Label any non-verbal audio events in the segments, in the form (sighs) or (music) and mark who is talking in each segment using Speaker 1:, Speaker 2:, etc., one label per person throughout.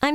Speaker 1: I'm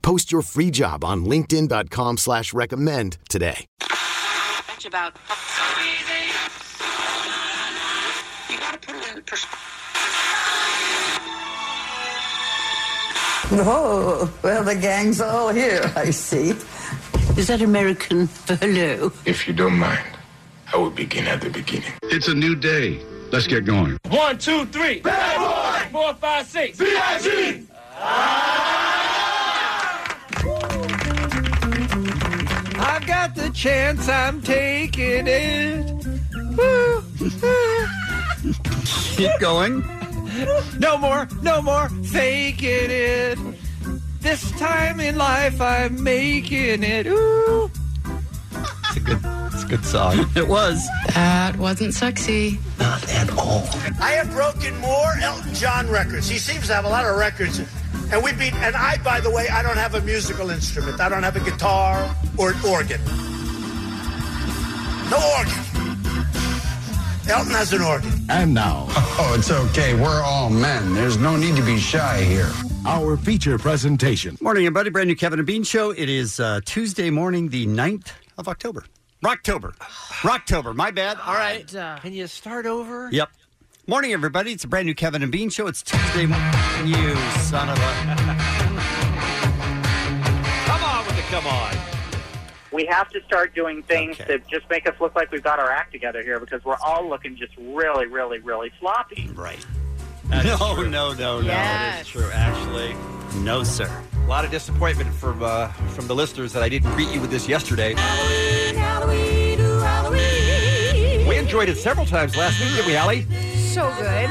Speaker 2: Post your free job on LinkedIn.com slash recommend today.
Speaker 3: Much about you gotta put it in perspective.
Speaker 4: (laughs) Oh, well, the gang's all here, I see.
Speaker 5: Is that American for hello?
Speaker 6: If you don't mind, I will begin at the beginning.
Speaker 7: It's a new day. Let's get going.
Speaker 8: One, two, three. Bad boy. Four, five, six. B.I.G.
Speaker 9: I've got the chance, I'm taking it. Woo.
Speaker 7: (laughs) Keep going.
Speaker 9: (laughs) no more, no more faking it. This time in life, I'm making it. Ooh.
Speaker 7: It's a good, it's a good song. (laughs) It was.
Speaker 10: That wasn't sexy.
Speaker 7: Not at all.
Speaker 11: I have broken more Elton John records. He seems to have a lot of records. And we beat, and I, by the way, I don't have a musical instrument. I don't have a guitar or an organ. No organ. Elton has an organ.
Speaker 7: And now.
Speaker 6: (laughs) Oh, it's okay. We're all men. There's no need to be shy here.
Speaker 7: Our feature presentation. Morning, everybody. Brand new Kevin and Bean Show. It is uh, Tuesday morning, the 9th of October. Rocktober. Rocktober. My bad. All right.
Speaker 9: Can you start over?
Speaker 7: Yep. Morning, everybody. It's a brand new Kevin and Bean Show. It's Tuesday morning. You son of a.
Speaker 8: Come on with it, come on.
Speaker 12: We have to start doing things to just make us look like we've got our act together here because we're all looking just really, really, really floppy.
Speaker 7: Right. (laughs)
Speaker 9: Oh,
Speaker 7: no, no, no, no.
Speaker 9: That is true, actually.
Speaker 7: No, sir.
Speaker 9: A lot of disappointment from uh, from the listeners that I didn't greet you with this yesterday. We enjoyed it several times last week, didn't we, Allie?
Speaker 13: So good.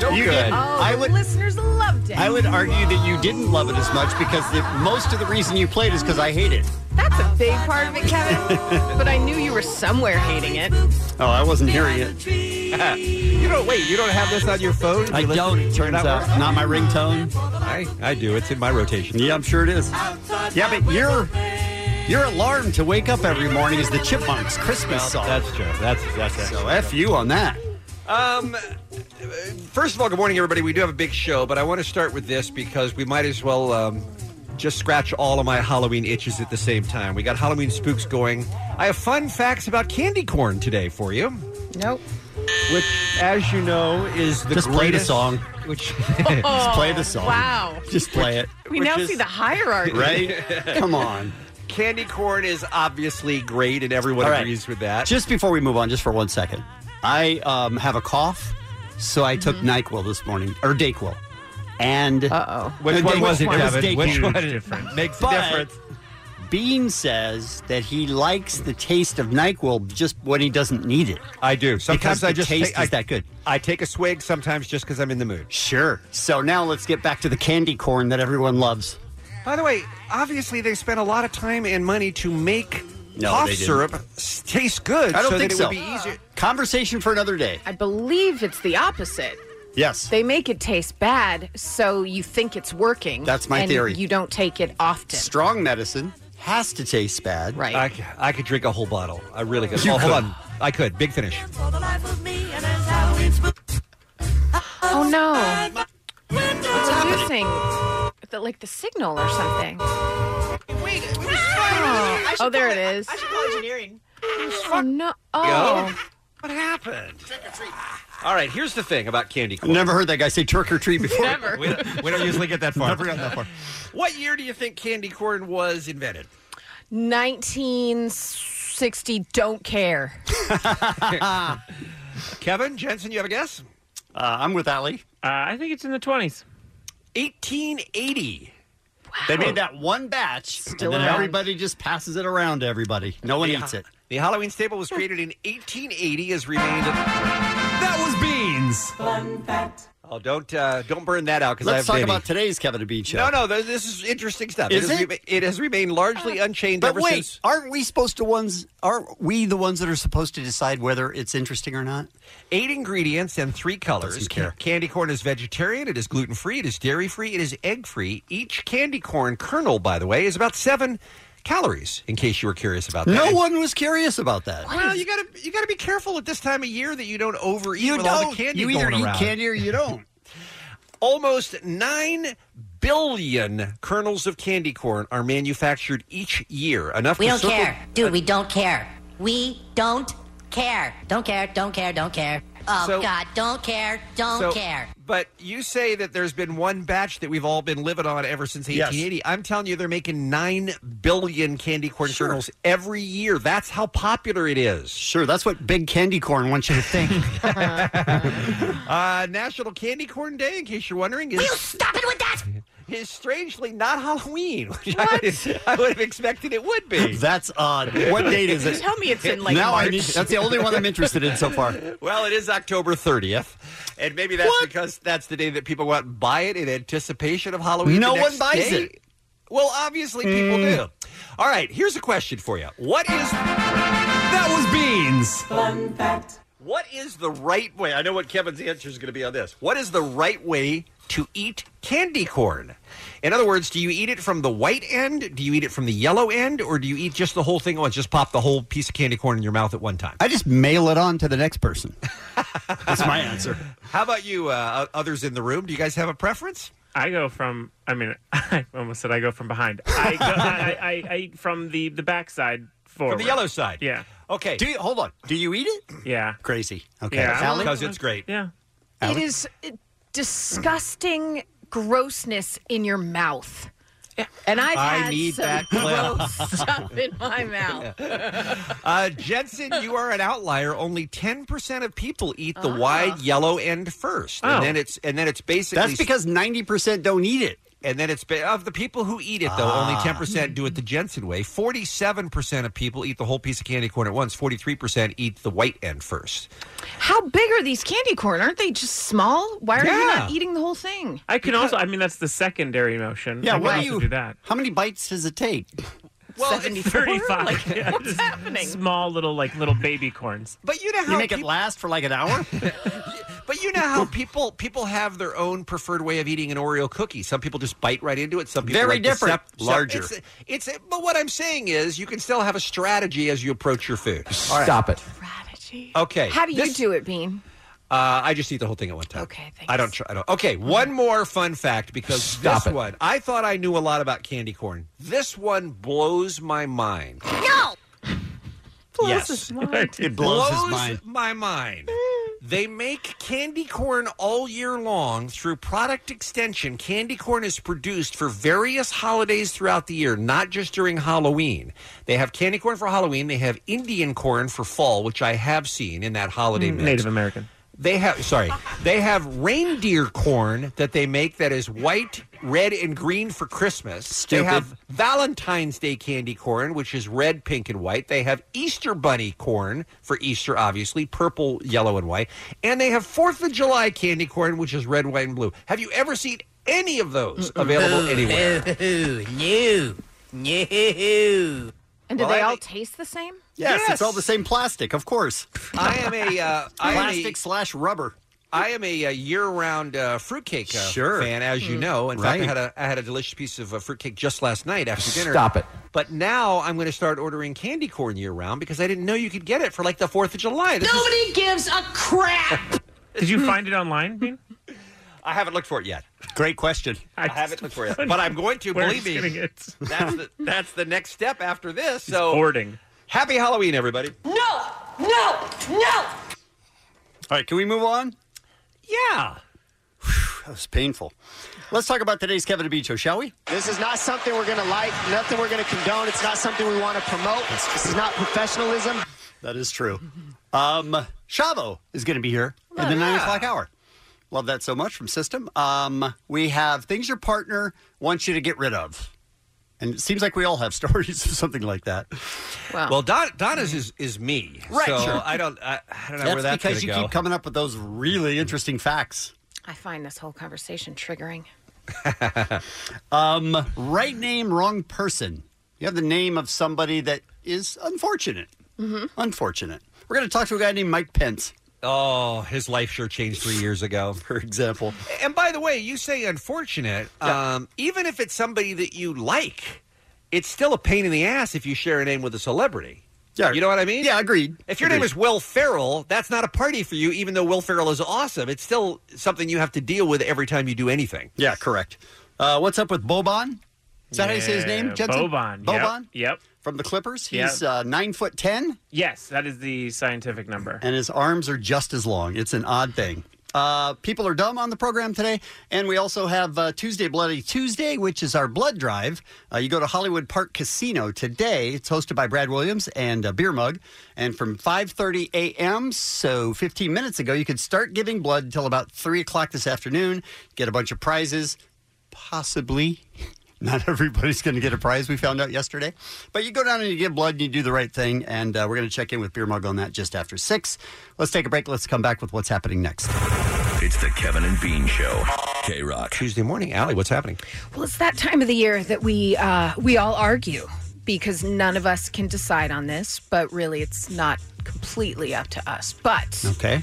Speaker 7: So You good. did.
Speaker 13: Oh,
Speaker 7: I
Speaker 13: the
Speaker 7: would-
Speaker 13: listeners loved it.
Speaker 7: I would argue that you didn't love it as much because the, most of the reason you played is because I hate it.
Speaker 13: That's a big part of it,
Speaker 7: (laughs)
Speaker 13: Kevin. but I knew you were somewhere hating it.
Speaker 7: Oh, I wasn't hearing it.
Speaker 9: (laughs)
Speaker 13: (laughs)
Speaker 9: you don't wait. You don't have this on your phone.
Speaker 7: I don't. It turns
Speaker 9: not
Speaker 7: out,
Speaker 9: working?
Speaker 7: not my ringtone.
Speaker 9: I, I do. It's in my rotation.
Speaker 7: Yeah, I'm sure it is. Yeah, but your your alarm to wake up every morning is the Chipmunks Christmas song.
Speaker 9: That's true. That's that's it.
Speaker 7: so f you on that.
Speaker 9: Um, first of all, good morning, everybody. We do have a big show, but I want to start with this because we might as well um, just scratch all of my Halloween itches at the same time. We got Halloween spooks going. I have fun facts about candy corn today for you,
Speaker 13: Nope.
Speaker 9: which, as you know, is the
Speaker 7: Just
Speaker 9: greatest
Speaker 7: play the song.
Speaker 13: (laughs)
Speaker 9: Which
Speaker 7: Just play the song.
Speaker 13: Oh, Wow.
Speaker 7: Just play it.
Speaker 13: We
Speaker 9: Which
Speaker 13: now
Speaker 9: is-
Speaker 13: see the
Speaker 9: (laughs)
Speaker 13: hierarchy.
Speaker 7: Right? Come on.
Speaker 9: candy corn is obviously great, and everyone
Speaker 7: All right.
Speaker 9: agrees with that.
Speaker 7: Just before we move on, just for one second, I um, have a cough, so I took Nyquil this morning or Dayquil, and
Speaker 13: Uh oh.
Speaker 9: which
Speaker 7: Uh,
Speaker 9: one
Speaker 7: Dayquil.
Speaker 9: was it,
Speaker 7: was
Speaker 9: Kevin? Which
Speaker 7: Dayquil.
Speaker 9: one is different? Makes
Speaker 7: But-
Speaker 9: a difference.
Speaker 7: Bean says that he likes the taste of NyQuil just when he doesn't need it.
Speaker 9: I do. Sometimes
Speaker 7: Because
Speaker 9: I
Speaker 7: the
Speaker 9: just
Speaker 7: taste
Speaker 9: take, I,
Speaker 7: is that good.
Speaker 9: I take a swig sometimes just because I'm in the mood.
Speaker 7: Sure. So now let's get back to the candy corn that everyone loves.
Speaker 9: By the way, obviously they spent a lot of time and money to make
Speaker 7: No,
Speaker 9: cough
Speaker 7: they didn't.
Speaker 9: syrup s- taste good.
Speaker 7: I don't
Speaker 9: so
Speaker 7: think
Speaker 9: that it
Speaker 7: so.
Speaker 9: would be easier.
Speaker 7: Conversation for another day.
Speaker 13: I believe it's the opposite.
Speaker 7: Yes.
Speaker 13: They make it taste bad, so you think it's working.
Speaker 7: That's my
Speaker 13: and
Speaker 7: theory.
Speaker 13: You don't take it often.
Speaker 7: Strong medicine has to taste bad.
Speaker 13: right.
Speaker 9: I, c- I could drink a whole bottle. I really could.
Speaker 7: You
Speaker 9: oh, hold
Speaker 7: could.
Speaker 9: on. I could. Big finish.
Speaker 13: oh no. What's losing the, like the signal or something.
Speaker 14: Wait, we should try
Speaker 13: Oh, there it is.
Speaker 14: I should call engineering.
Speaker 13: Oh no. Oh.
Speaker 9: What happened? All right. Here's the thing about (laughs) candy corn.
Speaker 7: Never heard that guy say trick or treat before.
Speaker 13: Never.
Speaker 9: We don't, we don't
Speaker 7: (laughs)
Speaker 9: usually get that far. Never got that far. (laughs) What year do you think candy corn
Speaker 7: (laughs)
Speaker 9: was invented? (laughs)
Speaker 13: 1960 don't care.
Speaker 9: (laughs) Kevin Jensen, you have a guess?
Speaker 7: Uh, I'm with Ali.
Speaker 15: Uh, I think it's in the 20s.
Speaker 9: 1880.
Speaker 7: They made that one batch,
Speaker 13: Still
Speaker 7: and then
Speaker 13: around.
Speaker 7: everybody just passes it around to everybody. No one eats it.
Speaker 9: The Halloween staple was created in 1880. Has remained. That was beans. Fun fact. Oh, don't uh, don't burn that out because I
Speaker 7: Let's
Speaker 9: have
Speaker 7: talk
Speaker 9: Vinny.
Speaker 7: about today's Kevin and Bean show.
Speaker 9: No, no, th- this is interesting stuff.
Speaker 7: Is
Speaker 9: it, has
Speaker 7: it?
Speaker 9: rema- it has remained largely
Speaker 16: Uh,
Speaker 9: unchanged
Speaker 7: But
Speaker 9: ever
Speaker 7: wait,
Speaker 9: since.
Speaker 7: aren't we supposed to ones? Aren't we the ones that are supposed to decide whether it's interesting or not?
Speaker 9: Eight ingredients and three colors. Ca- Candy corn is vegetarian. It is gluten free. It is dairy free. It is egg free. Each candy corn kernel, by the way, is about seven calories. In case you were curious about that.
Speaker 7: No one was curious about that.
Speaker 9: Well, you gotta you gotta be careful at this time of year that you don't overeat
Speaker 7: You
Speaker 9: with all
Speaker 7: don't.
Speaker 9: the candy
Speaker 7: You
Speaker 9: going
Speaker 7: either eat
Speaker 9: around.
Speaker 7: candy or you don't.
Speaker 9: (laughs) Almost nine billion kernels of candy corn are manufactured each year. Enough.
Speaker 16: We
Speaker 9: to
Speaker 16: don't
Speaker 9: circle-
Speaker 16: care. Dude, we don't care. We don't care. Don't care, don't care, don't care. Oh,
Speaker 9: So-
Speaker 16: God, don't care, don't
Speaker 9: So-
Speaker 16: care.
Speaker 9: But you say that there's been one batch that we've all been living on ever since
Speaker 16: Yes.
Speaker 9: 1880. I'm telling you, they're making nine billion candy corn kernels every year. That's how popular it is.
Speaker 7: Sure, that's what big candy corn wants you to think.
Speaker 9: Uh, National Candy Corn Day, in case you're wondering, is Will you stop it with that. (laughs) Is strangely not Halloween, which I would, I would have expected it would be.
Speaker 7: that's odd. Uh, What date is it?
Speaker 9: Tell me it's in, like,
Speaker 7: now I
Speaker 9: March.
Speaker 7: need. That's the only one I'm interested in so far.
Speaker 9: Well, it is October 30th, and maybe that's because that's the day that people go out and buy it in anticipation of Halloween.
Speaker 7: No
Speaker 9: the next
Speaker 7: one buys
Speaker 9: day.
Speaker 7: it.
Speaker 9: Well, obviously people
Speaker 7: Mm.
Speaker 9: do. All right, here's a question for you. What is that was beans? Fun fact. What is the right way? I know what Kevin's answer is going to be on this. What is the right way to eat candy corn? In other words, do you eat it from the white end? Do you eat it from the yellow end? Or do you eat just the whole thing at once? Just pop the whole piece of candy corn in your mouth at one time?
Speaker 7: I just mail it on to the next person. That's my answer.
Speaker 9: (laughs) How about you, uh, others in the room? Do you guys have a preference?
Speaker 17: I go from. I mean, (laughs) I almost said I go from behind. I go. I, I, I, I eat from the the backside forward.
Speaker 9: From the yellow side.
Speaker 17: Yeah.
Speaker 9: Okay.
Speaker 7: Do you hold on? Do you eat it?
Speaker 17: Yeah.
Speaker 7: Crazy. Okay.
Speaker 17: Yeah.
Speaker 7: Allie?
Speaker 17: Because it's great.
Speaker 9: Uh-huh.
Speaker 17: Yeah.
Speaker 13: It is uh, disgusting grossness in your mouth. And I've
Speaker 9: I
Speaker 13: had
Speaker 9: need
Speaker 13: some
Speaker 9: that
Speaker 13: gross
Speaker 9: clip.
Speaker 13: (laughs) stuff in my mouth.
Speaker 9: Uh, Jensen, you are an outlier. Only ten percent of people eat
Speaker 7: Uh-huh.
Speaker 9: the wide yellow end first,
Speaker 7: Oh.
Speaker 9: and then it's and then it's basically
Speaker 7: That's because ninety percent don't eat it.
Speaker 9: And then it's ba- of the people who eat it though, only
Speaker 7: Ah.
Speaker 9: ten percent do it the Jensen way. Forty-seven percent of people eat the whole piece of candy corn at once. Forty-three percent eat the white end first.
Speaker 13: How big are these candy corn? Aren't they just small? Why are you not
Speaker 17: Yeah.
Speaker 13: eating the whole thing?
Speaker 17: I can also. I mean, that's the secondary motion.
Speaker 13: Yeah,
Speaker 17: I can
Speaker 13: what do
Speaker 17: also
Speaker 13: you-
Speaker 17: do that.
Speaker 7: How many bites does it take?
Speaker 9: Well,
Speaker 17: (laughs) Thirty-five. Yeah,
Speaker 13: what's
Speaker 17: just
Speaker 13: happening?
Speaker 17: Small little like little baby corns.
Speaker 9: But you know how
Speaker 17: You make it
Speaker 7: (laughs) last for like an
Speaker 9: (laughs)
Speaker 7: hour.
Speaker 9: but you know how people people have their own preferred way of eating an Oreo cookie. Some people just bite right into it. Some people
Speaker 7: Very
Speaker 9: like to
Speaker 7: different.
Speaker 9: sep- sep-
Speaker 7: Larger.
Speaker 9: It's, it's but what I'm saying is you can still have a strategy as you approach your food.
Speaker 7: Stop it.
Speaker 13: Strategy.
Speaker 9: Okay.
Speaker 13: How do you
Speaker 9: This-
Speaker 13: do it, Bean?
Speaker 9: Uh, I just eat the whole thing at one time.
Speaker 13: Okay,
Speaker 9: I don't try. I don't. Okay, one more fun fact because this one, I thought I knew a lot about candy corn. This one blows my mind.
Speaker 13: No.
Speaker 9: Blows
Speaker 7: yes. (laughs)
Speaker 9: his
Speaker 13: mind.
Speaker 7: It blows,
Speaker 9: Blows
Speaker 7: his mind.
Speaker 9: my mind. They make candy corn all year long through product extension. Candy corn is produced for various holidays throughout the year, not just during Halloween. They have candy corn for Halloween. They have Indian corn for fall, which I have seen in that holiday mix.
Speaker 17: Native American.
Speaker 9: They have sorry, they have reindeer corn that they make that is white, red, and green for Christmas.
Speaker 7: Stupid.
Speaker 9: They have Valentine's Day candy corn, which is red, pink, and white. They have Easter bunny corn for Easter, obviously, purple, yellow, and white. And they have Fourth of July candy corn, which is red, white, and blue. Have you ever seen any of those available
Speaker 18: Boo,
Speaker 9: anywhere?
Speaker 18: boo, No, (laughs) no.
Speaker 13: And do
Speaker 9: Well,
Speaker 13: they
Speaker 9: I
Speaker 13: all
Speaker 9: think-
Speaker 13: taste the same?
Speaker 7: Yes, it's all the same plastic, of course.
Speaker 9: I am a uh, I am a-
Speaker 7: plastic slash rubber.
Speaker 9: I am a, uh year-round uh, fruitcake uh,
Speaker 7: Sure. Hmm.
Speaker 9: fan, as you know. In fact, I
Speaker 7: Right.
Speaker 9: had a I had a delicious piece of uh, fruitcake just last night after dinner.
Speaker 7: Stop it.
Speaker 9: But now I'm going to start ordering candy corn year-round because I didn't know you could get it for like the Fourth of July. This is-
Speaker 13: Nobody gives a crap.
Speaker 17: (laughs) Did you find it online, Bean?
Speaker 9: I haven't looked for it yet.
Speaker 7: Great question.
Speaker 9: I haven't looked for it, but I'm going to.
Speaker 17: We're
Speaker 9: believe me,
Speaker 17: getting it.
Speaker 9: that's the, that's the next step after this. So
Speaker 17: hoarding.
Speaker 9: Happy Halloween, everybody.
Speaker 13: No, no, no.
Speaker 7: All right, can we move on?
Speaker 9: Yeah.
Speaker 7: That was painful. Let's talk about today's Kevin and Bean show, shall we?
Speaker 11: This is not something we're going to like, nothing we're going to condone. It's not something we want to promote. This is not professionalism.
Speaker 7: That is true. Um, Shavo is going to be here in the nine o'clock hour. Love that so much from System. Um, we have things your partner wants you to get rid of, and it seems like we all have (laughs) stories of something like that.
Speaker 9: Well, Don, Donna's is is me,
Speaker 7: Right,
Speaker 9: So
Speaker 7: sure.
Speaker 9: I don't I, I don't know
Speaker 7: that's
Speaker 9: where that's
Speaker 7: because
Speaker 9: gonna
Speaker 7: you
Speaker 9: go.
Speaker 7: keep coming up with those really interesting facts.
Speaker 13: I find this whole conversation triggering.
Speaker 7: (laughs) um, right name, wrong person. You have the name of somebody that is unfortunate. Unfortunate. We're going to talk to a guy named Mike Pence.
Speaker 9: Oh, his life sure changed three years
Speaker 7: (laughs)
Speaker 9: ago,
Speaker 7: for example.
Speaker 9: And by the way, you say unfortunate. Um, even if it's somebody that you like, it's still a pain in the ass if you share a name with a celebrity.
Speaker 7: Yeah.
Speaker 9: You know what I mean?
Speaker 7: Yeah, agreed.
Speaker 9: If your name
Speaker 7: Agreed.
Speaker 9: is Will Ferrell, that's not a party for you, even though Will Ferrell is awesome. It's still something you have to deal with every time you do anything.
Speaker 7: Yeah, correct. Uh, what's up with Boban? Is that how you say his name,
Speaker 17: Yeah,
Speaker 7: Jensen?
Speaker 17: Boban. Yep.
Speaker 7: Boban?
Speaker 17: Yep.
Speaker 7: From the Clippers?
Speaker 17: Yeah.
Speaker 7: He's uh, 9 foot 10,
Speaker 17: Yes, that is the scientific number.
Speaker 7: and his arms are just as long. It's an odd thing. Uh, people are dumb on the program today, and we also have uh, Tuesday Bloody Tuesday, which is our blood drive. Uh, you go to Hollywood Park Casino today. It's hosted by Brad Williams and uh, Beer Mug, and from 5:30 a.m. so 15 minutes ago, you could start giving blood until about three o'clock this afternoon. Get a bunch of prizes, possibly. Not (laughs) everybody's going to get a prize. We found out yesterday. But you go down and you give blood and you do the right thing. And uh, we're going to check in with Beer Mug on that just after six. Let's take a break. Let's come back with what's happening next.
Speaker 19: It's the Kevin and Bean Show. K Rock.
Speaker 9: Tuesday morning, Allie, what's happening?
Speaker 13: Well, it's that time of the year that we uh, we all argue because none of us can decide on this, but really it's not completely up to us. But
Speaker 7: Okay.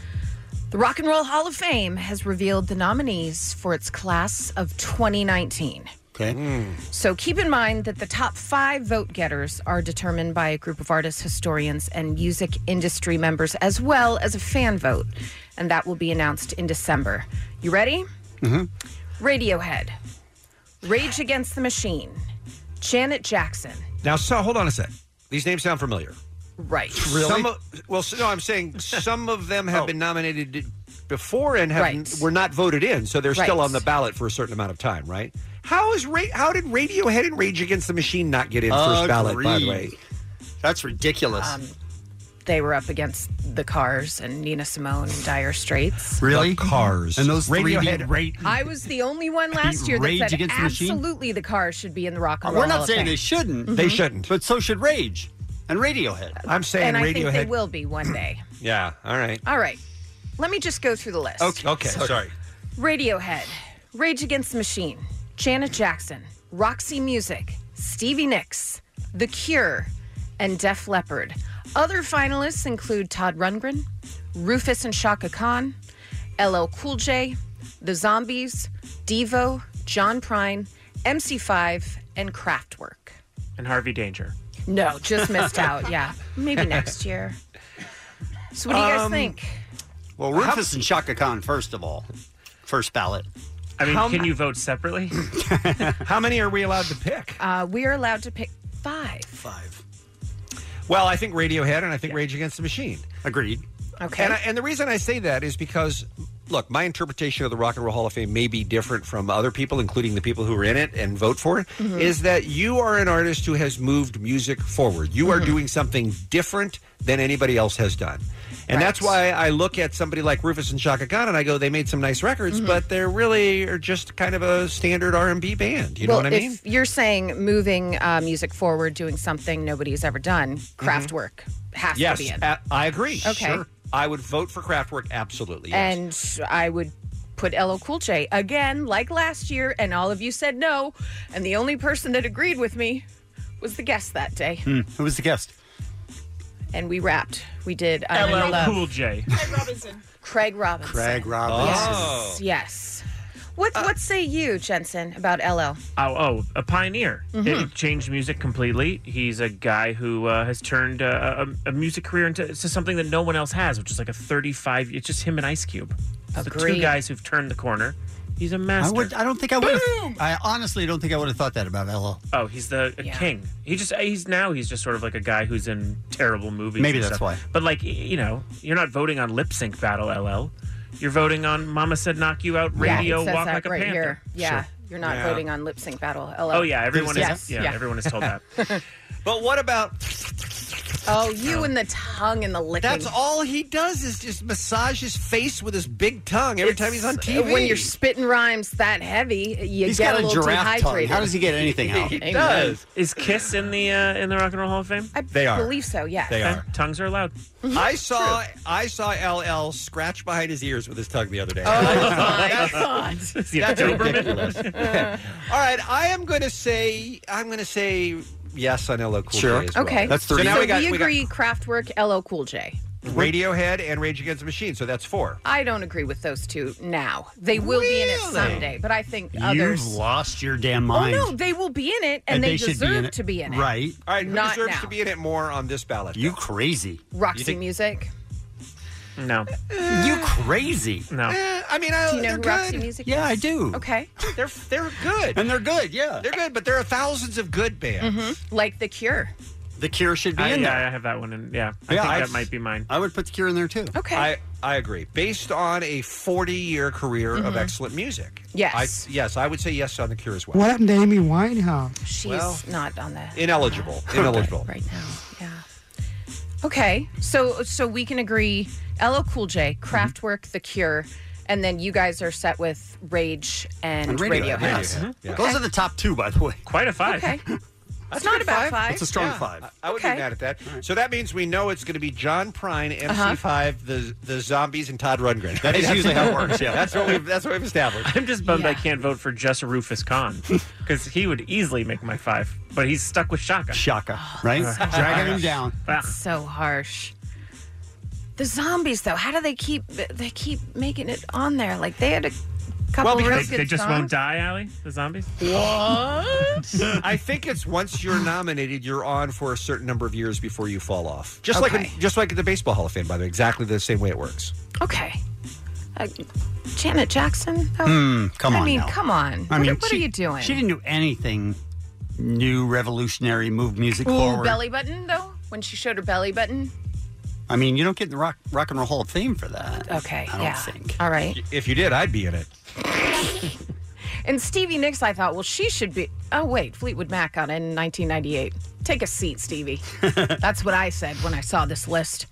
Speaker 13: the Rock and Roll Hall of Fame has revealed the nominees for its class of 2019.
Speaker 7: Okay.
Speaker 13: So keep in mind that the top five vote getters are determined by a group of artists, historians, and music industry members, as well as a fan vote. And that will be announced in December. You ready?
Speaker 7: Mm-hmm.
Speaker 13: Radiohead, Rage Against the Machine, Janet Jackson.
Speaker 9: Now, so hold on a sec. These names sound familiar.
Speaker 13: Right.
Speaker 9: Some of, well, so, no,
Speaker 7: (laughs)
Speaker 9: I'm saying some of them
Speaker 7: Oh.
Speaker 9: have been nominated before and have,
Speaker 13: Right.
Speaker 9: were not voted in, so they're still
Speaker 13: Right.
Speaker 9: on the ballot for a certain amount of time, right? How is Ra- how did Radiohead and Rage Against the Machine not get in first ballot? By the way,
Speaker 7: Agreed. that's ridiculous.
Speaker 13: Um, They were up against the Cars and Nina Simone and Dire Straits.
Speaker 7: Really?
Speaker 9: Cars.
Speaker 7: And those three
Speaker 9: Radiohead,
Speaker 7: beat-
Speaker 13: I was the only one last
Speaker 7: Beat
Speaker 13: year that
Speaker 7: Rage
Speaker 13: said
Speaker 7: Against the Machine?
Speaker 13: absolutely the Cars should be in the Rock
Speaker 7: Uh,
Speaker 13: and Roll
Speaker 7: We're
Speaker 13: Hall
Speaker 7: not
Speaker 13: of
Speaker 7: saying
Speaker 13: Fame.
Speaker 7: they shouldn't. Mm-hmm.
Speaker 9: They shouldn't.
Speaker 7: But so should Rage and Radiohead.
Speaker 9: I'm saying
Speaker 13: and I think they
Speaker 9: Radiohead.
Speaker 13: will be one day.
Speaker 9: Yeah. All right.
Speaker 13: All right. Let me just go through the list.
Speaker 9: Okay. Okay. Sorry.
Speaker 13: Radiohead, Rage Against the Machine, Janet Jackson, Roxy Music, Stevie Nicks, The Cure, and Def Leppard. Other finalists include Todd Rundgren, Rufus and Shaka Khan, LL Cool J, The Zombies, Devo, John Prine, MC5, and Kraftwerk.
Speaker 17: And Harvey Danger.
Speaker 13: No, just missed out. Yeah, maybe next year. So, what do you guys
Speaker 7: Um,
Speaker 13: think?
Speaker 7: Well, Rufus and Shaka Khan, first of all. First ballot.
Speaker 17: I mean,
Speaker 13: How
Speaker 17: can
Speaker 13: ma-
Speaker 17: you vote separately?
Speaker 9: How many are we allowed to pick?
Speaker 13: Uh, we are allowed to pick five.
Speaker 7: Five.
Speaker 9: Well, I think Radiohead and I think Rage Against the Machine.
Speaker 7: Agreed.
Speaker 13: Okay.
Speaker 9: And, I, and the reason I say that is because, look, my interpretation of the Rock and Roll Hall of Fame may be different from other people, including the people who are in it and vote for it. Is
Speaker 13: Mm-hmm.
Speaker 18: Mhm.
Speaker 9: that you are an artist who has moved music forward. You
Speaker 13: Mm-hmm.
Speaker 9: are doing something different than anybody else has done. And that's why I look at somebody like Rufus and Shaka Khan and I go, they made some nice records,
Speaker 13: Mm-hmm.
Speaker 9: but they really are just kind of a standard R&B band. You
Speaker 13: well,
Speaker 9: know what I mean?
Speaker 13: if you're saying moving uh, music forward, doing something nobody's ever done, craft work has
Speaker 9: Mm-hmm. yes,
Speaker 13: to be in.
Speaker 9: a- I agree.
Speaker 13: Okay.
Speaker 9: Sure. I would vote for Kraftwerk, absolutely. yes.
Speaker 13: And I would put LL Cool J again, like last year, and all of you said no. And the only person that agreed with me was the guest that day.
Speaker 7: Hmm. (laughs) Who was the guest?
Speaker 13: And we rapped. We did I Am in
Speaker 17: LL
Speaker 13: Love.
Speaker 17: Cool J.
Speaker 13: Craig Robinson.
Speaker 7: Craig Robinson.
Speaker 9: Oh.
Speaker 13: Yes. Yes. What,
Speaker 9: Uh,
Speaker 13: what say you, Jensen, about LL?
Speaker 17: Oh, oh, a pioneer.
Speaker 13: Mm-hmm.
Speaker 17: It changed music completely. He's a guy who uh, has turned uh, a, a music career into, to something that no one else has, which is like a 35. It's just him and Ice Cube. So two
Speaker 7: Agreed.
Speaker 17: guys who've turned the corner. He's a
Speaker 7: I
Speaker 17: master.
Speaker 7: would. I don't think I would. have I honestly don't think I would have thought that about LL.
Speaker 17: Oh, he's the a king. He just he's now he's just sort of like a guy who's in terrible movies.
Speaker 7: Maybe
Speaker 17: and
Speaker 7: that's
Speaker 17: stuff.
Speaker 7: why.
Speaker 17: But like y- you know, you're not voting on lip sync battle LL. You're voting on Mama said knock you out radio
Speaker 13: yeah, it says
Speaker 17: walk
Speaker 13: that
Speaker 17: like a
Speaker 13: right
Speaker 17: panther.
Speaker 13: here. Yeah,
Speaker 17: Sure.
Speaker 13: you're not
Speaker 17: Yeah.
Speaker 13: voting on lip sync battle. LL.
Speaker 17: Oh yeah, everyone
Speaker 13: Yes, (laughs)
Speaker 17: is yeah, everyone is told that.
Speaker 9: But what about
Speaker 13: Oh, you and the tongue and the licking.
Speaker 9: That's all he does is just massage his face with his big tongue every time he's on TV.
Speaker 13: When you're spitting rhymes that heavy, you
Speaker 9: He's
Speaker 13: get
Speaker 9: got
Speaker 13: a
Speaker 9: a
Speaker 13: little
Speaker 9: giraffe tongue.
Speaker 13: dehydrated.
Speaker 9: How does he get (laughs) anything out?
Speaker 13: (laughs)
Speaker 9: He
Speaker 13: Amen.
Speaker 9: does.
Speaker 17: Is Kiss in the uh, in the Rock and Roll Hall of Fame?
Speaker 13: I
Speaker 9: They are.
Speaker 13: believe so. Mm-hmm. Yeah,
Speaker 9: They are.
Speaker 17: Tongues are allowed.
Speaker 9: I saw I saw LL scratch behind his ears with his tongue the other day. (laughs)
Speaker 13: Oh
Speaker 9: That's ridiculous.
Speaker 13: (laughs)
Speaker 9: All right, I am going to say I'm going to say yes on LL Cool
Speaker 7: Sure.
Speaker 9: J. as well.
Speaker 13: Okay,
Speaker 9: So now
Speaker 13: So
Speaker 9: we got, we got
Speaker 13: agree. Kraftwerk, LL Cool J.
Speaker 9: Radiohead and Rage Against the Machine. So that's four.
Speaker 13: I don't agree with those two now. They will be in it
Speaker 9: Really?
Speaker 13: someday, but I think others.
Speaker 7: You've lost your damn
Speaker 13: Oh
Speaker 7: mind.
Speaker 13: no, they will be in it, and, they,
Speaker 7: should
Speaker 13: deserve to be in it.
Speaker 7: Right.
Speaker 9: All right, who
Speaker 13: Not
Speaker 9: deserves
Speaker 13: now.
Speaker 9: to be in it more on this ballot?
Speaker 7: You crazy.
Speaker 13: Roxy
Speaker 9: You think-
Speaker 13: Music.
Speaker 17: No.
Speaker 7: You crazy.
Speaker 17: No.
Speaker 9: Eh, I mean, I,
Speaker 13: Do you know
Speaker 9: they're
Speaker 13: who
Speaker 9: good.
Speaker 13: Roxy Music
Speaker 7: Yeah,
Speaker 13: is?
Speaker 7: I do.
Speaker 13: Okay.
Speaker 9: They're they're good.
Speaker 7: And they're good, yeah.
Speaker 9: They're good, but there are thousands of good bands.
Speaker 13: Mhm. Like The Cure.
Speaker 7: The Cure should be
Speaker 17: I,
Speaker 7: in
Speaker 17: yeah,
Speaker 7: there.
Speaker 17: I have that one in. Yeah, I
Speaker 7: Yeah,
Speaker 17: think
Speaker 7: I've-
Speaker 17: that might be mine.
Speaker 7: I would put the Cure in there too.
Speaker 13: Okay.
Speaker 9: I, I agree. Based on a 40 year career of excellent music.
Speaker 13: Mm-hmm. Yes.
Speaker 9: I, yes, I would say yes on The Cure as well.
Speaker 11: What happened to Amy Winehouse?
Speaker 13: She's
Speaker 9: Well-
Speaker 13: not on that (laughs)
Speaker 9: Ineligible. Ineligible.
Speaker 13: right now. Yeah. Okay. So so we can agree. LL Cool J, Kraftwerk, The Cure, and then you guys are set with Rage and, Uh-huh.
Speaker 7: And
Speaker 13: Radiohead.
Speaker 7: yes.
Speaker 9: Radiohead,
Speaker 13: Mm-hmm.
Speaker 9: yeah.
Speaker 7: Those are the top two, by the way.
Speaker 17: Quite a five.
Speaker 13: Okay. it's not about five.
Speaker 7: It's a strong
Speaker 9: Yeah,
Speaker 7: five.
Speaker 9: I, I would
Speaker 13: Okay.
Speaker 9: be mad at that. So that means we know it's going to be John Prine,
Speaker 13: Uh-huh.
Speaker 9: MC5, the the zombies, and Todd Rundgren.
Speaker 7: That is
Speaker 9: That's-
Speaker 7: usually
Speaker 9: (laughs)
Speaker 7: how it works, yeah.
Speaker 9: that's what we've that's what we've established.
Speaker 17: I'm just bummed
Speaker 13: Yeah.
Speaker 17: I can't vote for just
Speaker 7: (laughs)
Speaker 17: Rufus Khan because he would easily make my five, but he's stuck with
Speaker 9: (sighs)
Speaker 17: Shaka. Uh,
Speaker 7: Shaka, right? Dragging him down.
Speaker 17: Ah,
Speaker 13: So harsh. The zombies, though, how do they keep they keep making it on there? Like they had a couple
Speaker 9: Well,
Speaker 13: of
Speaker 17: they,
Speaker 13: really
Speaker 17: they
Speaker 13: good
Speaker 17: just won't
Speaker 13: songs.
Speaker 17: die, Allie. The zombies.
Speaker 9: (laughs) I think it's once you're nominated, you're on for a certain number of years before you fall off. Just like
Speaker 13: Okay.
Speaker 9: in, just like at the Baseball Hall of Fame, by the way, exactly the same way it works.
Speaker 13: Okay, uh, Janet Jackson. Though?
Speaker 7: Hmm, come
Speaker 13: Oh. I
Speaker 7: on
Speaker 13: mean,
Speaker 7: now.
Speaker 13: come on.
Speaker 7: I
Speaker 13: what
Speaker 7: mean,
Speaker 13: what
Speaker 7: she-
Speaker 13: are you doing?
Speaker 7: She didn't do anything new, revolutionary, move music
Speaker 13: Ooh,
Speaker 7: forward.
Speaker 13: belly button though. When she showed her belly button.
Speaker 7: I mean, you don't get the rock, rock and roll Hall of Fame for that.
Speaker 13: Okay.
Speaker 7: I don't
Speaker 13: yeah.
Speaker 7: think.
Speaker 13: All right.
Speaker 9: If you did, I'd be in it.
Speaker 13: And Stevie Nicks, I thought, well, she should be. Oh wait, Fleetwood Mac got it in 1998. Take a seat, (laughs) Stevie. That's what I said when I saw this list.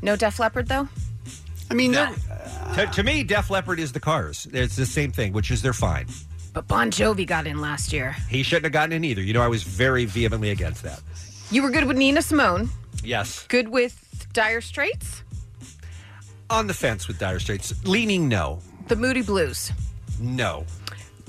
Speaker 13: No Def Leppard though.
Speaker 7: I mean, they're-
Speaker 9: to, to me, Def Leppard is the Cars. It's the same thing, which is they're fine.
Speaker 13: But Bon Jovi got in last year.
Speaker 9: He shouldn't have gotten in either. You know, I was very vehemently against that.
Speaker 13: You were good with Nina Simone,
Speaker 9: Yes,
Speaker 13: good with Dire Straits,
Speaker 9: on the fence with Dire Straits, leaning no,
Speaker 13: the Moody Blues,
Speaker 9: no.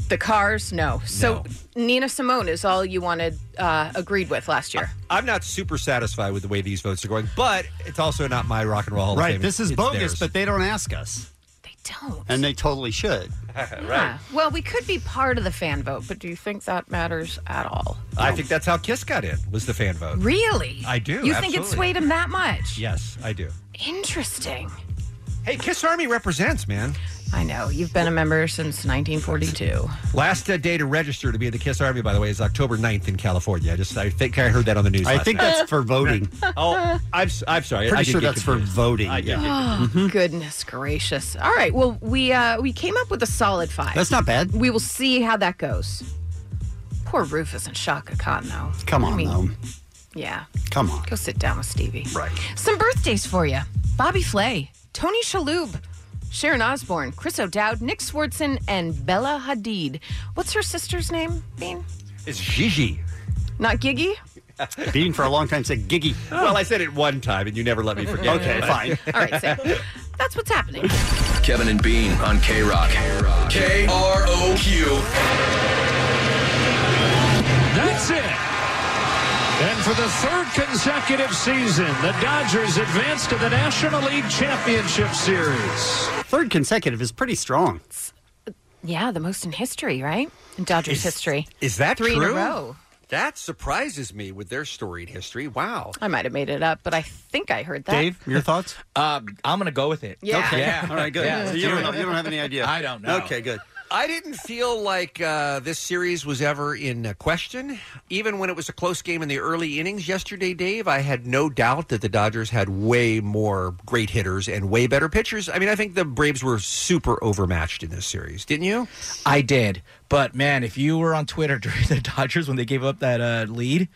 Speaker 13: the Cars, no. So Nina Simone is all you wanted, uh, agreed with last year.
Speaker 9: I'm not super satisfied with the way these votes are going, but it's also not my rock and roll. Hall of
Speaker 7: right.
Speaker 9: Fame.
Speaker 7: This is
Speaker 9: It's
Speaker 7: bogus,
Speaker 9: theirs.
Speaker 7: but they don't ask us,
Speaker 13: they don't.
Speaker 7: and they totally
Speaker 9: (laughs)
Speaker 7: should.
Speaker 13: Yeah. Well, we could be part of the fan vote, but do you think that matters at all?
Speaker 9: I think that's how Kiss got in was the fan vote.
Speaker 13: Really?
Speaker 9: I do,
Speaker 13: You think it
Speaker 9: absolutely.
Speaker 13: swayed him that much?
Speaker 9: Yes, I do.
Speaker 13: Interesting.
Speaker 9: Hey, Kiss Army represents, man.
Speaker 13: I know. You've been a member since 1942.
Speaker 9: Last uh, day to register to be in the Kiss Army, by the way, is October 9th in California. I just I think I heard that on the news.
Speaker 7: I
Speaker 9: last
Speaker 7: think
Speaker 9: night.
Speaker 7: that's for voting.
Speaker 9: (laughs) oh, I'm s- I'm sorry. I
Speaker 7: Pretty
Speaker 9: did
Speaker 7: sure
Speaker 9: get
Speaker 7: that's for
Speaker 9: confused.
Speaker 7: voting.
Speaker 9: I did
Speaker 7: yeah.
Speaker 9: get
Speaker 13: Oh, goodness gracious. All right. Well, we uh, we came up with a solid five.
Speaker 7: That's not bad.
Speaker 13: we will see how that goes. Poor Rufus and Shaka Khan, though.
Speaker 7: Come on,
Speaker 13: I mean,
Speaker 7: though.
Speaker 13: Yeah.
Speaker 7: Come on.
Speaker 13: Go sit down with Stevie.
Speaker 7: Right.
Speaker 13: Some birthdays for you Bobby Flay, Tony Shalhoub, Sharon Osbourne, Chris O'Dowd, Nick Swartzen, and Bella Hadid. What's her sister's name, Bean?
Speaker 9: It's Gigi.
Speaker 13: Not Giggy?
Speaker 7: Bean for a long time said Giggy.
Speaker 9: Well, I said it one time, and you never let me forget.
Speaker 7: Okay,
Speaker 9: it.
Speaker 7: fine. (laughs)
Speaker 13: All
Speaker 9: (laughs)
Speaker 13: right, Sam. That's what's happening.
Speaker 19: Kevin and Bean on K Rock. K R O Q.
Speaker 20: That's it. And for the third consecutive season, the Dodgers advance to the National League Championship Series.
Speaker 7: Third consecutive is pretty strong.
Speaker 13: Yeah, the most in history, right? In Dodgers history. (gasps)
Speaker 9: Is that
Speaker 13: Three in a
Speaker 9: true?
Speaker 13: row.
Speaker 9: That surprises me with their storied history. Wow.
Speaker 13: I might have made it up, but I think I heard that.
Speaker 7: Dave,
Speaker 13: (laughs)
Speaker 7: your thoughts?
Speaker 18: Uh, I'm going to go with it.
Speaker 13: Yeah.
Speaker 7: Okay.
Speaker 18: Yeah.
Speaker 7: All right, good.
Speaker 18: Yeah,
Speaker 7: So
Speaker 18: let's
Speaker 7: you,
Speaker 18: do
Speaker 7: don't
Speaker 18: it.
Speaker 7: know, you don't have any idea.
Speaker 18: I don't know.
Speaker 7: Okay, good.
Speaker 9: I didn't feel like uh, this series was ever in uh, question. Even when it was a close game in the early innings yesterday, Dave, I had no doubt that the Dodgers had way more great hitters and way better pitchers. I mean, I think the Braves were super overmatched in this series, didn't you?
Speaker 21: (laughs)
Speaker 18: I did. But man, if you were on Twitter during the Dodgers when they gave up that uh, lead,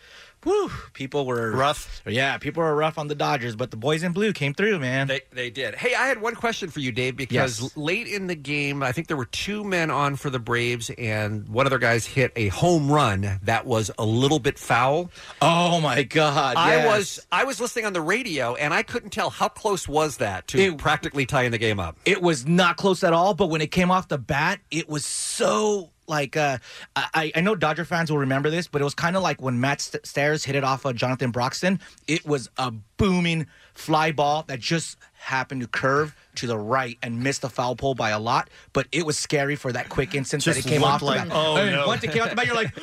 Speaker 21: whew, people were rough. Yeah, people were rough on the Dodgers, but the boys in blue came through, man.
Speaker 9: They, they did. Hey, I had one question for you, Dave, because
Speaker 21: Yes.
Speaker 9: late in the game, I think there were two men on for the Braves, and one of their guys hit a home run that was a little bit foul.
Speaker 21: Oh my God!
Speaker 9: I
Speaker 21: yes.
Speaker 9: was I was listening on the radio, and I couldn't tell how close was that to practically tying the game up.
Speaker 21: It was not close at all, but when it came off the bat, it was so like uh I, I know Dodger fans will remember this, but it was kind of like when Matt St- Stairs hit it off of Jonathan Broxton. It was a booming fly ball that just happened to curve to the right and missed the foul pole by a lot, but it was scary for that quick instant that
Speaker 9: Just
Speaker 21: it came
Speaker 9: looked
Speaker 21: off
Speaker 9: like,
Speaker 21: the bat.
Speaker 9: oh,
Speaker 21: And
Speaker 9: no.
Speaker 21: Once it came off the bat,
Speaker 9: (laughs)
Speaker 21: you're like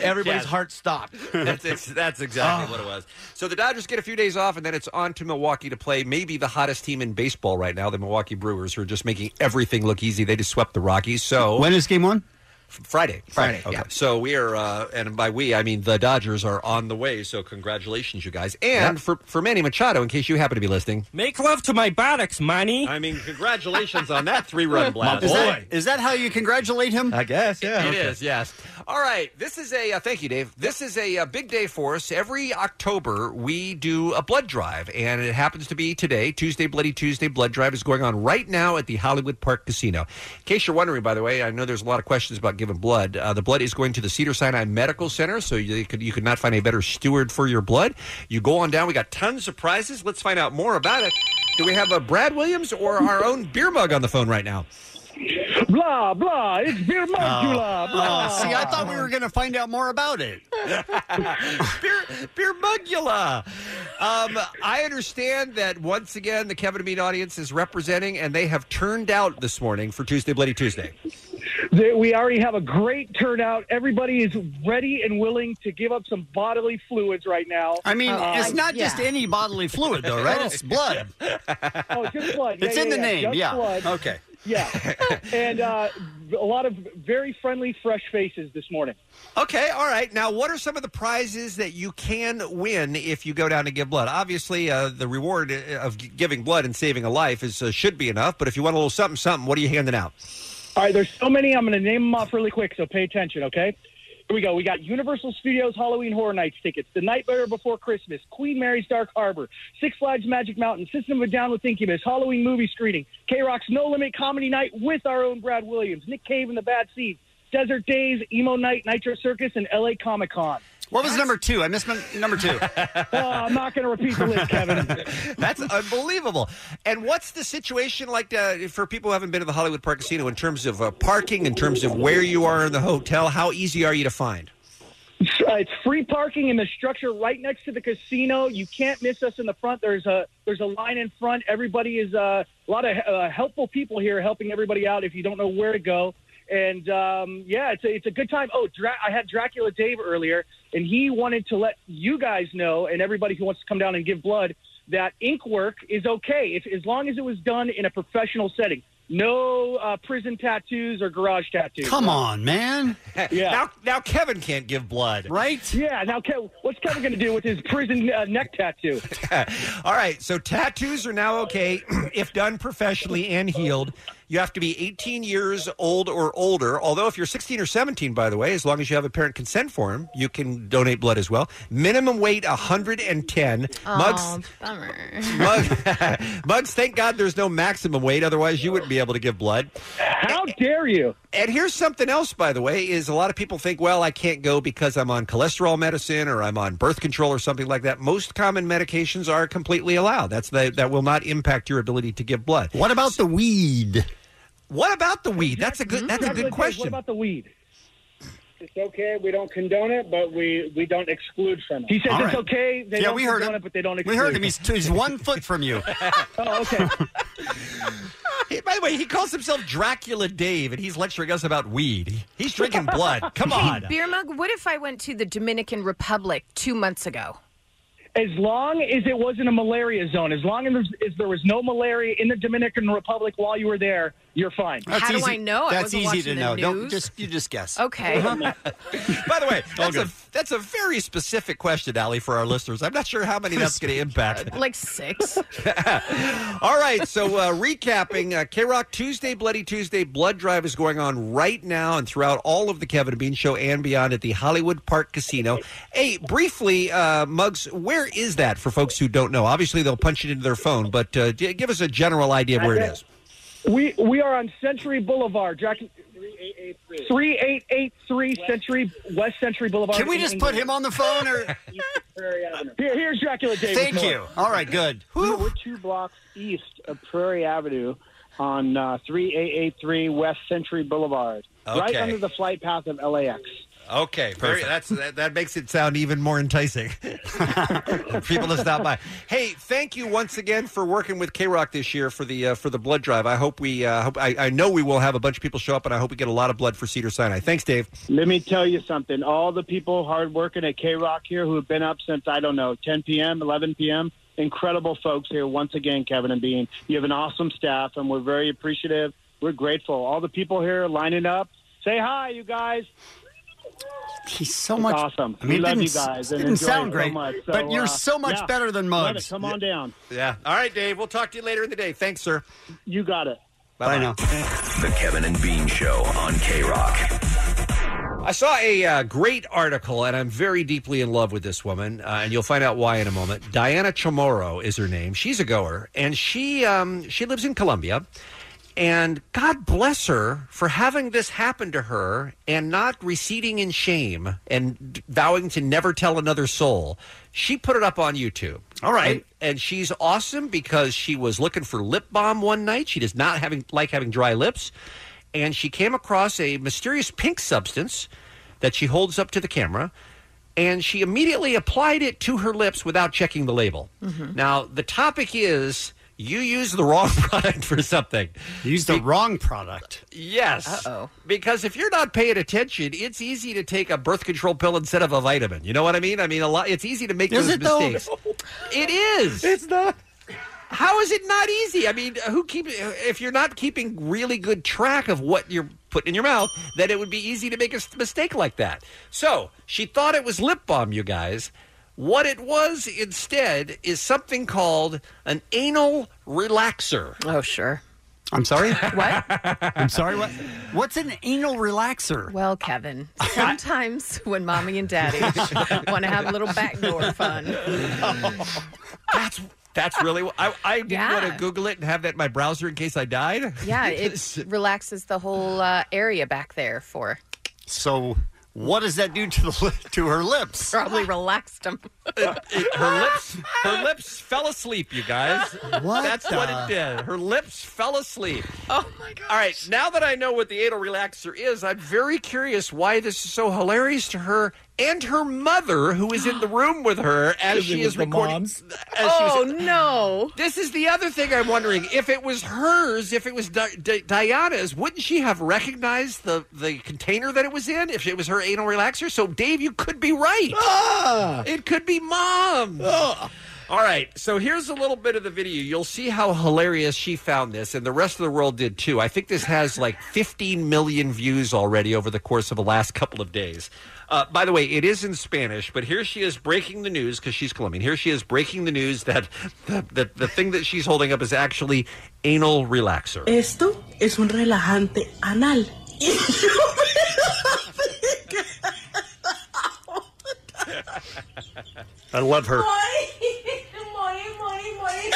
Speaker 21: everybody's
Speaker 9: Yeah. (laughs)
Speaker 21: heart stopped.
Speaker 9: that's ex- that's exactly
Speaker 21: Ah.
Speaker 9: what it was. So the Dodgers get a few days off, and then it's on to Milwaukee to play maybe the hottest team in baseball right now, the Milwaukee Brewers, who are just making everything look easy. They just swept the Rockies. So
Speaker 7: When is game one?
Speaker 9: Friday.
Speaker 7: Friday,
Speaker 9: Okay.
Speaker 7: yeah.
Speaker 9: So we are, uh, and by we I mean the Dodgers are on the way. So congratulations, you guys, and for for Manny Machado, in case you happen to be listening. (laughs)
Speaker 22: Make love to my buttocks, Manny.
Speaker 9: I mean, congratulations on that three-run blast.
Speaker 7: Is that, is that how you congratulate him? I
Speaker 21: guess,
Speaker 9: It is, yes. All right, this is a uh, thank you, Dave. This is a, uh big day for us. Every October, we do a blood drive, and it happens to be today, Tuesday, Bloody Tuesday. Blood drive is going on right now at the Hollywood Park Casino. In case you're wondering, by the way, I know there's a lot of questions about giving blood. Uh, the blood is going to the Cedar Sinai Medical Center, so you could you could not find a better steward for your blood. You go on down. We got tons of prizes. Let's find out more about it. Do we have a Brad Williams or our own beer mug on the phone right now?
Speaker 8: Blah, blah. It's beer mug,
Speaker 9: Oh.
Speaker 8: blah, blah.
Speaker 7: See, I thought we were going to find out more about it.
Speaker 9: (laughs) beer, beer mugula. Um, I understand that once again the Kevin and Bean audience is representing, and they have turned out this morning for Tuesday Bloody Tuesday.
Speaker 12: They, we already have a great turnout. Everybody is ready and willing to give up some bodily fluids right now.
Speaker 7: I mean,
Speaker 23: Oh,
Speaker 12: Uh,
Speaker 7: it's not just
Speaker 12: yeah.
Speaker 7: any bodily fluid, though, right?
Speaker 23: (laughs)
Speaker 7: It's blood.
Speaker 12: Oh, just blood.
Speaker 7: It's
Speaker 12: Yeah,
Speaker 7: in
Speaker 12: yeah,
Speaker 7: the
Speaker 12: yeah.
Speaker 7: name,
Speaker 12: Just
Speaker 7: yeah.
Speaker 12: blood.
Speaker 7: Okay. (laughs)
Speaker 12: Yeah. and uh, a lot of very friendly, fresh faces this morning.
Speaker 9: Okay, all right. Now, what are some of the prizes that you can win if you go down to give blood? Obviously, uh, the reward uh, of g- giving blood and saving a life is uh, should be enough. But if you want a little something, something, what are you handing out?
Speaker 12: All right, there's so many. I'm going to name them off really quick, so pay attention, okay? Here we go. We got Universal Studios Halloween Horror Nights tickets, The Night Before Christmas, Queen Mary's Dark Harbor, Six Flags Magic Mountain, System of a Down with Incubus, Halloween movie screening, K Rock's No Limit Comedy Night with our own Brad Williams, Nick Cave and the Bad Seeds, Desert Days, Emo Night, Nitro Circus, and LA Comic Con.
Speaker 7: What was number two? I missed my, number
Speaker 23: (laughs)
Speaker 7: two.
Speaker 12: (laughs) Oh, I'm not going to repeat the list, Kevin.
Speaker 9: (laughs) That's unbelievable. And what's the situation like uh, for people who haven't been to the Hollywood Park Casino in terms of uh, parking, in terms of where you are in the hotel? How easy are you to find?
Speaker 12: Uh, it's free parking in the structure right next to the casino. You can't miss us in the front. There's a there's a line in front. Everybody is uh, a lot of uh, helpful people here helping everybody out if you don't know where to go. And um, yeah, it's a, it's a good time. Oh, Dra- I had Dracula Dave earlier, and he wanted to let you guys know and everybody who wants to come down and give blood that ink work is okay if, as long as it was done in a professional setting. No uh, prison tattoos or garage tattoos.
Speaker 7: Come on,
Speaker 9: (laughs)
Speaker 7: man.
Speaker 12: Yeah.
Speaker 9: Now, now Kevin can't give blood.
Speaker 7: Right?
Speaker 12: Yeah. Now, Kev, what's Kevin going to do with his prison uh, neck tattoo?
Speaker 9: (laughs) All right. So tattoos are now okay (clears throat) if done professionally and healed. You have to be 18 years old or older. Although, if you're 16 or 17, by the way, as long as you have a parent consent form, you can donate blood as well. Minimum weight 110. Mugs,
Speaker 24: bummer.
Speaker 9: (laughs) Mug- Mugs, thank God there's no maximum weight, otherwise you wouldn't be able to give blood.
Speaker 12: How dare you?
Speaker 9: And here's something else, by the way, is a lot of people think, well, I can't go because I'm on cholesterol medicine or I'm on birth control or something like that. Most common medications are completely allowed. That's the, that will not impact your ability to give blood.
Speaker 7: What about the weed?
Speaker 9: What about the weed? That's a good. That's a good
Speaker 12: Mm-hmm. What
Speaker 9: question.
Speaker 12: about the weed? It's okay. We don't condone it, but we, we don't exclude from it. He says
Speaker 7: All right.
Speaker 12: it's okay. They
Speaker 7: yeah,
Speaker 12: don't
Speaker 7: we heard
Speaker 12: condone
Speaker 7: him.
Speaker 12: it, but they don't exclude
Speaker 7: we heard him. He's, he's one foot from
Speaker 23: (laughs)
Speaker 7: you.
Speaker 12: oh, okay.
Speaker 9: (laughs) Hey, by the way, he calls himself Dracula Dave, and he's lecturing us about weed. He's drinking blood.
Speaker 12: (laughs)
Speaker 9: Come on.
Speaker 13: Beer mug, what if I went to the Dominican Republic two months ago?
Speaker 12: As long as it wasn't a malaria zone, as long as, as there was no malaria in the Dominican Republic while you were there, you're fine.
Speaker 7: That's
Speaker 13: How do
Speaker 7: easy-
Speaker 13: I know? I
Speaker 7: That's
Speaker 13: wasn't
Speaker 7: easy
Speaker 13: watching
Speaker 7: to
Speaker 13: the
Speaker 7: know. Don't
Speaker 9: (laughs)
Speaker 13: news.
Speaker 7: just you just guess.
Speaker 13: Okay.
Speaker 9: By the way, that's a, That's a very specific question, Allie, for our listeners. I'm not sure how many that's going to impact.
Speaker 13: Like six.
Speaker 9: All right, so uh, recapping uh, K Rock Tuesday, Bloody Tuesday blood drive is going on right now and throughout all of the Kevin and Bean Show and beyond at the Hollywood Park Casino. Hey, briefly, uh, Muggs, where is that for folks who don't know? Obviously, they'll punch it into their phone, but uh, g- give us a general idea of where it is.
Speaker 12: We we are on Century Boulevard, Jackie. Three eight eight three Century West Century Boulevard.
Speaker 7: Can we just put him on the phone,
Speaker 9: (laughs)
Speaker 7: or
Speaker 12: Here, here's Dracula Davis.
Speaker 7: Thank you. All right, good.
Speaker 23: We're we're two blocks east of Prairie Avenue on uh, 3883 West Century Boulevard, right
Speaker 9: Okay.
Speaker 23: under the flight path of LAX.
Speaker 9: Okay, very, that's that, that makes it sound even more enticing. People to stop by. Hey, thank you once again for working with K Rock this year for the uh, for the blood drive. I hope we uh, hope I, I know we will have a bunch of people show up, and I hope we get a lot of blood for Cedar Sinai. Thanks, Dave.
Speaker 23: Let me tell you something. All the people hardworking at K Rock here who have been up since, I don't know, 10 p.m., 11 p.m., incredible folks here once again, Kevin and Bean. You have an awesome staff, and we're very appreciative. We're grateful. All the people here lining up. Say hi, you guys.
Speaker 7: He's so
Speaker 23: It's
Speaker 7: much
Speaker 23: awesome.
Speaker 7: I mean,
Speaker 23: we
Speaker 7: it
Speaker 23: love you
Speaker 7: didn't,
Speaker 23: guys.
Speaker 7: It
Speaker 23: and
Speaker 7: didn't
Speaker 23: enjoy
Speaker 7: sound
Speaker 23: it
Speaker 7: great,
Speaker 23: so much. So,
Speaker 7: but you're
Speaker 23: uh,
Speaker 7: so much
Speaker 23: yeah.
Speaker 7: better than
Speaker 23: Love it.
Speaker 7: Muggs.
Speaker 23: Come on down.
Speaker 9: Yeah. All right, Dave. We'll talk to you later in the day. Thanks, sir.
Speaker 23: You got it.
Speaker 9: Bye now.
Speaker 19: The Kevin and Bean Show on K Rock.
Speaker 9: I saw a uh, great article, and I'm very deeply in love with this woman, uh, and you'll find out why in a moment. Diana Chamorro is her name. She's a goer, and she um, she lives in Colombia. And God bless her for having this happen to her and not receding in shame and vowing to never tell another soul. She put it up on YouTube. All right. And, and she's awesome because she was looking for lip balm one night. She does not having like having dry lips and she came across a mysterious pink substance that she holds up to the camera and she immediately applied it to her lips without checking the label.
Speaker 8: Mm-hmm.
Speaker 9: Now, the topic is you use the (laughs) wrong product for something.
Speaker 7: Use the wrong product.
Speaker 9: Yes. Uh-oh. Because if you're not paying attention, it's easy to take a birth control pill instead of a vitamin. You know what I mean? I mean, a lot it's easy to make
Speaker 8: Is
Speaker 9: those
Speaker 8: it though?
Speaker 9: mistakes. It is. It's not. How is it not easy? I mean, who keep if you're not keeping really good track of what you're putting in your mouth, then it would be easy to make a s- mistake like that. So she thought it was lip balm, you guys. What it was instead is something called an anal relaxer.
Speaker 13: Oh, sure.
Speaker 7: I'm
Speaker 23: (laughs)
Speaker 7: sorry.
Speaker 13: What?
Speaker 7: I'm sorry. What? What's an anal relaxer?
Speaker 13: Well, Kevin, sometimes when mommy
Speaker 7: (laughs)
Speaker 13: and daddy want to have a little backdoor fun.
Speaker 9: (laughs) That's that's really. I, I didn't
Speaker 13: Yeah.
Speaker 9: want to Google it and have that in my browser in case I died. (laughs)
Speaker 13: Yeah, it relaxes the whole uh, area back there for
Speaker 7: So, what does that do to the li- to her lips?
Speaker 13: probably relaxed them.
Speaker 9: her lips her lips fell asleep you guys
Speaker 7: What
Speaker 9: that's
Speaker 7: the-
Speaker 9: what it did her lips fell asleep (laughs) oh my god all right now that i know what the anal relaxer is i'm very curious why this is so hilarious to her and her mother who is (gasps) in the room with her as
Speaker 8: Is it
Speaker 9: she
Speaker 8: with
Speaker 9: is
Speaker 8: the
Speaker 9: recording
Speaker 8: moms?
Speaker 9: (laughs) as she was-
Speaker 13: no
Speaker 9: this is the other thing i'm wondering if it was hers if it was Di- Di- diana's wouldn't she have recognized the, the container that it was in if it was her anal relaxer so dave you could be right
Speaker 8: Ah!
Speaker 9: it could be mom all right, so here's a little bit of the video. You'll see how hilarious she found this, and the rest of the world did too. I think this has like 15 million views already over the course of the last couple of days. Uh, by the way, it is in Spanish, but here she is breaking the news because she's Colombian. Here she is breaking the news that the, the, the thing that she's holding up is actually anal relaxer.
Speaker 25: Esto es un relajante anal. Y yo
Speaker 7: I love
Speaker 25: me
Speaker 7: her.
Speaker 25: morí, morí, morí, morí.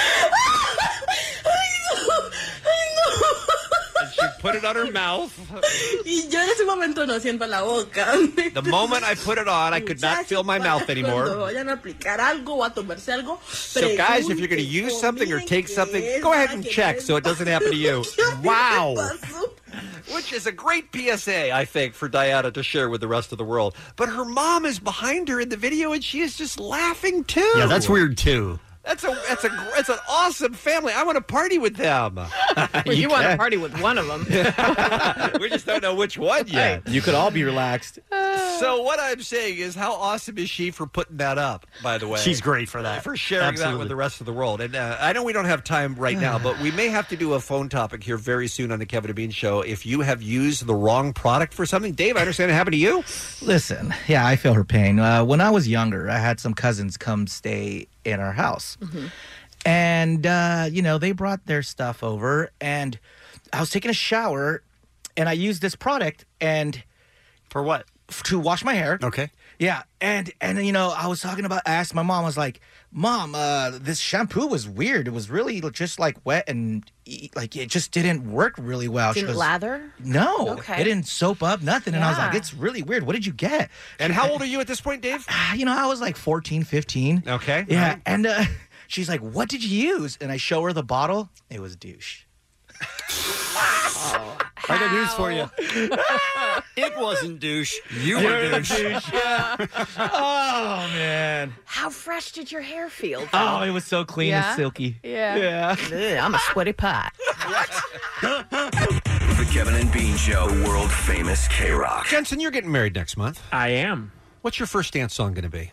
Speaker 25: Ay, no, ay, no.
Speaker 9: She put it on her mouth.
Speaker 25: Y yo en ese momento no siento la boca.
Speaker 9: The moment I put it on, I could not feel my mouth
Speaker 25: Cuando
Speaker 9: anymore.
Speaker 25: vayan a aplicar algo o a tomarse algo,
Speaker 9: So, guys, if you're going to use something or take something, go ahead and check so it doesn't happen to you. Wow. (laughs) Which is a great PSA, I think, for Diana to share with the rest of the world. But her mom is behind her in the video, and she is just laughing too.
Speaker 7: Yeah, that's weird too.
Speaker 9: That's a that's a gr- that's an awesome family. I want to party
Speaker 7: (laughs)
Speaker 9: with them.
Speaker 13: Well, you want to
Speaker 9: can't-
Speaker 13: party with one of them.
Speaker 9: we just don't know which one yet.
Speaker 21: You could all be relaxed.
Speaker 7: Ah.
Speaker 9: So what I'm saying is, how awesome is she for putting that up? By the way,
Speaker 7: She's great for that.
Speaker 9: for sharing that
Speaker 7: Absolutely. Ah.
Speaker 9: with the rest of the world. And uh, I know we don't have time right now, but we may have to do a phone topic here very soon on the Kevin and Bean Show. If you have used the wrong product for something, Dave, I understand it happened to you.
Speaker 21: Listen, yeah, I feel her pain. Uh, when I was younger, I had some cousins come stay in our house.
Speaker 13: mm-hmm.
Speaker 21: And, uh, you know, they brought their stuff over, and I was taking a shower, and I used this product, and.
Speaker 7: For what?
Speaker 21: To wash my hair.
Speaker 7: Okay.
Speaker 21: Yeah, and and you know, I was talking about. I asked my mom. I was like, "Mom, uh, this shampoo was weird. It was really just like wet and e- like it just didn't work really well." She
Speaker 13: Didn't
Speaker 21: goes,
Speaker 13: lather?
Speaker 21: No,
Speaker 13: Okay.
Speaker 21: it didn't soap up, nothing. And I was like,
Speaker 13: Yeah.
Speaker 21: it's really weird. What did you get? Ah,
Speaker 9: And how old are you at this point, Dave?
Speaker 21: You know, I was like 14, 15.
Speaker 9: Okay.
Speaker 21: Yeah. And uh, (laughs) she's like, what did you use? And I show her the bottle. It was douche.
Speaker 7: I got news for you. (laughs) it wasn't douche. You were
Speaker 21: You're the
Speaker 7: douche.
Speaker 21: douche,
Speaker 9: (laughs)
Speaker 21: oh, man.
Speaker 13: How fresh did your hair feel?
Speaker 21: Oh, it was so clean
Speaker 13: Yeah?
Speaker 21: and silky.
Speaker 13: Yeah.
Speaker 21: Yeah.
Speaker 13: I'm a sweaty pot.
Speaker 19: The Kevin and Bean Show, the world famous K Rock.
Speaker 9: Jensen, you're getting married next month.
Speaker 17: I am.
Speaker 9: What's your first dance song going to be?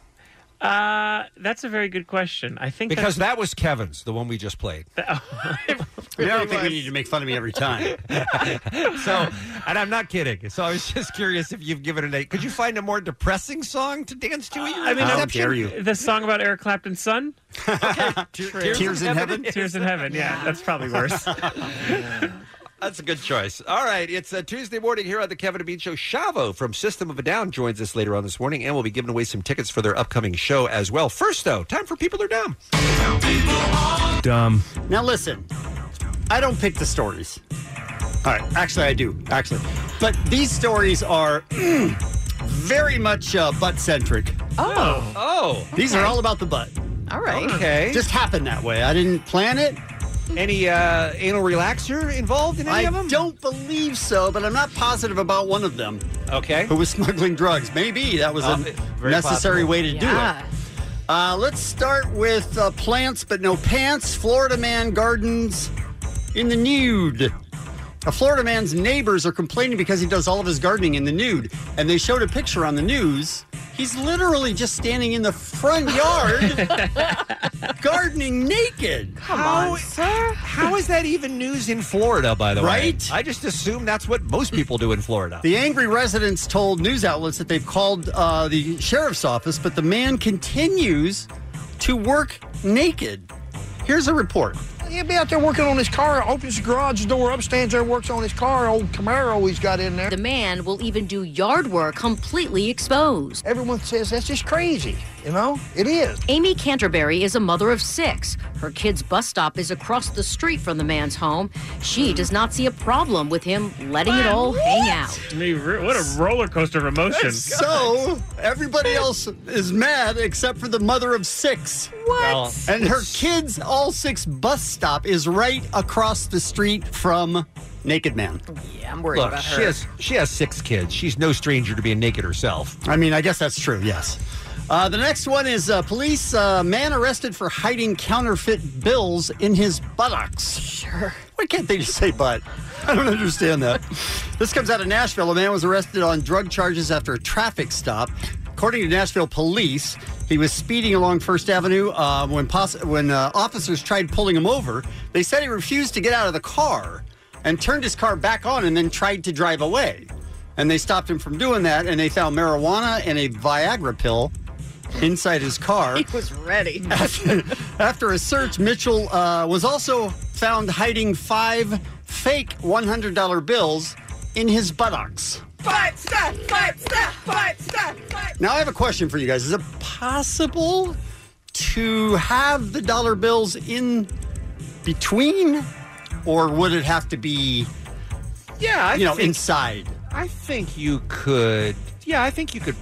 Speaker 17: Uh, that's a very good question. I think
Speaker 9: Because that was Kevin's, the one we just played.
Speaker 7: I don't think we need to make fun of me every time.
Speaker 9: (laughs) so, and I'm not kidding. So I was just curious if you've given it a. Could you find a more depressing song to dance to? At your
Speaker 17: I mean,
Speaker 9: reception?
Speaker 17: I'm- The song about Eric Clapton's son.
Speaker 9: Tears Tears in in Heaven? Heaven?
Speaker 17: Tears in heaven. Yeah, that's probably
Speaker 7: (laughs)
Speaker 17: worse.
Speaker 9: That's a good choice. All right, it's a Tuesday morning here on the Kevin and Bean Show. Shavo from System of a Down joins us later on this morning, and we'll be giving away some tickets for their upcoming show as well. First, though, time for people are dumb.
Speaker 17: Dumb.
Speaker 7: Now listen, I don't pick the stories. All right, actually I do, actually. But these stories are (clears throat) mm, very much uh, butt centric.
Speaker 13: Oh.
Speaker 9: Oh.
Speaker 7: These are all about the butt.
Speaker 13: All right.
Speaker 9: Okay.
Speaker 7: Just happened that way. I didn't plan it.
Speaker 9: Any uh, anal relaxer involved in any
Speaker 7: I
Speaker 9: of them?
Speaker 7: don't believe so, but I'm not positive about one of them.
Speaker 9: Okay.
Speaker 7: Who was smuggling drugs? Maybe that was
Speaker 9: Uh,
Speaker 7: a
Speaker 9: very
Speaker 7: necessary
Speaker 9: possible.
Speaker 7: way to
Speaker 9: Yeah.
Speaker 7: do it. Uh, let's start with uh, plants but no pants. Florida man gardens in the nude. A Florida man's neighbors are complaining because he does all of his gardening in the nude, and they showed a picture on the news. He's literally just standing in the front
Speaker 9: (laughs)
Speaker 7: yard gardening naked.
Speaker 9: Come on, sir. How is that even news in Florida, by the way?
Speaker 7: Right?
Speaker 9: I just assume that's what most people do in Florida.
Speaker 7: The angry residents told news outlets that they've called uh, the sheriff's office, but the man continues to work naked. Here's a report.
Speaker 3: He'll be out there working on his car, opens the garage door up, stands there, works on his car, old Camaro he's got in there.
Speaker 26: The man will even do yard work completely exposed.
Speaker 3: Everyone says that's just crazy, you know? It is.
Speaker 26: Amy Canterbury is a mother of six. Her kid's bus stop is across the street from the man's home. She does not see a problem with him letting it all hang out.
Speaker 17: I mean, re- what a roller coaster of emotion.
Speaker 7: So everybody else is mad except for the mother of six.
Speaker 13: What?
Speaker 17: Well,
Speaker 7: and her kids, all six bus stop is right across the street from Naked Man.
Speaker 13: Yeah, I'm worried
Speaker 9: Look,
Speaker 13: about her.
Speaker 9: she has she has six kids. She's no stranger to being naked herself.
Speaker 7: I mean, I guess that's true, yes. Uh, the next one is uh, police uh, man arrested for hiding counterfeit bills in his buttocks. Sure. Why can't they just say butt? I don't understand that. this comes out of Nashville. A man was arrested on drug charges after a traffic stop. According to Nashville police, he was speeding along First Avenue uh, when poss- when uh, officers tried pulling him over. They said he refused to get out of the car and turned his car back on and then tried to drive away. And they stopped him from doing that, and they found marijuana and a Viagra pill inside his
Speaker 13: (laughs)
Speaker 7: car.
Speaker 13: He was ready.
Speaker 7: After, after a search, Mitchell uh, was also found hiding five fake $100 bills in his buttocks.
Speaker 8: Fight stuff, fight stuff, fight stuff, fight
Speaker 7: Now, I have a question for you guys. Is it possible to have the dollar bills in between, or would it have to be,
Speaker 9: Yeah, I
Speaker 7: you know,
Speaker 9: think,
Speaker 7: inside?
Speaker 9: I think you could. Yeah, I think you could.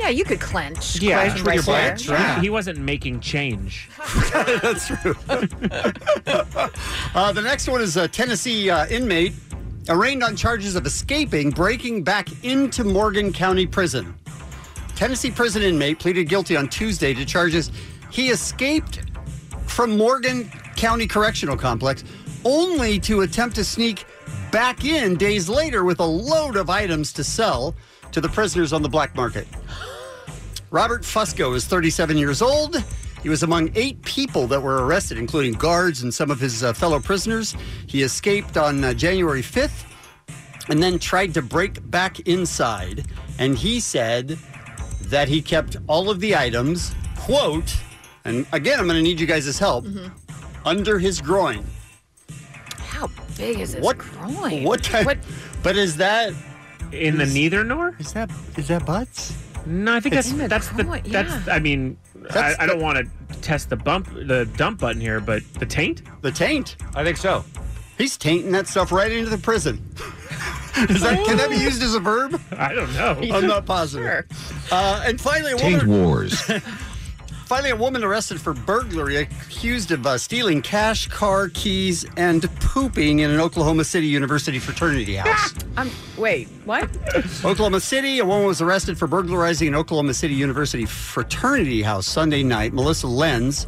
Speaker 13: Yeah, you could clench.
Speaker 9: Yeah,
Speaker 13: clench
Speaker 9: with your
Speaker 13: there.
Speaker 9: butt, right.
Speaker 17: He wasn't
Speaker 7: (laughs)
Speaker 17: making change.
Speaker 7: That's true. (laughs) uh, the next one is a Tennessee uh, inmate arraigned on charges of escaping, breaking back into Morgan County Prison. Tennessee prison inmate pleaded guilty on Tuesday to charges he escaped from Morgan County Correctional Complex only to attempt to sneak back in days later with a load of items to sell to the prisoners on the black market. Robert Fusco is 37 years old. He was among eight people that were arrested, including guards and some of his uh, fellow prisoners. He escaped on uh, January 5th and then tried to break back inside. And he said that he kept all of the items, quote, and again, I'm going to need you guys' help, under his groin.
Speaker 13: How big is this
Speaker 7: What-
Speaker 13: groin?
Speaker 7: What type? But is that
Speaker 17: in the neither nor?
Speaker 7: Is that is that butts?
Speaker 17: No, I think
Speaker 7: It's-
Speaker 17: that's that's the
Speaker 13: groin,
Speaker 17: that's.
Speaker 13: yeah.
Speaker 17: I mean,
Speaker 7: That's
Speaker 17: I, I don't want to test the bump the dump button here, but the taint.
Speaker 7: The taint.
Speaker 9: I think so.
Speaker 7: He's tainting that stuff right into the prison.
Speaker 13: Mm-hmm.
Speaker 7: Is that, can that be used as a verb?
Speaker 17: Oh. I don't know.
Speaker 7: I'm not positive. Uh, and finally, a
Speaker 19: Taint
Speaker 7: woman,
Speaker 19: Wars.
Speaker 7: (laughs) finally, a woman arrested for burglary, accused of uh, stealing cash, car keys, and pooping in an Oklahoma City University fraternity house.
Speaker 13: Um, wait, what?
Speaker 7: (laughs) Oklahoma City, a woman was arrested for burglarizing an Oklahoma City University fraternity house Sunday night. Melissa Lenz,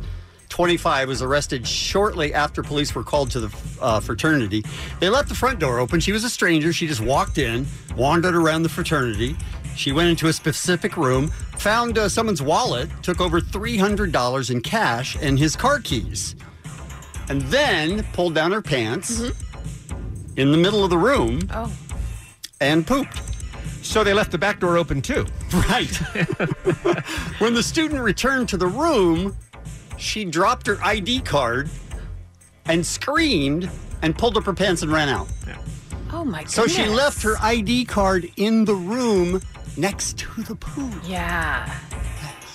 Speaker 7: 25, was arrested shortly after police were called to the uh, fraternity. They left the front door open. She was a stranger. She just walked in, wandered around the fraternity. She went into a specific room, found uh, someone's wallet, took over $300 in cash and his car keys, and then pulled down her pants in the middle of the room
Speaker 13: Oh.
Speaker 7: and pooped.
Speaker 9: So they left the back door open too.
Speaker 7: Right. (laughs) when the student returned to the room, she dropped her ID card and screamed and pulled up her pants and ran out.
Speaker 13: Oh my god.
Speaker 7: So she left her ID card in the room next to the poo.
Speaker 13: Oh. Yeah.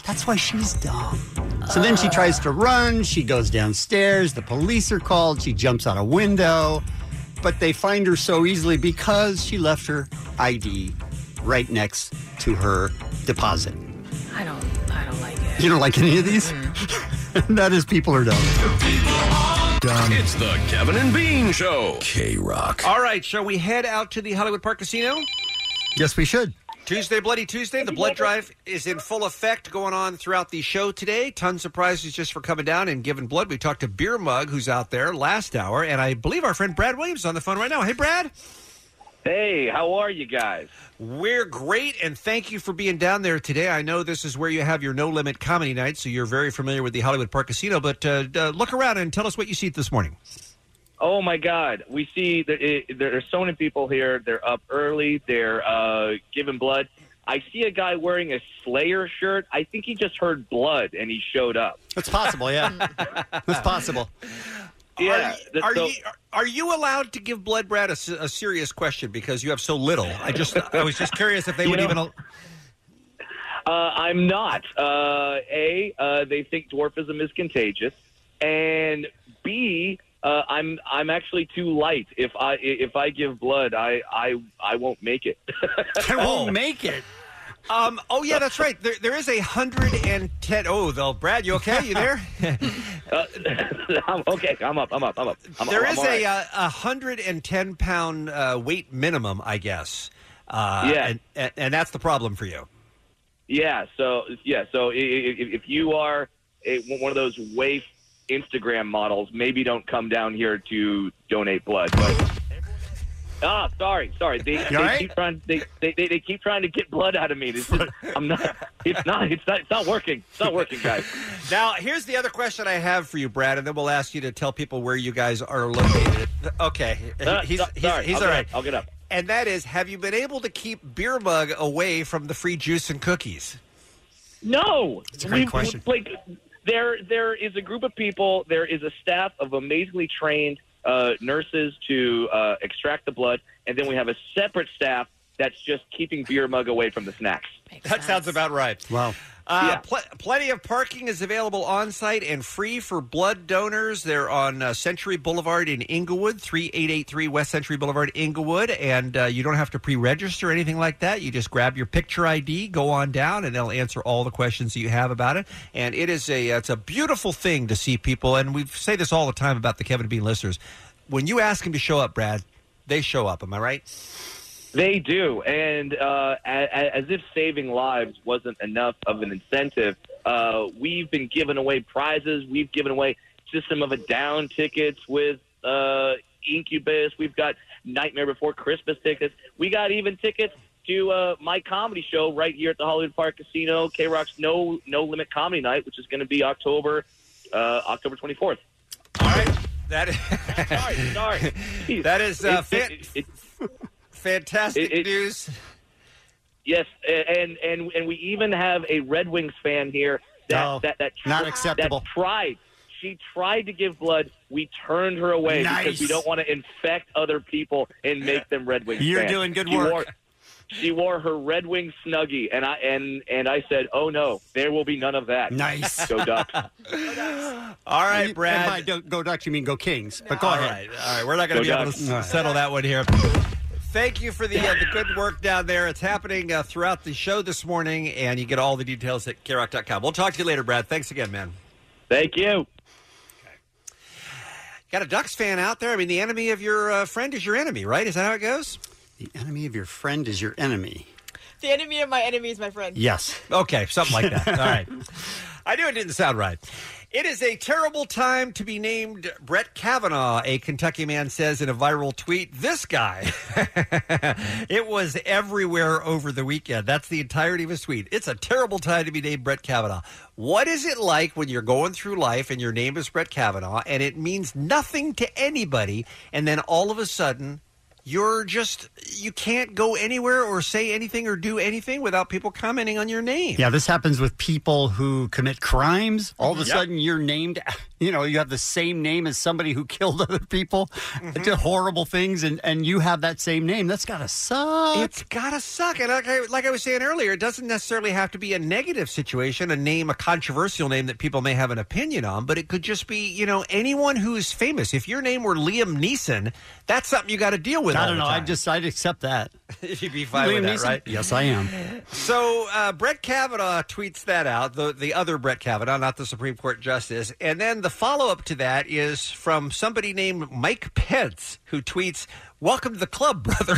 Speaker 7: That's why she's dumb.
Speaker 9: (laughs)
Speaker 7: So then she tries to run. She goes downstairs. The police are called. She jumps out a window, but they find her so easily because she left her ID right next to her deposit.
Speaker 13: I don't I don't like it.
Speaker 7: You don't like any of these?
Speaker 9: Mm-hmm.
Speaker 7: (laughs) that is people are dumb.
Speaker 19: It's the Kevin and Bean Show. K Rock.
Speaker 9: All right, shall we head out to the Hollywood Park Casino?
Speaker 7: Yes, we should.
Speaker 9: Tuesday, Bloody Tuesday. The blood drive is in full effect going on throughout the show today. Tons of prizes just for coming down and giving blood. We talked to Beer Mug, who's out there last hour, and I believe our friend Brad Williams is on the phone right now. Hey, Brad.
Speaker 27: Hey, how are you guys?
Speaker 9: We're great, and thank you for being down there today. I know this is where you have your no limit comedy night, so you're very familiar with the Hollywood Park Casino, but uh, uh, look around and tell us what you see this morning.
Speaker 27: Oh my God! We see that it, there are so many people here. They're up early. They're uh, giving blood. I see a guy wearing a Slayer shirt. I think he just heard blood and he showed up.
Speaker 7: That's possible, yeah.
Speaker 9: (laughs)
Speaker 7: That's possible.
Speaker 27: (laughs) Yeah. Uh, th-
Speaker 9: Are
Speaker 27: so-
Speaker 9: you are you allowed to give blood, Brad? A, s- a serious question because you have so little. I just I was just curious if they
Speaker 27: You
Speaker 9: would
Speaker 27: know-
Speaker 9: even.
Speaker 27: (laughs)
Speaker 9: al-
Speaker 27: Uh, I'm not. Uh, A, uh, they think dwarfism is contagious, and B, uh, I'm I'm actually too light. If I if I give blood, I I I won't make it. (laughs)
Speaker 7: I won't make it.
Speaker 9: Oh. Um, oh yeah, that's right. There, there is a hundred and ten. Oh, though, Brad, you okay? You there?
Speaker 27: Uh, (laughs) I'm, okay, I'm up. I'm up. I'm up. (laughs) I'm,
Speaker 9: There
Speaker 27: I'm
Speaker 9: is
Speaker 27: all right.
Speaker 9: a uh, a hundred and ten pound uh, weight minimum, I guess. Uh,
Speaker 27: Yeah.
Speaker 9: and, and, and that's the problem for you.
Speaker 27: Yeah. So yeah. So i- i- if, if you are a, one of those waif Instagram models, maybe don't come down here to donate blood. But ah, sorry, sorry. They, they
Speaker 10: all right?
Speaker 27: keep trying. They, they, they, they keep trying to get blood out of me. It's
Speaker 9: (laughs)
Speaker 27: just- I'm not. It's not. It's not. It's not working. It's not working, guys.
Speaker 9: (laughs) Now, here's the other question I have for you, Brad, and then we'll ask you to tell people where you guys are located. Okay, (laughs) he-
Speaker 28: Uh,
Speaker 27: Ah,
Speaker 9: he's,
Speaker 27: so-
Speaker 9: he's,
Speaker 27: sorry,
Speaker 9: he's
Speaker 27: I'll
Speaker 9: all
Speaker 27: get
Speaker 9: right.
Speaker 27: up, I'll get up.
Speaker 9: And that is, have you been able to keep Beer Mug away from the free juice and cookies?
Speaker 27: No.
Speaker 9: a great
Speaker 27: We've-
Speaker 9: question.
Speaker 27: Like there, there is a group of people. There is a staff of amazingly trained uh, nurses to uh, extract the blood, and then we have a separate staff that's just keeping beer mug away from the snacks.
Speaker 9: That sounds about right.
Speaker 7: Wow.
Speaker 9: Uh, pl- plenty of parking is available on site and free for blood donors. They're on uh, Century Boulevard in Inglewood, 3883 West Century Boulevard, Inglewood. And uh, you don't have to pre register or anything like that. You just grab your picture ID, go on down, and they'll answer all the questions that you have about it. And it is a, uh, it's a beautiful thing to see people. And we say this all the time about the Kevin Bean listeners. When you ask them to show up, Brad, they show up. Am I right?
Speaker 27: They do, and uh, a- a- as if saving lives wasn't enough of an incentive, uh, we've been giving away prizes. We've given away System of a Down tickets with uh, Incubus. We've got Nightmare Before Christmas tickets. We got even tickets to uh, my comedy show right here at the Hollywood Park Casino, K Rock's No No Limit Comedy Night, which is going to be October uh, October twenty fourth.
Speaker 9: That is
Speaker 27: sorry, sorry.
Speaker 9: That is, uh, fan-
Speaker 27: fantastic
Speaker 9: news.
Speaker 27: Yes, a- and and and we even have a Red Wings fan here that
Speaker 7: No,
Speaker 27: that that
Speaker 7: Oh, not
Speaker 27: that
Speaker 7: acceptable.
Speaker 27: tried. She tried to give blood. We turned her away
Speaker 7: Nice.
Speaker 27: because we don't want to infect other people and make them Red Wings.
Speaker 7: You're
Speaker 27: fans.
Speaker 7: doing good
Speaker 27: She
Speaker 7: work.
Speaker 27: wore- she wore her Red Wing snuggie, and I and and I said, "Oh no, there will be none of that."
Speaker 7: Nice.
Speaker 27: Go Ducks.
Speaker 9: All right,
Speaker 7: And
Speaker 9: Brad.
Speaker 7: by do- go Ducks, you mean go Kings. But go
Speaker 9: All
Speaker 7: ahead.
Speaker 9: right, all right. We're not going to be able to s- settle that one here. Thank you for the uh, the good work down there. It's happening uh, throughout the show this morning, and you get all the details at krock.com. We'll talk to you later, Brad. Thanks again, man.
Speaker 27: Thank you.
Speaker 9: Got a Ducks fan out there. I mean, the enemy of your uh, friend is your enemy, right? Is that how it goes?
Speaker 7: The enemy of your friend is your enemy.
Speaker 24: The enemy of my enemy is my friend.
Speaker 7: Yes.
Speaker 9: Okay, something like that. All right. (laughs) I knew it didn't sound right. It is a terrible time to be named Brett Kavanaugh, a Kentucky man says in a viral tweet. This guy. (laughs) it was everywhere over the weekend. That's the entirety of his tweet. It's a terrible time to be named Brett Kavanaugh. What is it like when you're going through life and your name is Brett Kavanaugh and it means nothing to anybody, and then all of a sudden you're just you can't go anywhere or say anything or do anything without people commenting on your name.
Speaker 7: Yeah, this happens with people who commit crimes. All of a
Speaker 9: Yep.
Speaker 7: sudden, you're named, you know, you have the same name as somebody who killed (laughs) other people,
Speaker 28: Mm-hmm.
Speaker 7: did horrible things, and, and you have that same name. That's got to suck.
Speaker 9: It's gotta suck, and like I, like I was saying earlier, it doesn't necessarily have to be a negative situation, a name, a controversial name that people may have an opinion on, but it could just be, you know, anyone who is famous. If your name were Liam Neeson, that's something you got to deal with.
Speaker 7: I
Speaker 9: all
Speaker 7: don't
Speaker 9: the
Speaker 7: know.
Speaker 9: time.
Speaker 7: I'd just, I'd accept that.
Speaker 9: if you'd be fine with
Speaker 7: Liam
Speaker 9: that,
Speaker 7: Neeson?
Speaker 9: right?
Speaker 7: Yes, I am.
Speaker 9: So uh, Brett Kavanaugh tweets that out, the the other Brett Kavanaugh, not the Supreme Court justice, and then the follow up to that is from somebody named Mike Pence, who tweets, "Welcome to the club, (laughs) brother."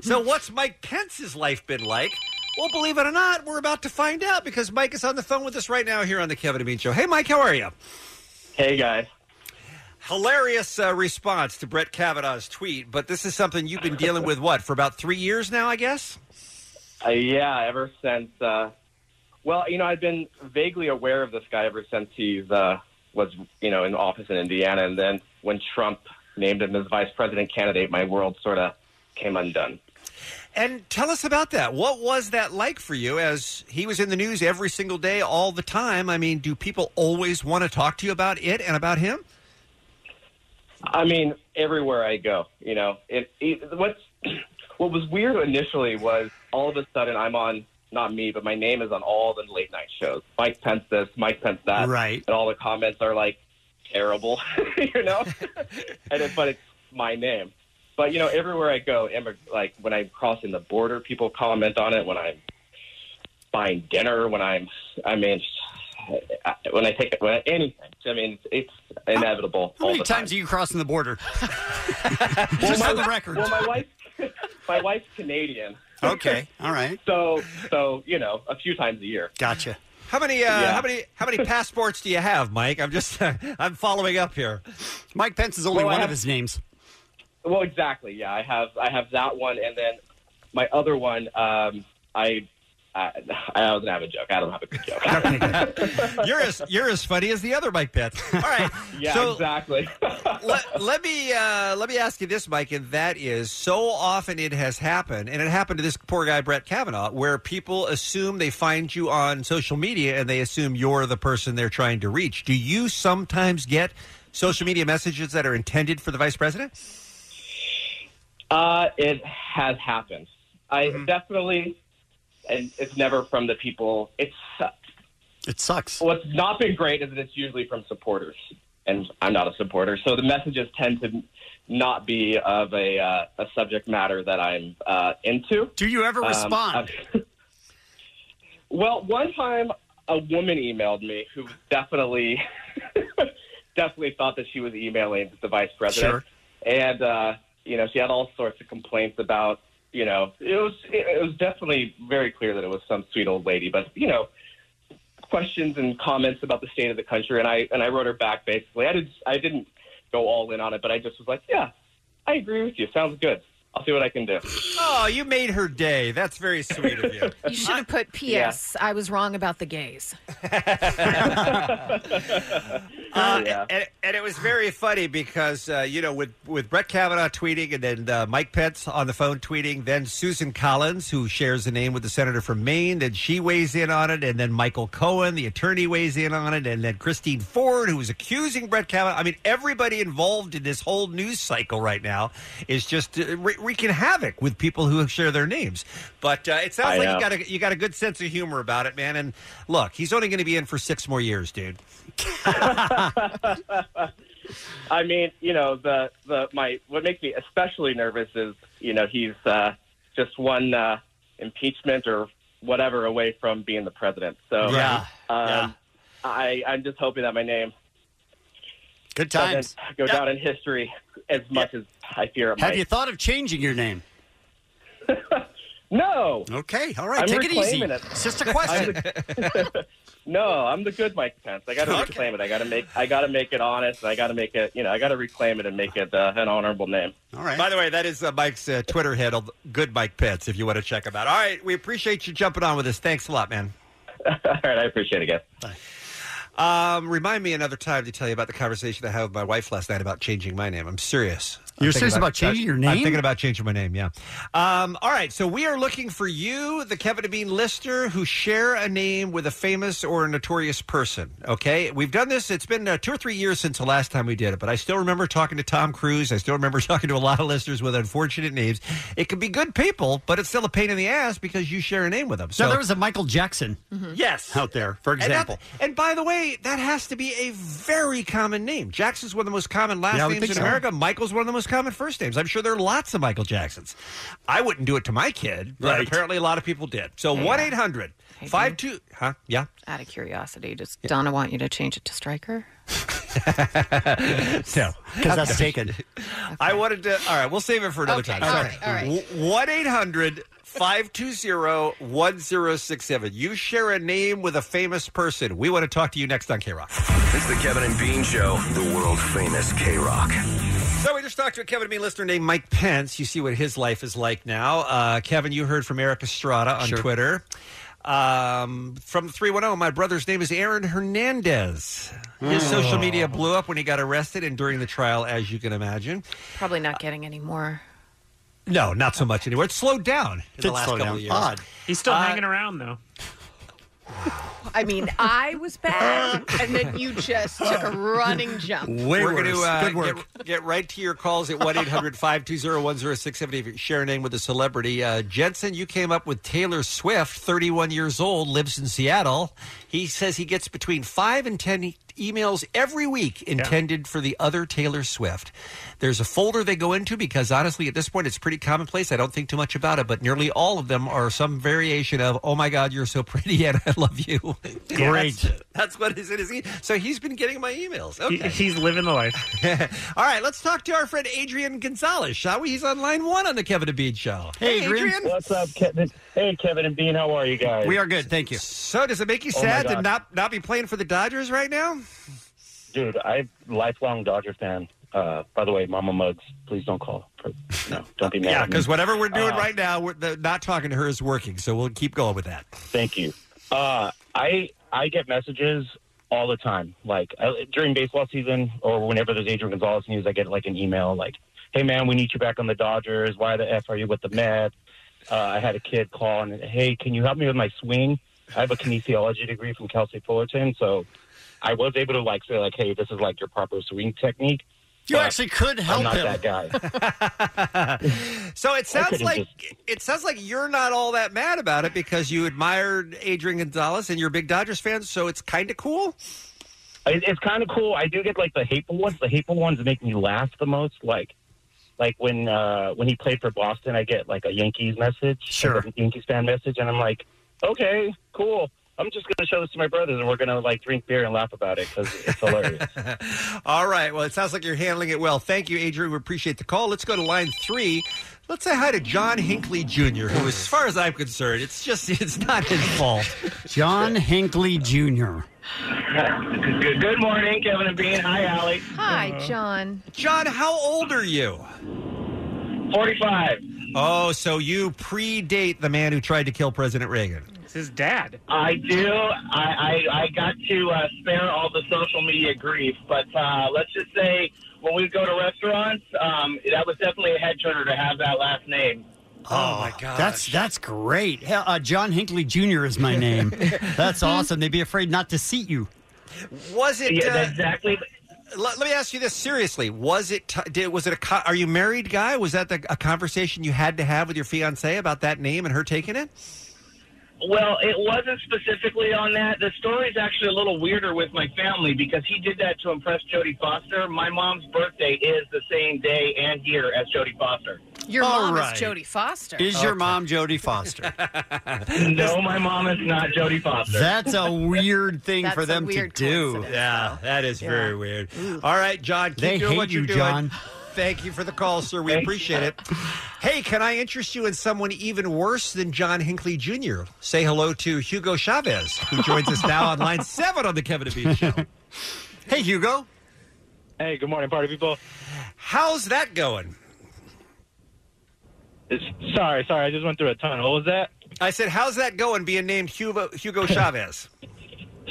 Speaker 9: so what's Mike Pence's life been like? Well, believe it or not, we're about to find out because Mike is on the phone with us right now here on the Kevin and Bean Show. Hey, Mike, how are you?
Speaker 27: Hey, guys.
Speaker 9: Hilarious uh, response to Brett Kavanaugh's tweet, but this is something you've been dealing with what for about three years now, I guess.
Speaker 28: Uh, yeah, ever since. Uh, well, you know, I've been vaguely aware of this guy ever since he uh, was, you know, in office in Indiana, and then when Trump named him as vice president candidate, my world sort of came undone.
Speaker 9: And tell us about that. What was that like for you as he was in the news every single day, all the time? I mean, do people always want to talk to you about it and about him?
Speaker 28: I mean, everywhere I go, you know, it, it what's (clears throat) what was weird initially was all of a sudden I'm on not me, but my name is on all the late night shows. Mike Pence this, Mike Pence that,
Speaker 7: right?
Speaker 28: And all the comments are like terrible, (laughs) you know. and it, but it's my name. But you know, everywhere I go, immig- like when I'm crossing the border, people comment on it. When I'm buying dinner, when I'm, I mean, I- when I take when I, anything. I mean, it's inevitable.
Speaker 7: How
Speaker 28: all
Speaker 7: many
Speaker 28: the time.
Speaker 7: times are you crossing the
Speaker 28: (laughs)
Speaker 7: border?
Speaker 28: Well,
Speaker 7: Just
Speaker 28: my-
Speaker 7: for the record.
Speaker 28: Well, my wife, my wife's Canadian. (laughs)
Speaker 7: Okay, all right.
Speaker 28: So, so you know, a few times a year.
Speaker 7: Gotcha.
Speaker 9: How many? Uh,
Speaker 28: Yeah.
Speaker 9: How many? How many passports do you have, Mike? I'm just (laughs) I'm following up here.
Speaker 7: Mike Pence is only
Speaker 28: Well, I
Speaker 7: one
Speaker 28: have-
Speaker 7: of his names.
Speaker 28: Well, exactly. Yeah, I have, I have that one, and then my other one. Um, I, I, (laughs) I don't have a joke. I don't have a good joke.
Speaker 9: you're as you're as funny as the other Mike Pence. All right.
Speaker 28: (laughs) Yeah, exactly.
Speaker 9: let, let me uh, let me ask you this, Mike, and that is so often it has happened, and it happened to this poor guy Brett Kavanaugh, where people assume they find you on social media and they assume you're the person they're trying to reach. Do you sometimes get social media messages that are intended for the vice president?
Speaker 28: Uh, it has happened. I
Speaker 7: Mm-hmm.
Speaker 28: definitely, and it's never from the people. It's
Speaker 7: it sucks.
Speaker 28: What's not been great is that it's usually from supporters, and I'm not a supporter, so the messages tend to not be of a uh, a subject matter that I'm uh, into. Um,
Speaker 7: Do you ever respond?
Speaker 28: (laughs) well, one time a woman emailed me who definitely (laughs) definitely thought that she was emailing the vice
Speaker 7: Sure.
Speaker 28: president and uh, you know she had all sorts of complaints about you know it was it was definitely very clear that it was some sweet old lady, but you know questions and comments about the state of the country, and I and I wrote her back basically. I did I didn't go all in on it, but I just was like, yeah, I agree with you. Sounds good. I'll see what I can do.
Speaker 9: Oh, you made her day. That's very sweet of you.
Speaker 13: You should have put P.S. I was wrong about the gays.
Speaker 9: Uh, and, and it was very funny because uh, you know with with Brett Kavanaugh tweeting and then uh, Mike Pence on the phone tweeting, then Susan Collins who shares a name with the senator from Maine, then she weighs in on it, and then Michael Cohen, the attorney, weighs in on it, and then Christine Ford who is accusing Brett Kavanaugh. I mean, everybody involved in this whole news cycle right now is just uh, wre- wreaking havoc with people who share their names. But uh, it sounds
Speaker 28: I
Speaker 9: like
Speaker 28: know.
Speaker 9: you got a, you got a good sense of humor about it, man. And look, he's only going to be in for six more years, dude.
Speaker 28: I mean, you know, the the my what makes me especially nervous is you know he's uh, just one uh, impeachment or whatever away from being the president. So
Speaker 7: Yeah.
Speaker 28: um, I I'm just hoping that my name
Speaker 7: Good
Speaker 28: doesn't
Speaker 7: times.
Speaker 28: go down in history as much as I fear it
Speaker 7: Have
Speaker 28: might.
Speaker 7: you thought of changing your name?
Speaker 28: no.
Speaker 7: Okay. All right.
Speaker 28: I'm
Speaker 7: Take it easy.
Speaker 28: reclaiming it.
Speaker 7: It's just a question.
Speaker 28: No, I'm the good Mike Pence. I got to reclaim it. I got to make I got to make it honest. And I got to make it. You know, I got to reclaim it and make it uh, an honorable name. (laughs)
Speaker 7: All right.
Speaker 9: By the way, that is uh, Mike's uh, Twitter handle, Good Mike Pence, if you want to check him out. All right, we appreciate you jumping on with us. Thanks a lot, man.
Speaker 28: All right, I appreciate it, guys.
Speaker 9: Um, remind me another time to tell you about the conversation I had with my wife last night about changing my name. I'm serious. I'm
Speaker 7: You're
Speaker 9: thinking
Speaker 7: serious about changing your
Speaker 9: I'm
Speaker 7: name?
Speaker 9: thinking about changing my name. Yeah. Um, all right. So we are looking for you, the Kevin and Bean listener, who share a name with a famous or a notorious person. Okay. We've done this. It's been uh, two or three years since the last time we did it, but I still remember talking to Tom Cruise. I still remember (laughs) talking to a lot of listeners with unfortunate names. It could be good people, but it's still a pain in the ass because you share a name with them.
Speaker 7: So there was a Michael Jackson
Speaker 9: yes
Speaker 7: out there, for
Speaker 9: and that-
Speaker 7: example.
Speaker 9: And, by the way, that has to be a very common name. Jackson's one of the most common last
Speaker 7: Yeah, I would
Speaker 9: names
Speaker 7: think
Speaker 9: in
Speaker 7: so.
Speaker 9: America. Michael's one of the most common first names. I'm sure there are lots of Michael Jacksons. I wouldn't do it to my kid, but
Speaker 18: Right.
Speaker 9: apparently a lot of people did. So
Speaker 13: Yeah.
Speaker 9: 1 800 52. Huh?
Speaker 7: (laughs)
Speaker 9: Yeah.
Speaker 13: Out of curiosity, does Donna want you to change it to Striker?
Speaker 9: No.
Speaker 7: Because that's taken.
Speaker 9: I wanted to. All right, we'll save it for another
Speaker 13: Okay,
Speaker 9: time.
Speaker 13: all right, all right.
Speaker 9: 1 800 520 1067. You share a name with a famous person. We want to talk to you next on K Rock.
Speaker 19: It's the Kevin and Bean Show, the world famous K Rock.
Speaker 9: So we just talked to a Kevin and me listener named Mike Pence. You see what his life is like now. Uh, Kevin, you heard from Eric Estrada on
Speaker 7: Sure.
Speaker 9: Twitter. Um, from 310, my brother's name is Aaron Hernandez. His
Speaker 17: Mm.
Speaker 13: Oh.
Speaker 9: social media blew up when he got arrested and during the trial, as you can imagine.
Speaker 13: Probably not getting any more.
Speaker 9: No, not so much anymore. It's slowed down in the
Speaker 17: Did
Speaker 9: last
Speaker 17: slow
Speaker 9: couple
Speaker 17: down.
Speaker 9: of years.
Speaker 17: Odd. He's still
Speaker 9: Uh,
Speaker 17: hanging around though.
Speaker 13: I mean, I was bad, and then you just took a running jump.
Speaker 9: We're going to uh, Get, get right to your calls at 1 800 520 1067 if you share a name with a celebrity. Uh, Jensen, you came up with Taylor Swift, 31 years old, lives in Seattle. He says he gets between five and 10 e- emails every week intended for the other Taylor Swift. There's a folder they go into because honestly, at this point, it's pretty commonplace. I don't think too much about it, but nearly all of them are some variation of, oh my God, you're so pretty and I love you.
Speaker 17: Great.
Speaker 9: that's, (laughs) that's what it is. It is- So he's been getting my emails.
Speaker 17: He-
Speaker 9: Okay.
Speaker 17: he's living the life.
Speaker 9: (laughs) All right, let's talk to our friend Adrian Gonzalez, shall we? He's on line one on the Kevin and Bean Show.
Speaker 23: What's up, Kevin? Hey, Kevin and Bean, how are you guys?
Speaker 9: We are good, thank you. So, does it make you
Speaker 23: Oh, my
Speaker 9: sad to
Speaker 23: God. Mm-hmm.
Speaker 9: not not be playing for the Dodgers right now?
Speaker 23: Dude, I'm lifelong Dodger fan. Uh, by the way, Mama Mugs, please don't call. No, don't be mad.
Speaker 9: Yeah,
Speaker 23: at me.
Speaker 9: because whatever we're doing
Speaker 23: Uh,
Speaker 9: right now, we're, the, not talking to her is working, so we'll keep going with that.
Speaker 23: Thank you. Uh, I I get messages all the time, like I, during baseball season or whenever there's Adrian Gonzalez news. I get like an email like, "Hey man, we need you back on the Dodgers. Why the f are you with the Mets?" Uh, I had a kid call and, "Hey, can you help me with my swing? I have a kinesiology degree from Cal State Fullerton, so I was able to like say like, "Hey, this is like your proper swing technique."
Speaker 7: You
Speaker 23: But
Speaker 7: actually could help
Speaker 23: I'm not
Speaker 7: him.
Speaker 23: that guy.
Speaker 9: So it sounds
Speaker 23: could've
Speaker 9: like it sounds like you're not all that mad about it because you admired Adrian Gonzalez and you're a big Dodgers fan, so it's kind of cool.
Speaker 23: It- it's kind of cool. I do get like the hateful ones. The hateful ones make me laugh the most. Like, like when uh, when he played for Boston, I get like a Yankees message, sure, a Yankees fan message, and I'm like, okay, cool. I'm just gonna show this to my brothers, and we're gonna like drink beer and laugh about it because it's hilarious.
Speaker 9: (laughs) All right. Well, it sounds like you're handling it well. Thank you, Adrian. We appreciate the call. Let's go to line three. Let's say hi to John Hinckley Jr., who, as far as I'm concerned, it's just it's not his fault.
Speaker 7: John Hinckley Jr.
Speaker 9: Oh,
Speaker 10: Good, good morning, Kevin and Bean. Hi, Allie.
Speaker 13: Hi, John.
Speaker 9: John, how old are you?
Speaker 10: 45.
Speaker 9: Oh, so you predate the man who tried to kill President Reagan.
Speaker 17: It's his dad.
Speaker 10: I do. I, I, I got to uh, spare all the social media grief, but uh, let's just say when we go to restaurants, um, that was definitely a head turner to have that last name.
Speaker 7: Oh, my god, that's that's great. Hell, uh, John Hinckley Jr. is my name. that's awesome. They'd be afraid not to seat you.
Speaker 9: Was it
Speaker 10: Yeah,
Speaker 9: uh,
Speaker 10: exactly.
Speaker 9: Let, let me ask you this seriously: Was it? T- did, was it a? Co- are you married, guy? Was that the, a conversation you had to have with your fiance about that name and her taking it?
Speaker 10: Well, it wasn't specifically on that. The story's actually a little weirder with my family because he did that to impress Jodie Foster. My mom's birthday is the same day and year as Jodie Foster.
Speaker 13: Your
Speaker 10: All
Speaker 13: mom
Speaker 10: right.
Speaker 13: is Jodie Foster.
Speaker 7: Is your mom Jodie Foster?
Speaker 10: no, my mom is not Jodie Foster.
Speaker 7: That's a weird thing
Speaker 10: That's
Speaker 7: for
Speaker 10: a
Speaker 7: them to
Speaker 10: weird
Speaker 7: do.
Speaker 10: coincidence,
Speaker 9: Yeah, that is
Speaker 7: Yeah.
Speaker 9: very weird. All right, John, keep
Speaker 7: They
Speaker 9: doing
Speaker 7: hate
Speaker 9: what
Speaker 7: you,
Speaker 9: you're doing.
Speaker 7: John.
Speaker 9: Thank you for the call, sir. We appreciate it. Hey, can I interest you in someone even worse than John Hinckley Jr.? Say hello to Hugo Chavez, who joins us now on line seven on the Kevin and Bean Show. hey, Hugo.
Speaker 29: Hey, good morning, party people.
Speaker 9: How's that going?
Speaker 29: Sorry, sorry, I just went through a tunnel. What was that?
Speaker 9: I said, how's that going being named Hugo,
Speaker 29: (laughs)
Speaker 9: Hugo Chavez?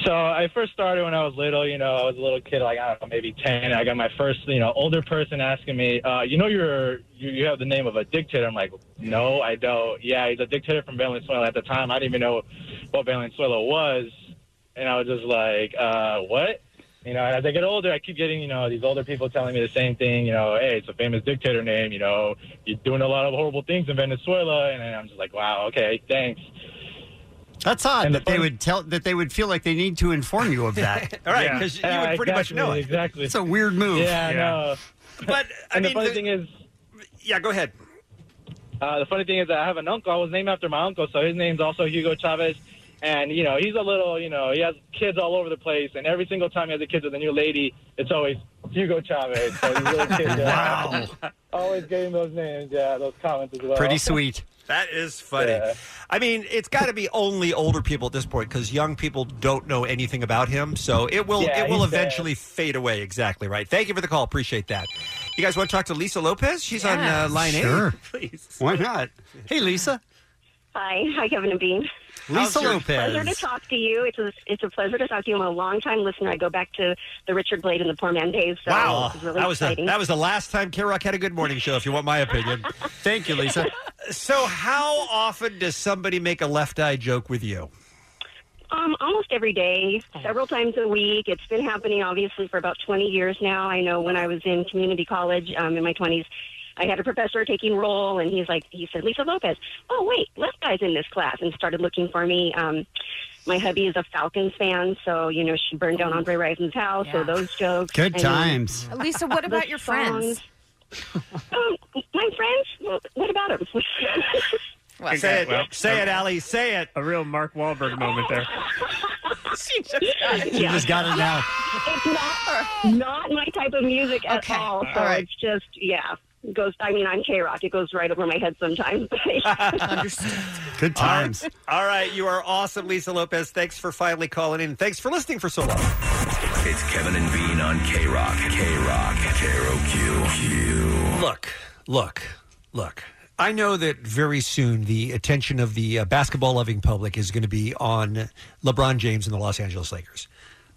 Speaker 29: So I first started when I was little. You know, I was a little kid, like I don't know, maybe ten. I got my first, you know, older person asking me, uh, you know, you're you, you have the name of a dictator. I'm like, no, I don't. Yeah, he's a dictator from Venezuela. At the time, I didn't even know what Venezuela was, and I was just like, uh, what? You know, and as I get older, I keep getting, you know, these older people telling me the same thing. You know, hey, it's a famous dictator name. You know, you're doing a lot of horrible things in Venezuela, and I'm just like, wow, okay, thanks.
Speaker 7: That's odd that they would tell that they would feel like they need to inform
Speaker 29: (laughs)
Speaker 7: you of that.
Speaker 29: All right, Yeah. 'cause you would Yeah, pretty much exactly, know it. (laughs) exactly.
Speaker 7: It's a weird move.
Speaker 29: Yeah, I know.
Speaker 9: But
Speaker 29: I and the funny thing is,
Speaker 9: yeah, go ahead.
Speaker 29: Uh, the funny thing is, that I have an uncle. I was named after my uncle, so his name's also Hugo Chavez. And you know, he's a little, you know, he has kids all over the place, and every single time he has a kid with a new lady, it's always Hugo Chavez. So these
Speaker 7: (laughs)
Speaker 29: little kids, wow. Always getting those names, yeah, those comments as well.
Speaker 9: That is funny.
Speaker 29: Yeah.
Speaker 9: I mean, it's got to be only older people at this point because young people don't know anything about him. So it will
Speaker 29: Yeah,
Speaker 9: it will
Speaker 29: he's dead.
Speaker 9: eventually fade away. Exactly right. Thank you for the call. Appreciate that. You guys want to talk to Lisa Lopez? She's
Speaker 30: Yeah.
Speaker 9: on uh, line
Speaker 7: Sure.
Speaker 9: eight. Please.
Speaker 7: Why not? Hey, Lisa.
Speaker 30: Hi, hi, Kevin and Bean.
Speaker 7: Lisa
Speaker 30: Pleasure to
Speaker 7: Lopez.
Speaker 30: talk to you. It's a, it's a pleasure to talk to you. I'm a longtime listener. I go back to the Richard Blade and the Poor Man days. So
Speaker 9: wow,
Speaker 30: it's really
Speaker 9: that was the,
Speaker 30: exciting.
Speaker 9: that was the last time K Rock had a good morning show. If you want my opinion,
Speaker 7: (laughs) thank you, Lisa.
Speaker 9: So, how often does somebody make a left eye joke with you?
Speaker 30: um, almost every day,
Speaker 13: Oh.
Speaker 30: several times a week. It's been happening obviously for about 20 years now. I know when I was in community college um, in my 20s. I had a professor taking roll, and he's like, he said, Lisa Lopez. Oh wait, left guy's in this class, and started looking for me. Um, my hubby is a Falcons fan, so you know she burned down Andre Rison's house. So those jokes.
Speaker 7: Good
Speaker 30: And-
Speaker 7: times.
Speaker 13: Lisa, what
Speaker 30: The
Speaker 13: about your friends?
Speaker 30: um, my friends? Well, what about (laughs) them?
Speaker 13: Well,
Speaker 30: Say it. Say it,
Speaker 9: Allie. Say it.
Speaker 17: um, A real Mark Wahlberg moment there.
Speaker 30: (laughs) she just got it.
Speaker 17: She just got it now.
Speaker 30: It's not, not my type of music at all. So it's just, yeah. It goes, I mean, I'm K Rock. It goes right over my head
Speaker 17: (laughs)
Speaker 30: sometimes. (laughs)
Speaker 7: Good times.
Speaker 9: All right, you are awesome, Lisa Lopez. Thanks for finally calling in. Thanks for listening for so long.
Speaker 19: It's Kevin and Bean on K Rock. K Rock. K R O Q.
Speaker 9: Look, look, look. I know that very soon the attention of the uh, basketball loving public is going to be on LeBron James and the Los Angeles Lakers.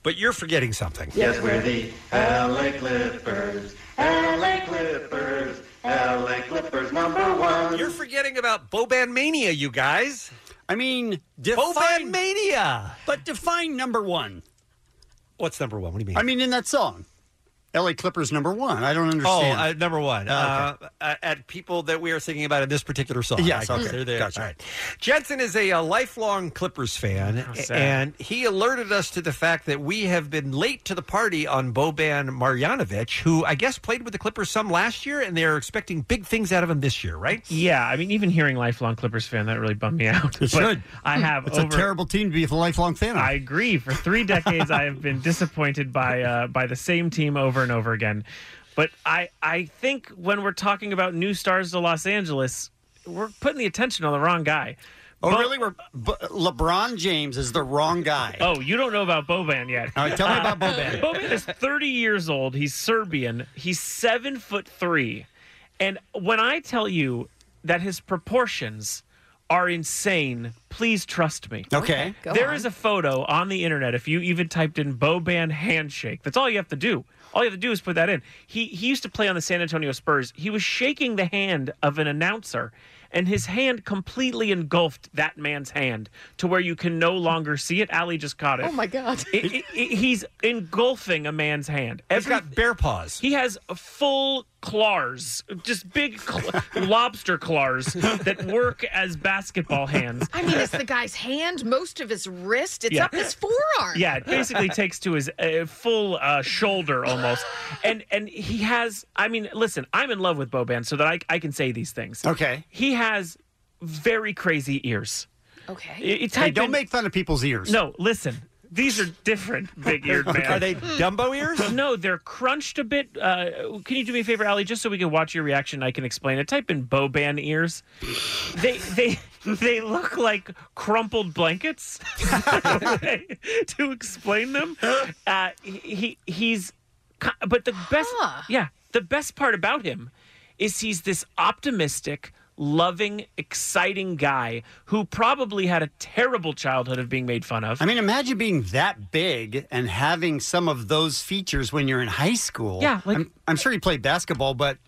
Speaker 9: But you're forgetting something.
Speaker 8: Yes, we're the LA Clippers. LA Clippers. LA Clippers number one.
Speaker 9: You're forgetting about Boban Mania, you guys.
Speaker 7: I mean,
Speaker 9: Boban Mania.
Speaker 7: But define number one.
Speaker 9: What's number one? What do you mean?
Speaker 7: I mean, in that song, L.A. Clippers number one. I don't
Speaker 9: Oh,
Speaker 7: understand.
Speaker 9: uh, number one.
Speaker 7: Oh,
Speaker 9: Uh, uh, at people that we are thinking about in this particular song.
Speaker 7: Yes,
Speaker 9: I guess
Speaker 7: okay.
Speaker 9: They're there.
Speaker 7: Gotcha.
Speaker 9: All right. Jensen is a, uh lifelong Clippers fan,
Speaker 7: Oh, sad.
Speaker 9: and he alerted us to the fact that we have been late to the party on Boban Marjanovic, who I guess played with the Clippers some last year, and they're expecting big things out of him this year, right?
Speaker 17: Yeah, I mean, even hearing lifelong Clippers fan, that really bummed me out.
Speaker 9: It
Speaker 17: (laughs) But
Speaker 9: should.
Speaker 17: I have
Speaker 7: It's a
Speaker 17: over-
Speaker 7: terrible team to be a lifelong fan of.
Speaker 17: I agree. For three decades, I have been disappointed by uh, by the same team over and over again. But I I think when we're talking about new stars to Los Angeles, we're putting the attention on the wrong guy.
Speaker 7: Oh, really? We're, B- LeBron James is the wrong guy.
Speaker 17: Oh, you don't know about Boban yet.
Speaker 7: All right, tell me about
Speaker 17: Boban. (laughs) Boban is 30 years old. He's Serbian. He's seven foot three. And when I tell you that his proportions are insane, please trust me.
Speaker 7: Okay.
Speaker 17: There is a photo on the internet. If you even typed in Boban handshake, that's all you have to do. All you have to do is put that in. He he used to play on the San Antonio Spurs. He was shaking the hand of an announcer, and his hand completely engulfed that man's hand to where you can no longer see it. Ali just caught it.
Speaker 24: Oh my God.
Speaker 17: It- it- it- he's engulfing a man's hand. He's got
Speaker 9: bear paws.
Speaker 17: He has full claws, just big cl- (laughs) lobster claws that work as basketball hands.
Speaker 24: I mean, it's the guy's hand, most of his wrist. It's
Speaker 17: Yeah.
Speaker 24: up his forearm.
Speaker 17: Yeah, it (laughs) basically takes to his uh, full uh, shoulder almost, and and he has. I mean, listen, I'm in love with Boban, so that I I can say these things.
Speaker 7: Okay.
Speaker 17: he has very crazy ears.
Speaker 24: Okay,
Speaker 7: Hey, don't make fun of people's ears.
Speaker 17: No, listen. These are different, big-eared man.
Speaker 7: Are they
Speaker 9: Dumbo ears?
Speaker 17: (laughs) No, they're crunched a bit. Uh, can you do me a favor, Ali, just so we can watch your reaction? and I can explain it. Type in Boban ears. They they they look like crumpled blankets. (laughs) to explain them, uh, he he- he's. ki- But the best, yeah, the best part about him is he's this optimistic, loving, exciting guy who probably had a terrible childhood of being made fun of.
Speaker 7: I mean, imagine being that big and having some of those features when you're in high school.
Speaker 17: Yeah, like-
Speaker 7: I'm, I'm sure he played basketball, but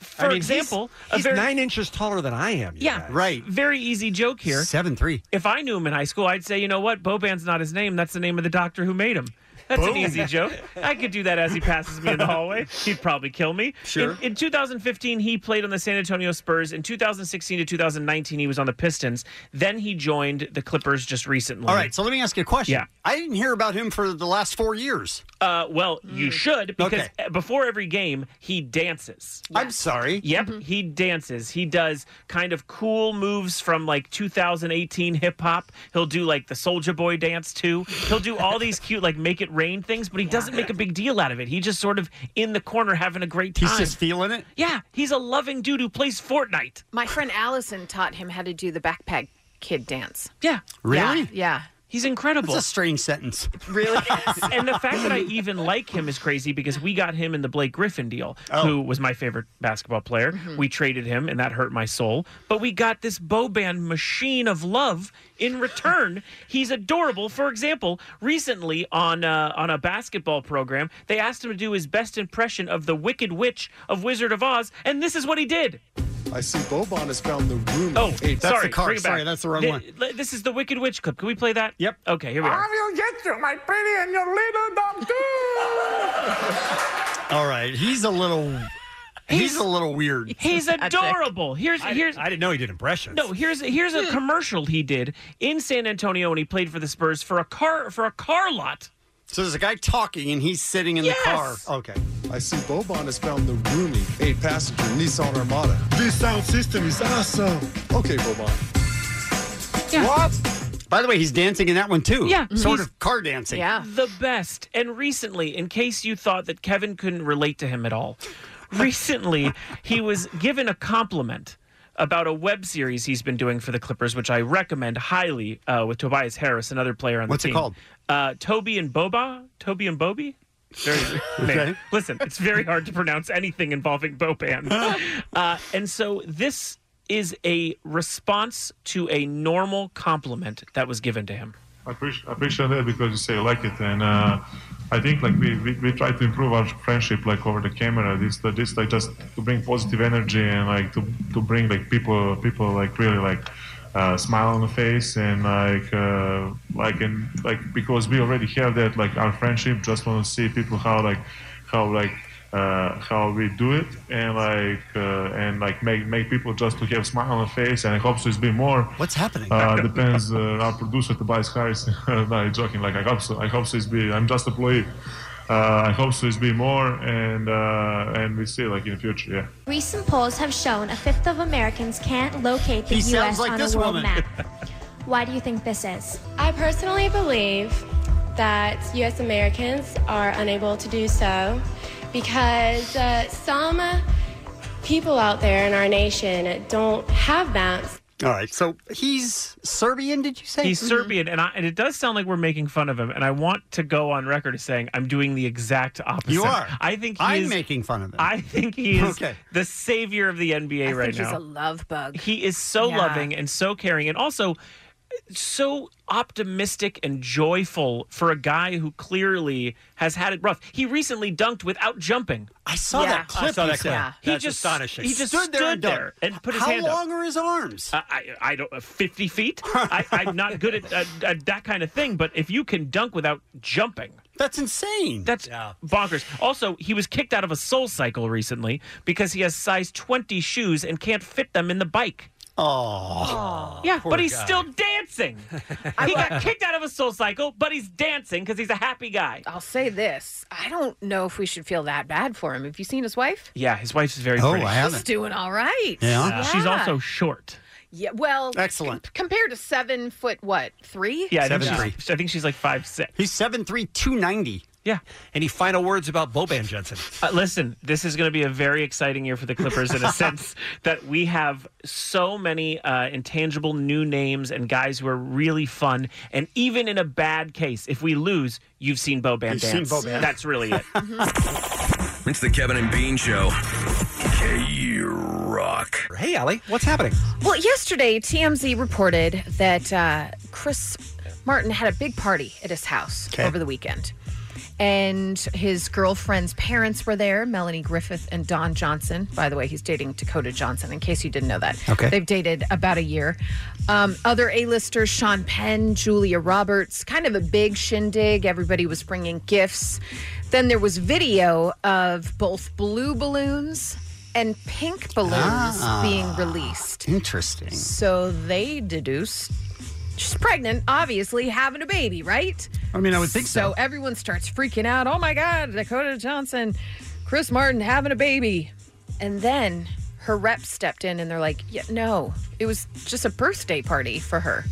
Speaker 17: For example, a
Speaker 9: he's
Speaker 17: very-
Speaker 9: nine inches taller than I am. you
Speaker 17: Yeah,
Speaker 9: guys.
Speaker 7: right.
Speaker 17: Very easy joke here.
Speaker 7: Seven three.
Speaker 17: If I knew him in high school, I'd say, you know what, Boban's not his name. That's the name of the doctor who made him. That's an
Speaker 16: Boom.
Speaker 17: easy joke. I could do that as he passes me in the hallway. He'd probably kill me.
Speaker 16: Sure.
Speaker 17: In, in 2015, he played on the San Antonio Spurs. In 2016 to 2019, he was on the Pistons. Then he joined the Clippers just recently.
Speaker 7: All right, so let me ask you a question.
Speaker 17: Yeah.
Speaker 7: I didn't hear about him for the last four years. Mm.
Speaker 17: Uh, well, you should because
Speaker 7: Okay.
Speaker 17: before every game he dances.
Speaker 7: I'm sorry.
Speaker 17: Yep, Mm-hmm. he dances. He does kind of cool moves from like 2018 hip hop. He'll do like the Soldier Boy dance too. He'll do all these cute like make it rain things, but he doesn't make a big deal out of it. He just sort of in the corner having a great time.
Speaker 7: He's just feeling it.
Speaker 17: yeah, he's a loving dude who plays Fortnite.
Speaker 13: My friend Allison taught him how to do the backpack kid dance.
Speaker 17: Yeah.
Speaker 7: Really?
Speaker 13: Yeah. yeah.
Speaker 17: He's incredible.
Speaker 7: That's a strange sentence.
Speaker 13: (laughs) Really?
Speaker 17: and the fact that I even like him is crazy because we got him in the Blake Griffin deal, who was my favorite basketball player. We traded him, and that hurt my soul. But we got this Boban machine of love in return. He's adorable. For example, recently on uh, on a basketball program, they asked him to do his best impression of the Wicked Witch of Wizard of Oz, and this is what he did.
Speaker 11: I see Boban has found the room.
Speaker 17: Oh,
Speaker 11: Hey,
Speaker 17: sorry, bring it back. Th- le- This is the Wicked Witch clip. Can we play that? Yep. Okay, here we go.
Speaker 11: will get you, my pretty, and your little doctor.
Speaker 7: All right, he's a little. He's, a little weird.
Speaker 17: (laughs) He's adorable. Here's
Speaker 9: I,
Speaker 17: here's
Speaker 9: I didn't know he did impressions. Hmm.
Speaker 17: No, here's here's a commercial he did in San Antonio when he played for the Spurs for a car for a car lot.
Speaker 7: So there's a guy talking and he's sitting in
Speaker 17: Yes!
Speaker 7: the car. Okay.
Speaker 11: I see Boban has found the roomy eight-passenger Nissan Armada. This sound system is awesome. Okay, Boban.
Speaker 7: What? By the way, he's dancing in that one too.
Speaker 17: Yeah,
Speaker 7: Sort
Speaker 17: he's-
Speaker 7: of car dancing.
Speaker 17: The best. And recently, in case you thought that Kevin couldn't relate to him at all, recently he was given a compliment about a web series he's been doing for the Clippers, which I recommend highly uh, with Tobias Harris, another player on the
Speaker 7: What's it
Speaker 17: team.
Speaker 7: called?
Speaker 17: Uh, Toby and Boba? Toby and Bobby?
Speaker 7: (laughs)
Speaker 17: Very
Speaker 7: Okay.
Speaker 17: Listen, it's very hard to pronounce anything
Speaker 7: (laughs)
Speaker 17: involving Boban. Uh, and so this is a response to a normal compliment that was given to him.
Speaker 20: I appreciate, I appreciate that because you say you like it, and uh, I think like we, we, we try to improve our friendship like over the camera. This that this like just to bring positive energy and like to, to bring like people people like really like uh, smile on the face and like uh, like and like because we already have that like our friendship. Just want to see people how like how like. Uh, how we do it and like uh, and like make make people just to have smile on the face and I hope so it's been more
Speaker 7: What's happening?
Speaker 20: uh, depends. Uh, our producer Tobias Harris. (laughs) no, I'm joking. Like I hope so. I hope so. It's be. I'm just employee. Uh, I hope so. It's be more, and uh, and we see like in the future. Yeah.
Speaker 31: Recent polls have shown a fifth of Americans can't locate the U.S.
Speaker 20: He sounds like
Speaker 31: on
Speaker 20: this
Speaker 31: a world
Speaker 20: woman.
Speaker 11: (laughs)
Speaker 31: map. Why do you think this is?
Speaker 32: I personally believe that U.S. Americans are unable to do so because uh, some people out there in our nation don't have maps.
Speaker 7: All right. So he's Serbian, did you say?
Speaker 13: Mm-hmm.
Speaker 17: He's Serbian, and, I, and it does sound like we're making fun of him. And I want to go on record as saying I'm doing the exact opposite.
Speaker 7: You are.
Speaker 17: I think he
Speaker 7: I'm
Speaker 17: is,
Speaker 7: making fun of him.
Speaker 17: I think he is
Speaker 7: Okay.
Speaker 17: the savior of the NBA
Speaker 13: I
Speaker 17: right
Speaker 13: think
Speaker 17: now.
Speaker 13: he's a love bug.
Speaker 17: He is so
Speaker 13: Yeah.
Speaker 17: loving and so caring and also so optimistic and joyful for a guy who clearly has had it rough. He recently dunked without jumping.
Speaker 7: I saw that clip.
Speaker 9: I saw that clip. Yeah.
Speaker 17: He
Speaker 9: That's
Speaker 17: just
Speaker 9: astonishing.
Speaker 17: He just
Speaker 9: Stood
Speaker 17: stood
Speaker 9: there
Speaker 17: there,
Speaker 9: and
Speaker 17: and,
Speaker 9: dunked.
Speaker 17: put his
Speaker 7: How
Speaker 17: hand
Speaker 7: long are his arms?
Speaker 17: I, I, I don't. uh, Fifty feet. I, I'm not good at, at, at that kind of thing. But if you can dunk without jumping,
Speaker 7: that's insane.
Speaker 17: That's bonkers. Also, he was kicked out of a Soul Cycle recently because he has size 20 shoes and can't fit them in the bike.
Speaker 7: Oh.
Speaker 17: Yeah,
Speaker 7: poor
Speaker 17: but he's
Speaker 7: guy.
Speaker 17: still dancing.
Speaker 23: (laughs)
Speaker 17: he got kicked out of a soul cycle, but he's dancing because he's a happy guy.
Speaker 13: I'll say this. I don't know if we should feel that bad for him. Have you seen his wife?
Speaker 17: Yeah, his wife's very
Speaker 7: Oh,
Speaker 17: pretty.
Speaker 7: I
Speaker 13: She's doing all right.
Speaker 17: She's also short.
Speaker 13: Yeah, well,
Speaker 7: Excellent.
Speaker 13: compared to seven foot, what, three?
Speaker 17: Yeah, I think,
Speaker 7: Seven
Speaker 17: she's, I think she's like five six.
Speaker 7: He's seven three two ninety.
Speaker 17: Yeah.
Speaker 9: Any final words about Boban Jensen?
Speaker 17: Uh, listen, this is going to be a very exciting year for the Clippers in a sense that we have so many uh, intangible new names and guys who are really fun. And even in a bad case, if we lose, you've seen Boban
Speaker 19: You've seen
Speaker 17: dance.
Speaker 19: Boban.
Speaker 17: That's really it.
Speaker 19: (laughs) It's the Kevin and Bean Show. K Rock.
Speaker 9: Hey, Allie, what's happening?
Speaker 13: Well, yesterday, TMZ reported that uh, Chris Martin had a big party at his house over the weekend. And his girlfriend's parents were there, Melanie Griffith and Don Johnson. By the way, he's dating Dakota Johnson, in case you didn't know that.
Speaker 25: Okay.
Speaker 13: They've dated about a year. Um, other A-listers, Sean Penn, Julia Roberts, kind of a big shindig. Everybody was bringing gifts. Then there was video of both blue balloons and pink balloons
Speaker 7: Ah.
Speaker 13: being released.
Speaker 7: Interesting.
Speaker 13: So they deduce she's pregnant, obviously having a baby, right?
Speaker 7: I mean, I would think so.
Speaker 13: So everyone starts freaking out. Oh my God, Dakota Johnson, Chris Martin having a baby. And then her rep stepped in and they're like, yeah, no, it was just a birthday party for her.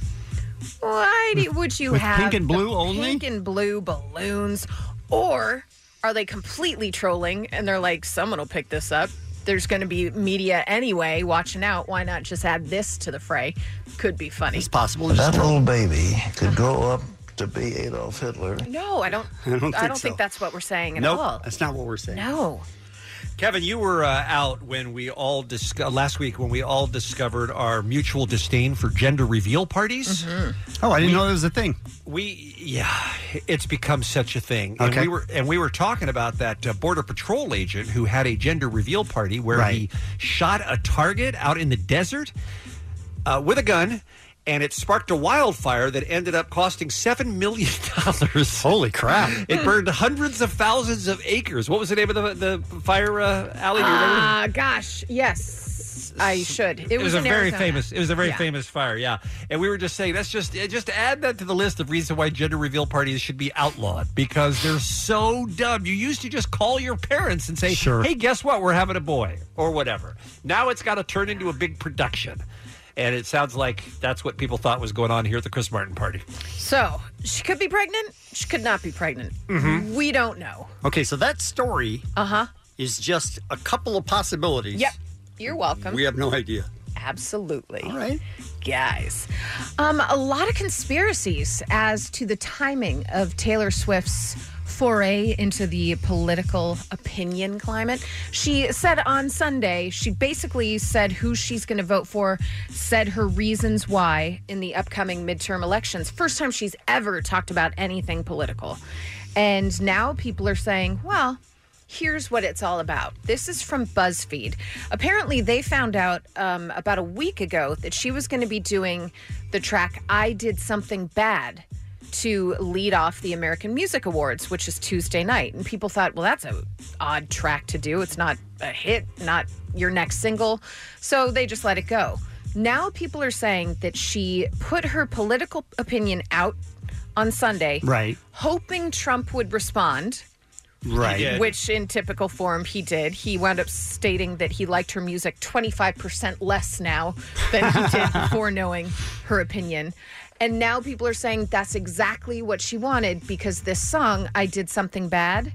Speaker 13: Why do, would you
Speaker 7: With
Speaker 13: have
Speaker 7: pink and
Speaker 13: the
Speaker 7: blue only?
Speaker 13: Pink and blue balloons, or are they completely trolling and they're like, someone will pick this up? There's going to be media anyway watching out. Why not just add this to the fray? Could be funny.
Speaker 7: It's possible.
Speaker 16: That little baby could grow up to be Adolf Hitler.
Speaker 13: No, I don't.
Speaker 7: (laughs) I don't think so.
Speaker 13: that's what we're saying at
Speaker 7: nope,
Speaker 13: all.
Speaker 7: that's not what we're saying.
Speaker 13: No.
Speaker 9: Kevin, you were uh, out when we all dis- uh, last week when we all discovered our mutual disdain for gender reveal parties.
Speaker 7: Oh, I didn't
Speaker 9: Mm-hmm. We-
Speaker 7: know that was a thing.
Speaker 9: We yeah, it's become such a thing. And
Speaker 7: Okay.
Speaker 9: we were and we were talking about that uh, border patrol agent who had a gender reveal party where he shot a target out in the desert uh, with a gun. And it sparked a wildfire that ended up costing seven million
Speaker 7: (laughs)
Speaker 9: dollars.
Speaker 7: Holy crap!
Speaker 9: (laughs) It burned hundreds of thousands of acres. What was the name of the, the fire, uh,
Speaker 7: Oh,
Speaker 9: Alley? Do you remember?
Speaker 13: Ah, gosh, yes, I should. It,
Speaker 9: It, was, a
Speaker 13: in
Speaker 9: very
Speaker 13: Arizona.
Speaker 9: famous. It was a very
Speaker 13: Yeah.
Speaker 9: famous fire, yeah. And we were just saying that's just eh, just add that to the list of reasons why gender reveal parties should be outlawed because they're so dumb. You used to just call your parents and say,
Speaker 7: Sure.
Speaker 9: "Hey, guess what? We're having a boy or whatever." Now it's got to turn into a big production, and it sounds like that's what people thought was going on here at the Chris Martin party.
Speaker 13: So she could be pregnant. She could not be pregnant.
Speaker 9: Mm-hmm.
Speaker 7: Mhm.
Speaker 13: We don't know.
Speaker 7: Okay, so that story
Speaker 13: Uh huh.
Speaker 7: is just a couple of possibilities.
Speaker 13: Yep. You're welcome.
Speaker 7: We have no idea.
Speaker 13: Absolutely. All
Speaker 7: right.
Speaker 13: Guys, um, a lot of conspiracies as to the timing of Taylor Swift's foray into the political opinion climate. She said on Sunday, she basically said who she's going to vote for, said her reasons why in the upcoming midterm elections. First time she's ever talked about anything political. And now people are saying, well, Here's what it's all about. This is from BuzzFeed. Apparently, they found out um, about a week ago that she was going to be doing the track I Did Something Bad to lead off the American Music Awards, which is Tuesday night. And people thought, well, that's a odd track to do. It's not a hit, not your next single. So they just let it go. Now people are saying that she put her political opinion out on Sunday,
Speaker 7: Right.
Speaker 13: hoping Trump would respond.
Speaker 7: Right.
Speaker 13: Which, in typical form, he did. He wound up stating that he liked her music 25% less now than he did before knowing her opinion. And now people are saying that's exactly what she wanted because this song, I Did Something Bad,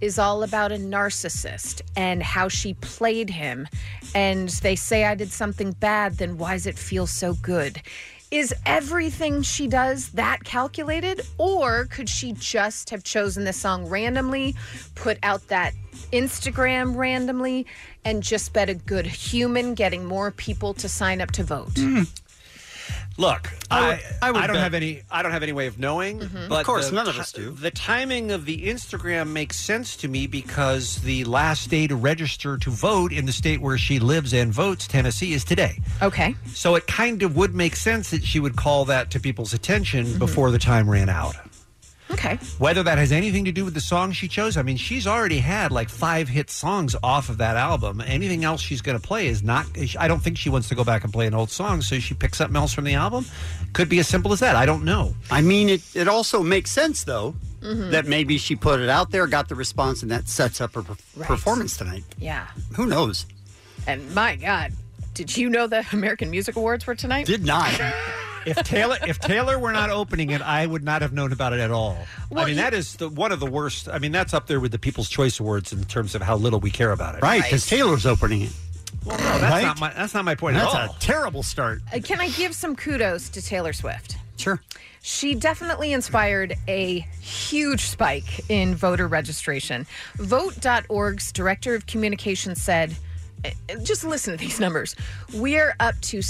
Speaker 13: is all about a narcissist and how she played him. And they say I did something bad, then why does it feel so good? Is everything she does that calculated? Or could she just have chosen this song randomly, put out that Instagram randomly, and just bet a good human getting more people to sign up to vote?
Speaker 9: Look,
Speaker 13: I
Speaker 9: I
Speaker 13: would- I would
Speaker 9: I don't
Speaker 13: bet-
Speaker 9: have any I don't have any way of knowing.
Speaker 13: Mhm.
Speaker 9: But
Speaker 13: Of course,
Speaker 9: the
Speaker 13: none of
Speaker 9: ti-
Speaker 13: us do.
Speaker 9: The timing of the Instagram makes sense to me because the last day to register to vote in the state where she lives and votes, Tennessee, is today.
Speaker 13: Okay.
Speaker 9: So it kind of would make sense that she would call that to people's attention
Speaker 13: Mm-hmm.
Speaker 9: before the time ran out.
Speaker 13: Okay.
Speaker 9: Whether that has anything to do with the song she chose, I mean, she's already had like five hit songs off of that album. Anything else she's going to play is not, I don't think she wants to go back and play an old song, so she picks something else from the album. Could be as simple as that. I don't know.
Speaker 7: I mean, it, it also makes sense, though,
Speaker 13: Mhm.
Speaker 7: that maybe she put it out there, got the response, and that sets up her per- performance tonight.
Speaker 13: Yeah.
Speaker 7: Who knows?
Speaker 13: And my God, did you know the American Music Awards were tonight?
Speaker 7: Did not.
Speaker 9: if Taylor if Taylor were not opening it, I would not have known about it at all. I mean, that is the, one of the worst. I mean, that's up there with the People's Choice Awards in terms of how little we care about it.
Speaker 7: Right, because Taylor's opening it.
Speaker 9: Well, no, that's
Speaker 7: Right?
Speaker 9: not my that's not my point
Speaker 7: That's
Speaker 9: at all.
Speaker 7: a terrible start.
Speaker 13: Uh, Can I give some kudos to Taylor Swift?
Speaker 7: Sure.
Speaker 13: She definitely inspired a huge spike in voter registration. Vote.org's director of communications said, uh, uh, just listen to these numbers. We're up to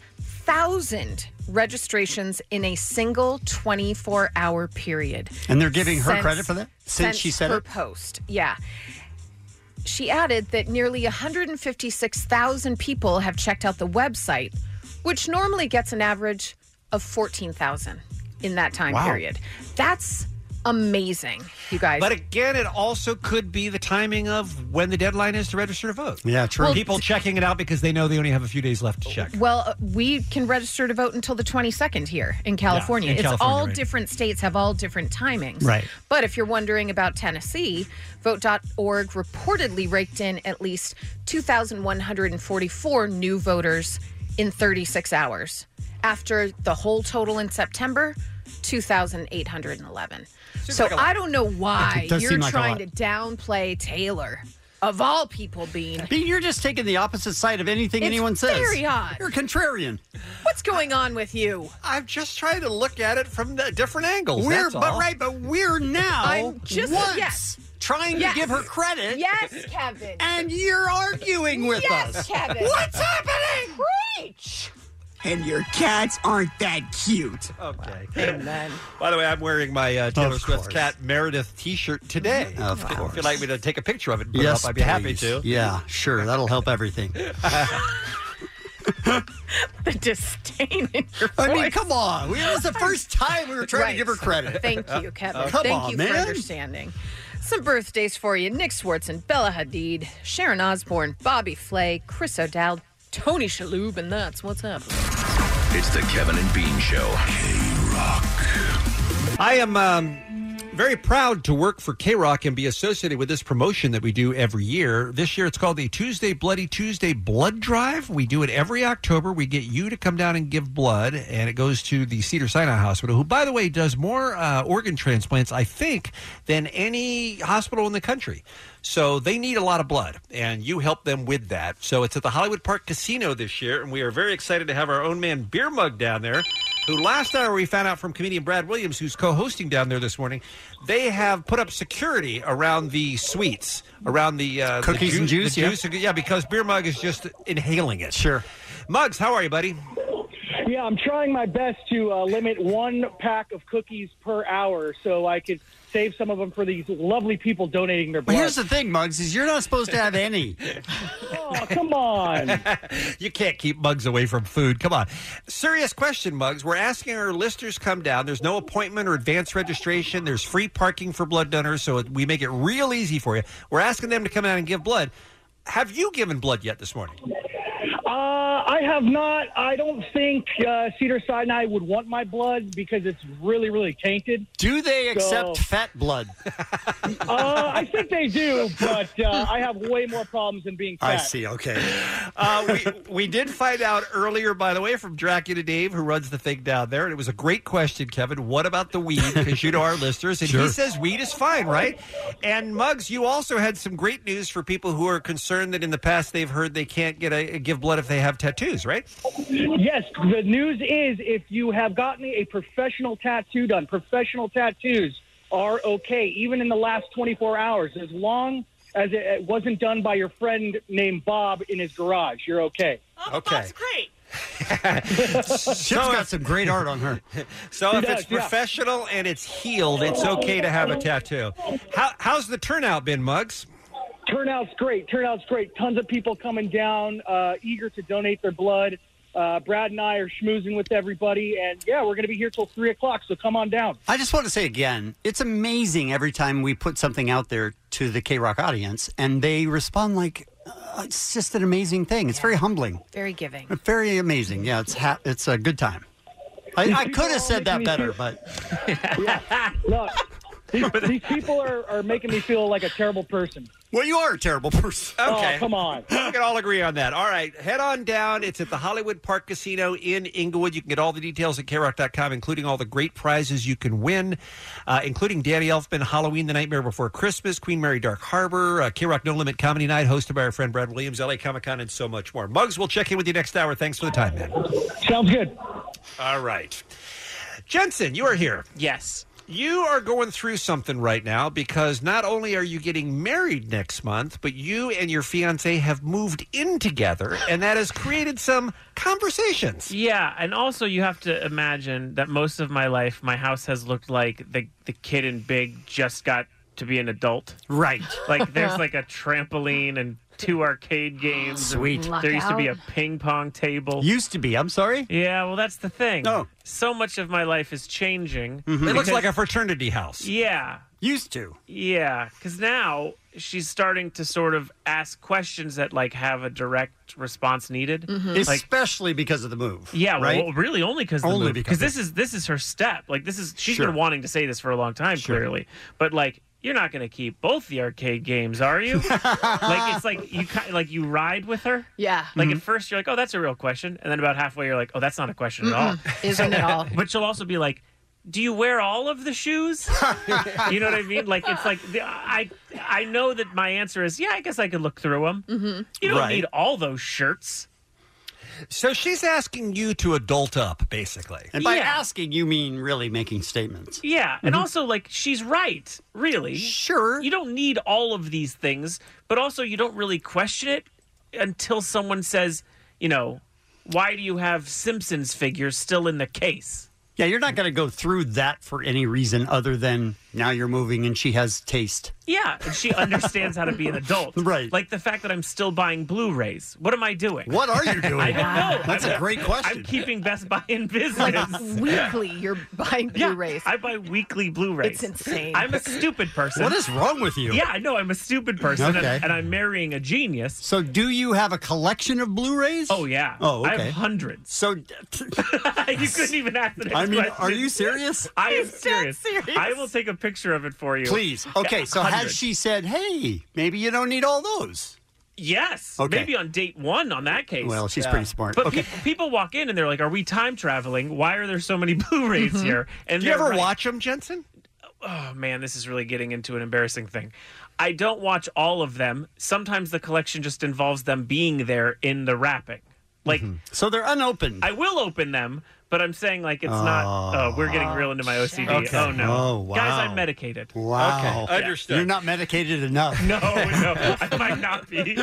Speaker 13: 65,000 registrations in a single 24 hour period.
Speaker 7: And they're giving her credit for that? Since she said
Speaker 13: her
Speaker 7: it?
Speaker 13: post. Yeah. She added that nearly 156,000 people have checked out the website, which normally gets an average of 14,000 in that time
Speaker 9: Wow.
Speaker 13: period. That's amazing, you guys.
Speaker 9: But again, it also could be the timing of when the deadline is to register to vote.
Speaker 7: Yeah,
Speaker 13: true. Well,
Speaker 9: People checking it out because they know they only have a few days left to check.
Speaker 13: well, uh, we can register to vote until the 22nd here in California.
Speaker 9: in
Speaker 13: it's
Speaker 9: California,
Speaker 13: all
Speaker 9: right.
Speaker 13: different states have all different timings.
Speaker 9: Right.
Speaker 13: But if you're wondering about Tennessee, vote.org reportedly raked in at least 2,144 new voters in 36 hours after the whole total in September. 2,811. so
Speaker 25: like a lot.
Speaker 13: I don't know why
Speaker 7: It does
Speaker 13: you're
Speaker 7: seem like a
Speaker 13: trying
Speaker 7: lot.
Speaker 13: to downplay Taylor, of all people, being
Speaker 7: I mean, you're just taking the opposite side of anything
Speaker 13: It's
Speaker 7: anyone says.
Speaker 13: very odd.
Speaker 7: You're contrarian.
Speaker 13: What's going on with you?
Speaker 9: I'm just trying to look at it from the different angles.
Speaker 7: We're
Speaker 9: that's
Speaker 7: but
Speaker 9: all.
Speaker 7: right, but
Speaker 9: (laughs)
Speaker 7: we're now
Speaker 13: I'm just-
Speaker 7: once
Speaker 13: yes.
Speaker 7: trying
Speaker 13: Yes.
Speaker 7: to give her credit.
Speaker 13: Yes, Kevin.
Speaker 7: And you're arguing with
Speaker 13: Yes,
Speaker 7: us.
Speaker 13: Kevin.
Speaker 7: What's happening?
Speaker 13: Preach.
Speaker 18: And your cats aren't that cute.
Speaker 9: Okay. By the way, I'm wearing my uh, Taylor Swift's cat Meredith T-shirt today.
Speaker 7: Of course.
Speaker 9: If you'd like me to take a picture of it, and put
Speaker 7: yes,
Speaker 9: it up, I'd be happy
Speaker 7: please.
Speaker 9: to. (laughs)
Speaker 7: Yeah, sure. That'll help everything.
Speaker 13: the disdain in your
Speaker 7: I mean,
Speaker 13: voice.
Speaker 7: come on. We- it was the first time we were trying to give her credit.
Speaker 13: Thank you, Kevin.
Speaker 7: Uh, come
Speaker 13: Thank
Speaker 7: on,
Speaker 13: you for
Speaker 7: man.
Speaker 13: understanding. Some birthdays for you Nick Swartzen, Bella Hadid, Sharon Osbourne, Bobby Flay, Chris O'Dowd, Tony Shalhoub, and that's what's up.
Speaker 19: It's the Kevin and Bean Show. K Rock.
Speaker 9: I am um, very proud to work for K Rock and be associated with this promotion that we do every year. This year it's called the Tuesday Bloody Tuesday Blood Drive. We do it every October. We get you to come down and give blood, and it goes to the Cedar Sinai Hospital, who, by the way, does more uh, organ transplants, I think, than any hospital in the country. So they need a lot of blood, and you help them with that. So it's at the Hollywood Park Casino this year, and we are very excited to have our own man Beer Mug down there who last hour we found out from comedian Brad Williams, who's co-hosting down there this morning, they have put up security around the suites, around the uh,
Speaker 7: Cookies
Speaker 9: the
Speaker 7: and
Speaker 9: ju-
Speaker 7: juice,
Speaker 9: the
Speaker 7: yeah.
Speaker 9: yeah, because Beer Mug is just inhaling it.
Speaker 7: Sure,
Speaker 9: Mugs, how are you, buddy?
Speaker 3: Yeah, I'm trying my best to uh, limit one pack of cookies per hour so I could save some of them for these lovely people donating their blood.
Speaker 7: Well, here's the thing, Muggs, is you're not supposed to have any.
Speaker 3: oh, come on.
Speaker 9: (laughs) you can't keep Mugs away from food. Come on. Serious question, Mugs. We're asking our listeners come down. There's no appointment or advance registration. There's free parking for blood donors, so it, we make it real easy for you. We're asking them to come out and give blood. Have you given blood yet this morning?
Speaker 3: Uh, I have not. I don't think uh, Cedar Sinai would want my blood because it's really, really tainted.
Speaker 7: Do they accept
Speaker 3: So-
Speaker 7: fat blood?
Speaker 3: uh, I think they do, but uh, I have way more problems than being
Speaker 7: (laughs)
Speaker 3: fat.
Speaker 7: I see. Okay.
Speaker 9: Uh, we, we did find out earlier, by the way, from Dracula Dave, who runs the thing down there, and it was a great question, Kevin. What about the weed? Because you know our listeners, and he
Speaker 25: Sure.
Speaker 9: says weed is fine, right? And Muggs, you also had some great news for people who are concerned that in the past they've heard they can't get a give blood if they have
Speaker 7: (laughs)
Speaker 9: tattoos, right?
Speaker 3: Yes, the news is if you have gotten a professional tattoo done, professional tattoos are okay, even in the last 24 hours, as long as it- it wasn't done by your friend named Bob in his garage. You're okay.
Speaker 13: Oh,
Speaker 9: Okay.
Speaker 3: Great.
Speaker 9: Chip's got
Speaker 7: some great art on her.
Speaker 9: (laughs) So
Speaker 3: He
Speaker 9: if
Speaker 3: does,
Speaker 9: it's
Speaker 3: yeah.
Speaker 9: professional and it's healed, it's okay to have a tattoo. How, how's the turnout been, Muggs?
Speaker 3: Turnout's great. Turnout's great. Tons of people coming down, uh, eager to donate their blood. Uh, Brad and I are schmoozing with everybody, and yeah, we're going to be here till three o'clock. So come on down.
Speaker 7: I just want to say again, it's amazing every time we put something out there to the K Rock audience, and they respond like, uh, it's just an amazing thing. It's very humbling,
Speaker 13: Very giving.
Speaker 7: very amazing. Yeah, it's ha- it's a good time. I, I could have said that better, but
Speaker 17: (laughs)
Speaker 3: Yeah. Look, these, these people are, are making me feel like a terrible person.
Speaker 7: well, you are a terrible person.
Speaker 3: Oh, come on.
Speaker 9: (laughs) We can all agree on that. All right, head on down. It's at the Hollywood Park Casino in Inglewood. You can get all the details at krock.com, including all the great prizes you can win, uh, including Danny Elfman, Halloween, The Nightmare Before Christmas, Queen Mary Dark Harbor, uh, K Rock No Limit Comedy Night, hosted by our friend Brad Williams, LA Comic Con, and so much more. Muggs, we'll check in with you next hour. Thanks for the time, man.
Speaker 3: Sounds good.
Speaker 9: All right. Jensen, you are here.
Speaker 17: Yes.
Speaker 9: You are going through something right now because not only are you getting married next month, but you and your fiance have moved in together, and that has created some conversations.
Speaker 17: Yeah, and also you have to imagine that most of my life, my house has looked like the the kid in Big just got to be an adult.
Speaker 7: Right.
Speaker 17: (laughs) Like there's like a trampoline and two arcade games.
Speaker 7: (gasps)
Speaker 17: and
Speaker 7: Sweet.
Speaker 17: There used to be a
Speaker 7: Lockout.
Speaker 17: ping pong table.
Speaker 7: Used to be. I'm sorry. Oh.
Speaker 17: Yeah, well, that's the thing. No. So much of my life is changing.
Speaker 7: Mm-hmm.
Speaker 9: It looks
Speaker 17: because-
Speaker 9: like a fraternity house.
Speaker 17: Yeah.
Speaker 7: Used to.
Speaker 17: Yeah, because now she's starting to sort of ask questions that like have a direct response needed. Like,
Speaker 7: Mm-hmm. especially because of the move.
Speaker 17: yeah,
Speaker 7: right.
Speaker 17: well, really only because
Speaker 7: Only because
Speaker 17: because this is this is her step. Like this is she's
Speaker 7: Sure.
Speaker 17: been wanting to say this for a long time, clearly. But like, you're not going to keep both the arcade games,
Speaker 7: (laughs)
Speaker 17: are you? like it's like you ki- like you ride with her.
Speaker 24: Yeah.
Speaker 17: Like at first you're like, oh, that's a real question, and then about halfway you're like, oh, that's not a question
Speaker 24: Mm-mm.
Speaker 17: at all.
Speaker 24: Isn't at all.
Speaker 17: (laughs) But she'll also be like, do you wear all of the shoes? you know what I mean? Like it's like the, I I know that my answer is yeah. I guess I could look through them. Mm-hmm. You don't
Speaker 9: Right.
Speaker 17: need all those shirts.
Speaker 9: So she's asking you to adult up, basically.
Speaker 7: And by
Speaker 17: Yeah.
Speaker 7: asking, you mean really making statements.
Speaker 17: Yeah, and also like she's right, really.
Speaker 7: Sure.
Speaker 17: You don't need all of these things, but also you don't really question it until someone says, you know, why do you have Simpsons figures still in the case?
Speaker 7: Yeah, you're not going to go through that for any reason other than now you're moving and she has taste.
Speaker 17: Yeah, and she understands how to be an
Speaker 7: (laughs)
Speaker 17: adult. Right. Like the fact that I'm still buying Blu-rays. What am I doing?
Speaker 7: What are
Speaker 17: (laughs)
Speaker 7: you doing?
Speaker 17: I don't know.
Speaker 7: (laughs) That's a great question.
Speaker 17: I'm keeping Best Buy in business.
Speaker 13: (laughs)
Speaker 24: Like weekly, you're buying Blu-rays.
Speaker 17: I buy weekly
Speaker 24: It's
Speaker 17: Blu-rays.
Speaker 24: insane.
Speaker 17: I'm a stupid person.
Speaker 7: What is wrong with you?
Speaker 17: Yeah, I know. I'm a stupid person, and-
Speaker 7: Okay.
Speaker 17: and, I'm marrying (laughs) a genius.
Speaker 7: So, do you have a collection of Blu-rays?
Speaker 17: Oh yeah.
Speaker 7: Oh,
Speaker 17: I
Speaker 7: okay.
Speaker 17: have hundreds.
Speaker 7: So
Speaker 17: you couldn't even ask the next
Speaker 7: I mean,
Speaker 17: question.
Speaker 7: are you serious?
Speaker 17: I am
Speaker 7: He's dead
Speaker 17: serious.
Speaker 7: serious.
Speaker 17: I will take a picture of it for you, (laughs)
Speaker 7: Please. Okay, so has
Speaker 17: Hundreds.
Speaker 7: she said, "Hey, maybe you don't need all those"?
Speaker 17: Yes.
Speaker 7: Okay.
Speaker 17: Maybe on date one on that case.
Speaker 7: Well, she's Yeah. pretty smart.
Speaker 17: But
Speaker 7: Okay.
Speaker 17: pe- people walk in and they're like, Are we time traveling? Why are there so many (laughs) Blu rays
Speaker 9: Mhm.
Speaker 17: here? And
Speaker 9: Do you
Speaker 17: they're
Speaker 9: ever
Speaker 17: right.
Speaker 9: watch them, Jensen?
Speaker 17: Oh, man, this is really getting into an embarrassing thing. I don't watch all of them. Sometimes the collection just involves them being there in the wrapping. Like,
Speaker 7: Mm-hmm. so they're unopened.
Speaker 17: I will open them, but I'm saying, like, it's not. Oh, we're getting real into my OCD.
Speaker 7: Okay.
Speaker 17: Oh, no.
Speaker 7: Oh, wow.
Speaker 17: Guys, I'm medicated.
Speaker 7: Wow.
Speaker 17: Okay. Yeah.
Speaker 7: You're not medicated enough.
Speaker 17: No, no, I might not be.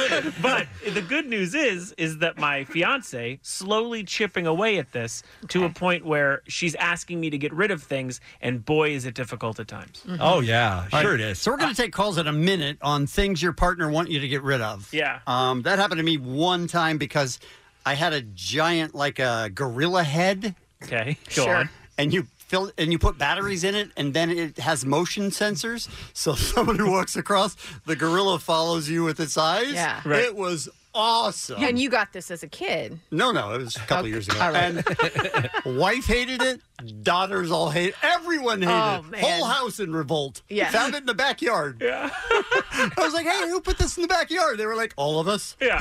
Speaker 17: But the good news is, is that my fiance slowly chipping away at this to a point where she's asking me to get rid of things, and boy, is it difficult at times.
Speaker 7: Mm-hmm.
Speaker 9: Oh yeah,
Speaker 7: All
Speaker 9: sure
Speaker 7: right,
Speaker 9: it is.
Speaker 7: So we're going to take calls in a minute on things your partner want you to get rid of.
Speaker 17: Yeah.
Speaker 7: Um, that happened to me one time because I had a giant, like a gorilla head.
Speaker 17: Okay, go on.
Speaker 7: And you fill and you put batteries in it, and then it has motion (laughs) sensors. So if someone who walks across, the gorilla follows you with its eyes.
Speaker 8: Yeah.
Speaker 7: It was awesome.
Speaker 13: And you got this as a kid.
Speaker 7: No, no, it was a couple years ago.
Speaker 13: all right.
Speaker 7: And wife hated it. Daughters all hate. Everyone hated
Speaker 13: Oh,
Speaker 7: it.
Speaker 13: man.
Speaker 7: Whole house in revolt.
Speaker 13: Yeah.
Speaker 7: Found it in the backyard. Yeah. I was like, hey, who put this in the backyard? They were like, all of us.
Speaker 17: Yeah.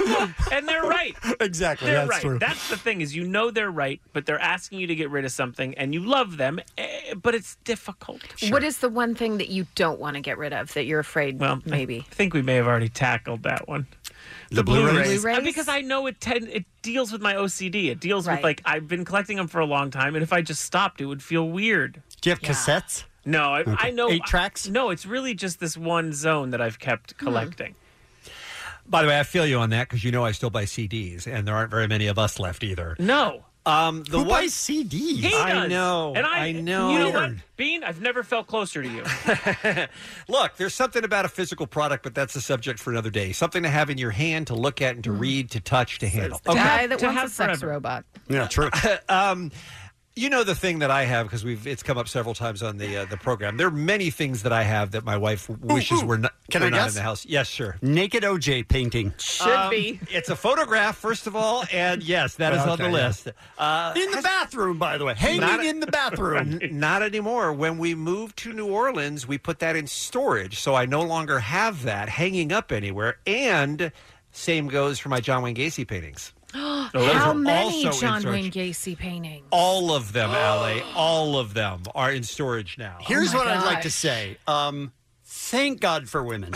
Speaker 17: And they're right.
Speaker 7: exactly.
Speaker 17: They're
Speaker 7: that's
Speaker 17: right.
Speaker 7: true.
Speaker 17: That's the thing is you know they're right, but they're asking you to get rid of something and you love them, eh, but it's difficult.
Speaker 13: What is the one thing that you don't want to get rid of that you're afraid
Speaker 17: Well,
Speaker 13: maybe?
Speaker 17: I think we may have already tackled that one. The,
Speaker 13: Blu-rays?
Speaker 17: Uh, Because I know it ten- it deals with my OCD. It deals with
Speaker 13: Right.
Speaker 17: like I've been collecting them for a long time and if I just stopped it would feel weird.
Speaker 7: Do you have cassettes?
Speaker 17: No, I, I
Speaker 7: Okay.
Speaker 17: know
Speaker 7: Eight
Speaker 17: tracks? no, it's really just this one zone that I've kept
Speaker 13: Hmm.
Speaker 17: collecting.
Speaker 9: By the way, I feel you on that because you know I still buy CDs, and there aren't very many of us left either.
Speaker 17: No.
Speaker 9: Um, the
Speaker 17: Who
Speaker 9: one-
Speaker 17: buys
Speaker 7: CDs?
Speaker 17: He
Speaker 9: I
Speaker 17: does.
Speaker 9: know.
Speaker 17: And I,
Speaker 9: I know.
Speaker 17: You know what, Bean? I've never felt closer to you.
Speaker 9: Look, there's something about a physical product, but that's a subject for another day. Something to have in your hand, to look at, and to read, to touch, to handle.
Speaker 24: The guy that wants a sex
Speaker 9: (gasps)
Speaker 24: robot.
Speaker 7: Yeah, true.
Speaker 9: (laughs) um, you know the thing that I have because we've it's come up several times on the uh, the program. There are many things that I have that my wife wishes were not
Speaker 7: Can
Speaker 9: were
Speaker 7: I
Speaker 9: not
Speaker 7: guess?
Speaker 9: in the house. Yes, sure.
Speaker 7: Naked OJ painting.
Speaker 9: Should be. Um, It's a photograph, first of all, and yes, Uh, that is on
Speaker 7: Okay,
Speaker 9: the
Speaker 7: yeah.
Speaker 9: list. Uh,
Speaker 7: in the bathroom, by the way. Hanging
Speaker 9: Not-
Speaker 7: in the bathroom.
Speaker 9: (laughs) N- Not anymore. When we moved to New Orleans, we put that in storage, so I no longer have that hanging up anywhere. And same goes for my John Wayne Gacy paintings. Oh, those
Speaker 13: How
Speaker 9: are
Speaker 13: many
Speaker 9: also in
Speaker 13: John
Speaker 9: search.
Speaker 13: Wayne Gacy paintings?
Speaker 9: All of them,
Speaker 7: (gasps)
Speaker 9: Ale, all of them are in storage now.
Speaker 13: Oh
Speaker 7: Here's what I'd like to say. Um, thank God for
Speaker 9: (laughs)
Speaker 7: women.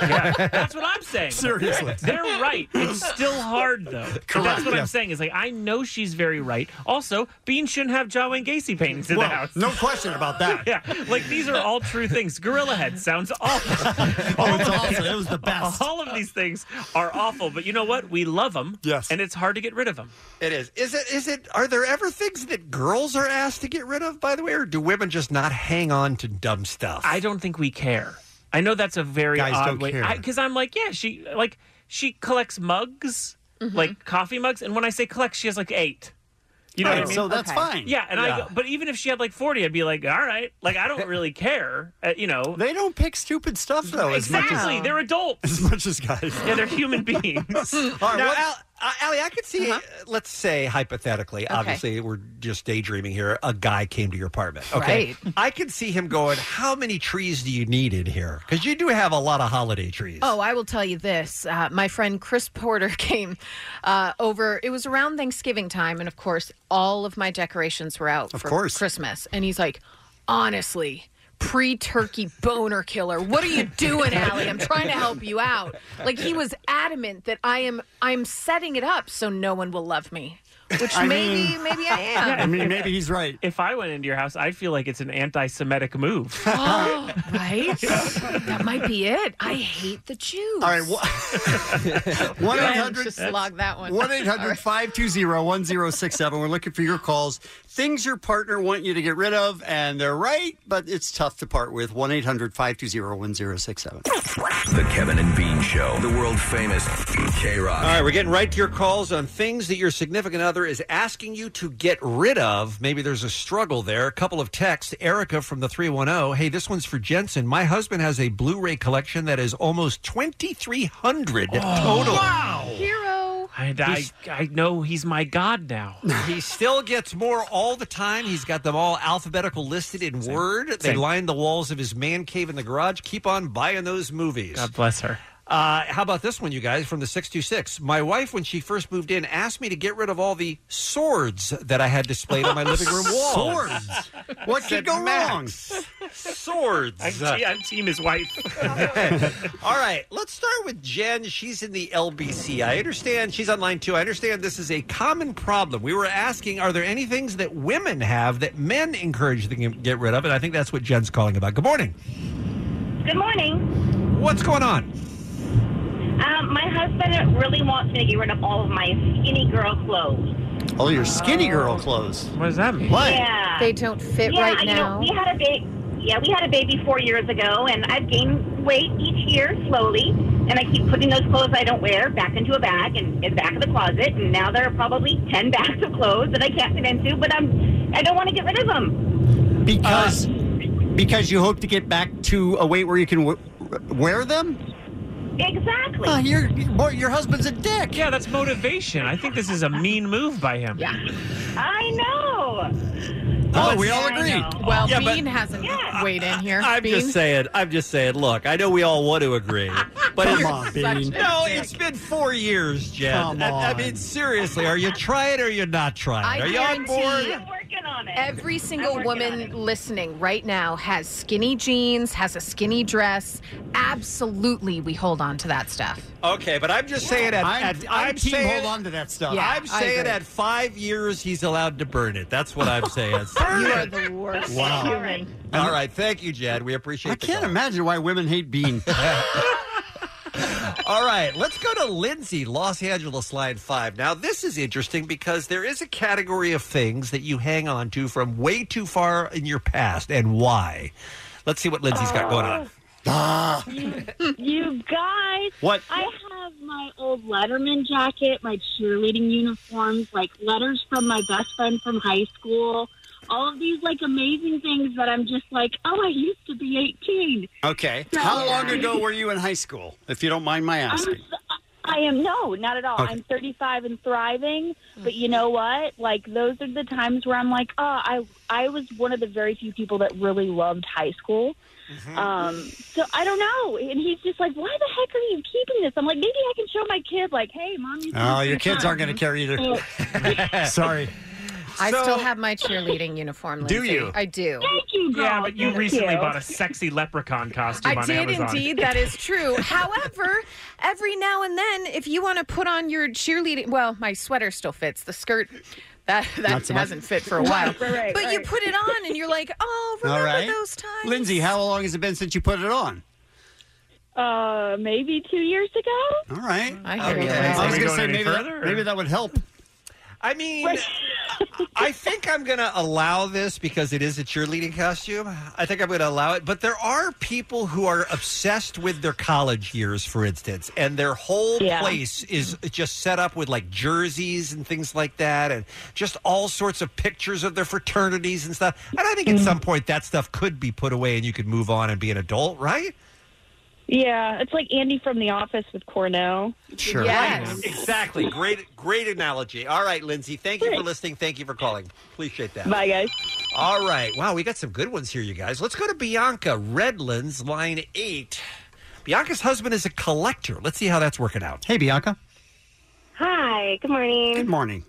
Speaker 17: That's what I'm saying.
Speaker 7: Seriously.
Speaker 17: They're right. It's still hard, though. But
Speaker 7: Correct,
Speaker 17: That's what
Speaker 7: yeah.
Speaker 17: I'm saying. Is like, I know she's very right. Also, Bean shouldn't have John Wayne Gacy paintings in
Speaker 7: Well,
Speaker 17: the house.
Speaker 7: No question about that.
Speaker 17: (laughs) Yeah, like these are all true things. Gorilla Head sounds
Speaker 7: (laughs)
Speaker 17: awful. all
Speaker 7: Oh, it's awesome. It was the best.
Speaker 17: All of these things are awful, but you know what? We love them. Yes. And it's hard to get rid of them.
Speaker 9: It is. Is it? Is it? Are there ever things that girls are asked to get rid of? By the way, or do women just not hang on to dumb stuff?
Speaker 17: I don't think we care. I know that's a very
Speaker 9: Guys
Speaker 17: odd
Speaker 9: don't
Speaker 17: way
Speaker 9: care.
Speaker 17: because I'm like, yeah, she like she collects mugs, like coffee mugs, and when I say collect, she has like eight. You know what I
Speaker 7: Right,
Speaker 17: mean?
Speaker 7: so that's Okay. fine.
Speaker 17: Yeah, and
Speaker 7: Yeah.
Speaker 17: I go, but even if she had like forty, I'd be like, all right, like
Speaker 7: (laughs)
Speaker 17: I don't really care. Uh, you know,
Speaker 7: They don't pick stupid stuff though. as much as-
Speaker 17: exactly. They're adults.
Speaker 7: (laughs) As much as guys.
Speaker 17: Yeah,
Speaker 7: (laughs)
Speaker 17: they're human beings.
Speaker 9: now, Al- uh, Allie, I could see.
Speaker 13: Uh-huh.
Speaker 9: uh, Let's say hypothetically. Obviously, we're just daydreaming here. A guy came to your apartment. Okay, I could see him going. How many trees do you need in here? Because you do have a lot of holiday trees.
Speaker 13: Oh, I will tell you this. Uh, my friend Chris Porter (laughs) came uh, over. It was around Thanksgiving time. And of course, all of my decorations were out
Speaker 7: Of
Speaker 13: for
Speaker 7: course.
Speaker 13: Christmas. And he's like, honestly, pre turkey boner killer. What are you doing, Allie? I'm trying to help you out. Like, he was adamant that I am I'm setting it up so no one will love me, which
Speaker 7: I
Speaker 13: maybe,
Speaker 7: mean-
Speaker 13: maybe
Speaker 7: (laughs)
Speaker 13: I am.
Speaker 7: I mean, maybe he's right.
Speaker 17: If I went into your house, I'd feel like it's an anti-Semitic
Speaker 7: (laughs)
Speaker 17: move.
Speaker 13: Oh, right? That might be it. I hate the Jews. All
Speaker 7: right. One eight hundred.
Speaker 13: Just log that one. (laughs)
Speaker 7: 1 800 520 1067. We're looking for your calls. Things your partner want you to get rid of, and they're right, but it's tough to part with. 1 800 520 1067.
Speaker 19: The Kevin and Bean Show, the world famous K Rock.
Speaker 9: All right, we're getting right to your calls on things that your significant other is asking you to get rid of. Maybe there's a struggle there. A couple of texts. Erica from the 310. Hey, this one's for Jensen. My husband has a Blu ray collection that is almost 2,300 total.
Speaker 13: Hero.
Speaker 17: I, I, I know he's my god now.
Speaker 9: He still gets more all the time. He's got them all alphabetical listed in Word. They
Speaker 17: Same.
Speaker 9: line the walls of his man cave in the garage. Keep on buying those movies.
Speaker 17: God bless her.
Speaker 9: Uh, how about this one, you guys, from the 626? My wife, when she first moved in, asked me to get rid of all the swords that I had displayed on my living (laughs)
Speaker 17: (laughs)
Speaker 9: room wall.
Speaker 7: Swords? What could go
Speaker 9: wrong? Swords.
Speaker 17: I'm, te- I'm team his wife.
Speaker 9: (laughs) all right, let's start with Jen. She's in the LBC. I understand she's online too. I understand this is a common problem. We were asking, are there any things that women have that men encourage them to get rid of? And I think that's what Jen's calling about. Good morning.
Speaker 25: Good morning.
Speaker 9: What's going on?
Speaker 25: Um, my husband really wants me to get rid of all of my skinny girl clothes.
Speaker 7: All your skinny girl clothes.
Speaker 17: What does that mean?
Speaker 7: What?
Speaker 25: Yeah.
Speaker 13: They don't fit
Speaker 25: yeah,
Speaker 13: right
Speaker 25: you
Speaker 13: now.
Speaker 25: Know, we had a baby. Yeah, we had a baby four years ago, and I've gained weight each year slowly. And I keep putting those clothes I don't wear back into a bag and, and back of the closet. And now there are probably ten (laughs) bags of clothes that I can't fit into, but I'm I don't want to get rid of them.
Speaker 7: Because because you hope to get back to a weight where you can w- wear them?
Speaker 33: Exactly.
Speaker 7: your Ah, your husband's a dick.
Speaker 17: Yeah, that's motivation. I think this is a mean move by him. Yeah.
Speaker 33: I know.
Speaker 17: Oh, we all agree.
Speaker 34: Well,
Speaker 9: Yeah, but-
Speaker 34: Bean hasn't weighed in here.
Speaker 9: I'm
Speaker 34: Bean.
Speaker 9: just saying. I'm just saying. Look, I know we all want to (laughs) agree, but
Speaker 34: Come
Speaker 9: it's-
Speaker 34: on, Bean.
Speaker 9: No, it's been four years, Jen.
Speaker 34: Come
Speaker 9: I- I,
Speaker 34: on.
Speaker 9: mean, seriously, are you trying or are you not trying?
Speaker 13: I
Speaker 9: are you on board?
Speaker 13: guarantee every single woman listening right now has skinny jeans, has a skinny dress. Absolutely, we hold on to that stuff.
Speaker 9: Okay, but I'm just saying. At,
Speaker 13: I'm-
Speaker 9: at,
Speaker 13: I'm
Speaker 9: I'm
Speaker 7: team
Speaker 9: saying,
Speaker 7: hold on to that stuff.
Speaker 13: Yeah,
Speaker 9: I'm
Speaker 13: I
Speaker 9: saying
Speaker 13: agree.
Speaker 9: at five years he's allowed to burn it. That's what I'm
Speaker 7: (laughs)
Speaker 9: saying.
Speaker 13: You are the worst
Speaker 9: Wow.
Speaker 13: human.
Speaker 9: All right, thank you, Jed. We appreciate.
Speaker 7: I can't imagine why women hate Bean.
Speaker 9: (laughs) All right, let's (laughs) go to Lindsay, Los Angeles, line five. Now, this is interesting because there is a category of things that you hang on to from way too far in your past and why. Let's see what Lindsay's got going on.
Speaker 7: Ah.
Speaker 26: you, (laughs) you guys.
Speaker 9: What?
Speaker 26: I have my old Letterman jacket, my cheerleading uniforms, like letters from my best friend from high school. All of these like amazing things that I'm just like, oh, I used to be 18.
Speaker 7: okay. How long ago were you in high school, if you don't mind my
Speaker 26: I'm,
Speaker 7: asking?
Speaker 26: I am no, not at all.
Speaker 7: Okay.
Speaker 26: I'm 35 and thriving, but you know what? Like those are the times where I'm like, oh, I I was one of the very few people that really loved high school.
Speaker 17: Mm-hmm.
Speaker 26: Um, so I don't know. And he's just like, why the heck are you keeping this? I'm like, maybe I can show my kid, like, hey, mom. You
Speaker 7: Oh, your kids aren't going to care
Speaker 26: So-
Speaker 7: either. (laughs) Sorry.
Speaker 13: I
Speaker 7: So-
Speaker 13: still have my cheerleading uniform.
Speaker 17: Do
Speaker 13: Lindsay.
Speaker 17: you?
Speaker 13: I do.
Speaker 26: Thank you.
Speaker 17: Yeah, but you recently bought a sexy leprechaun costume
Speaker 13: I
Speaker 17: on
Speaker 13: did
Speaker 17: Amazon. (laughs)
Speaker 13: indeed. That
Speaker 7: (laughs)
Speaker 13: is true. However, every now and then, if you want to put on your cheerleading, well, my sweater still fits. The skirt that that
Speaker 7: so much.
Speaker 13: hasn't fit for a while.
Speaker 7: Right, right, right,
Speaker 13: but you put it on, and you're like, oh,
Speaker 7: All
Speaker 13: remember
Speaker 7: right.
Speaker 13: those times?
Speaker 7: Lindsay, how long has it been since you put it on?
Speaker 26: Uh, maybe two years ago.
Speaker 7: All right.
Speaker 13: I
Speaker 26: hear you.
Speaker 7: I
Speaker 26: Are
Speaker 7: was
Speaker 26: we
Speaker 7: going to
Speaker 26: going
Speaker 7: say
Speaker 26: any
Speaker 7: maybe
Speaker 26: further,
Speaker 7: that,
Speaker 26: or-
Speaker 7: maybe that would help.
Speaker 9: I mean, I think I'm going to allow this because it is a cheerleading costume. I think I'm going to allow it. But there are people who are obsessed with their college years, for instance, and their whole
Speaker 26: Yeah.
Speaker 9: place is just set up with like jerseys and things like that, and just all sorts of pictures of their fraternities and stuff. And I think at some point that stuff could be put away and you could move on and be an adult, right?
Speaker 26: Yeah, it's like Andy from The Office with Cornell.
Speaker 9: Right. Exactly. Great, great analogy. All right, Lindsay. Thank you for listening. Thank you for calling. Appreciate that.
Speaker 26: Bye, guys.
Speaker 9: All right. Wow, we got some good ones here, you guys. Let's go to Bianca Redlands, line eight. Bianca's husband is a collector. Let's see how that's working out.
Speaker 7: Hey, Bianca.
Speaker 24: Hi, good morning.
Speaker 7: Good morning.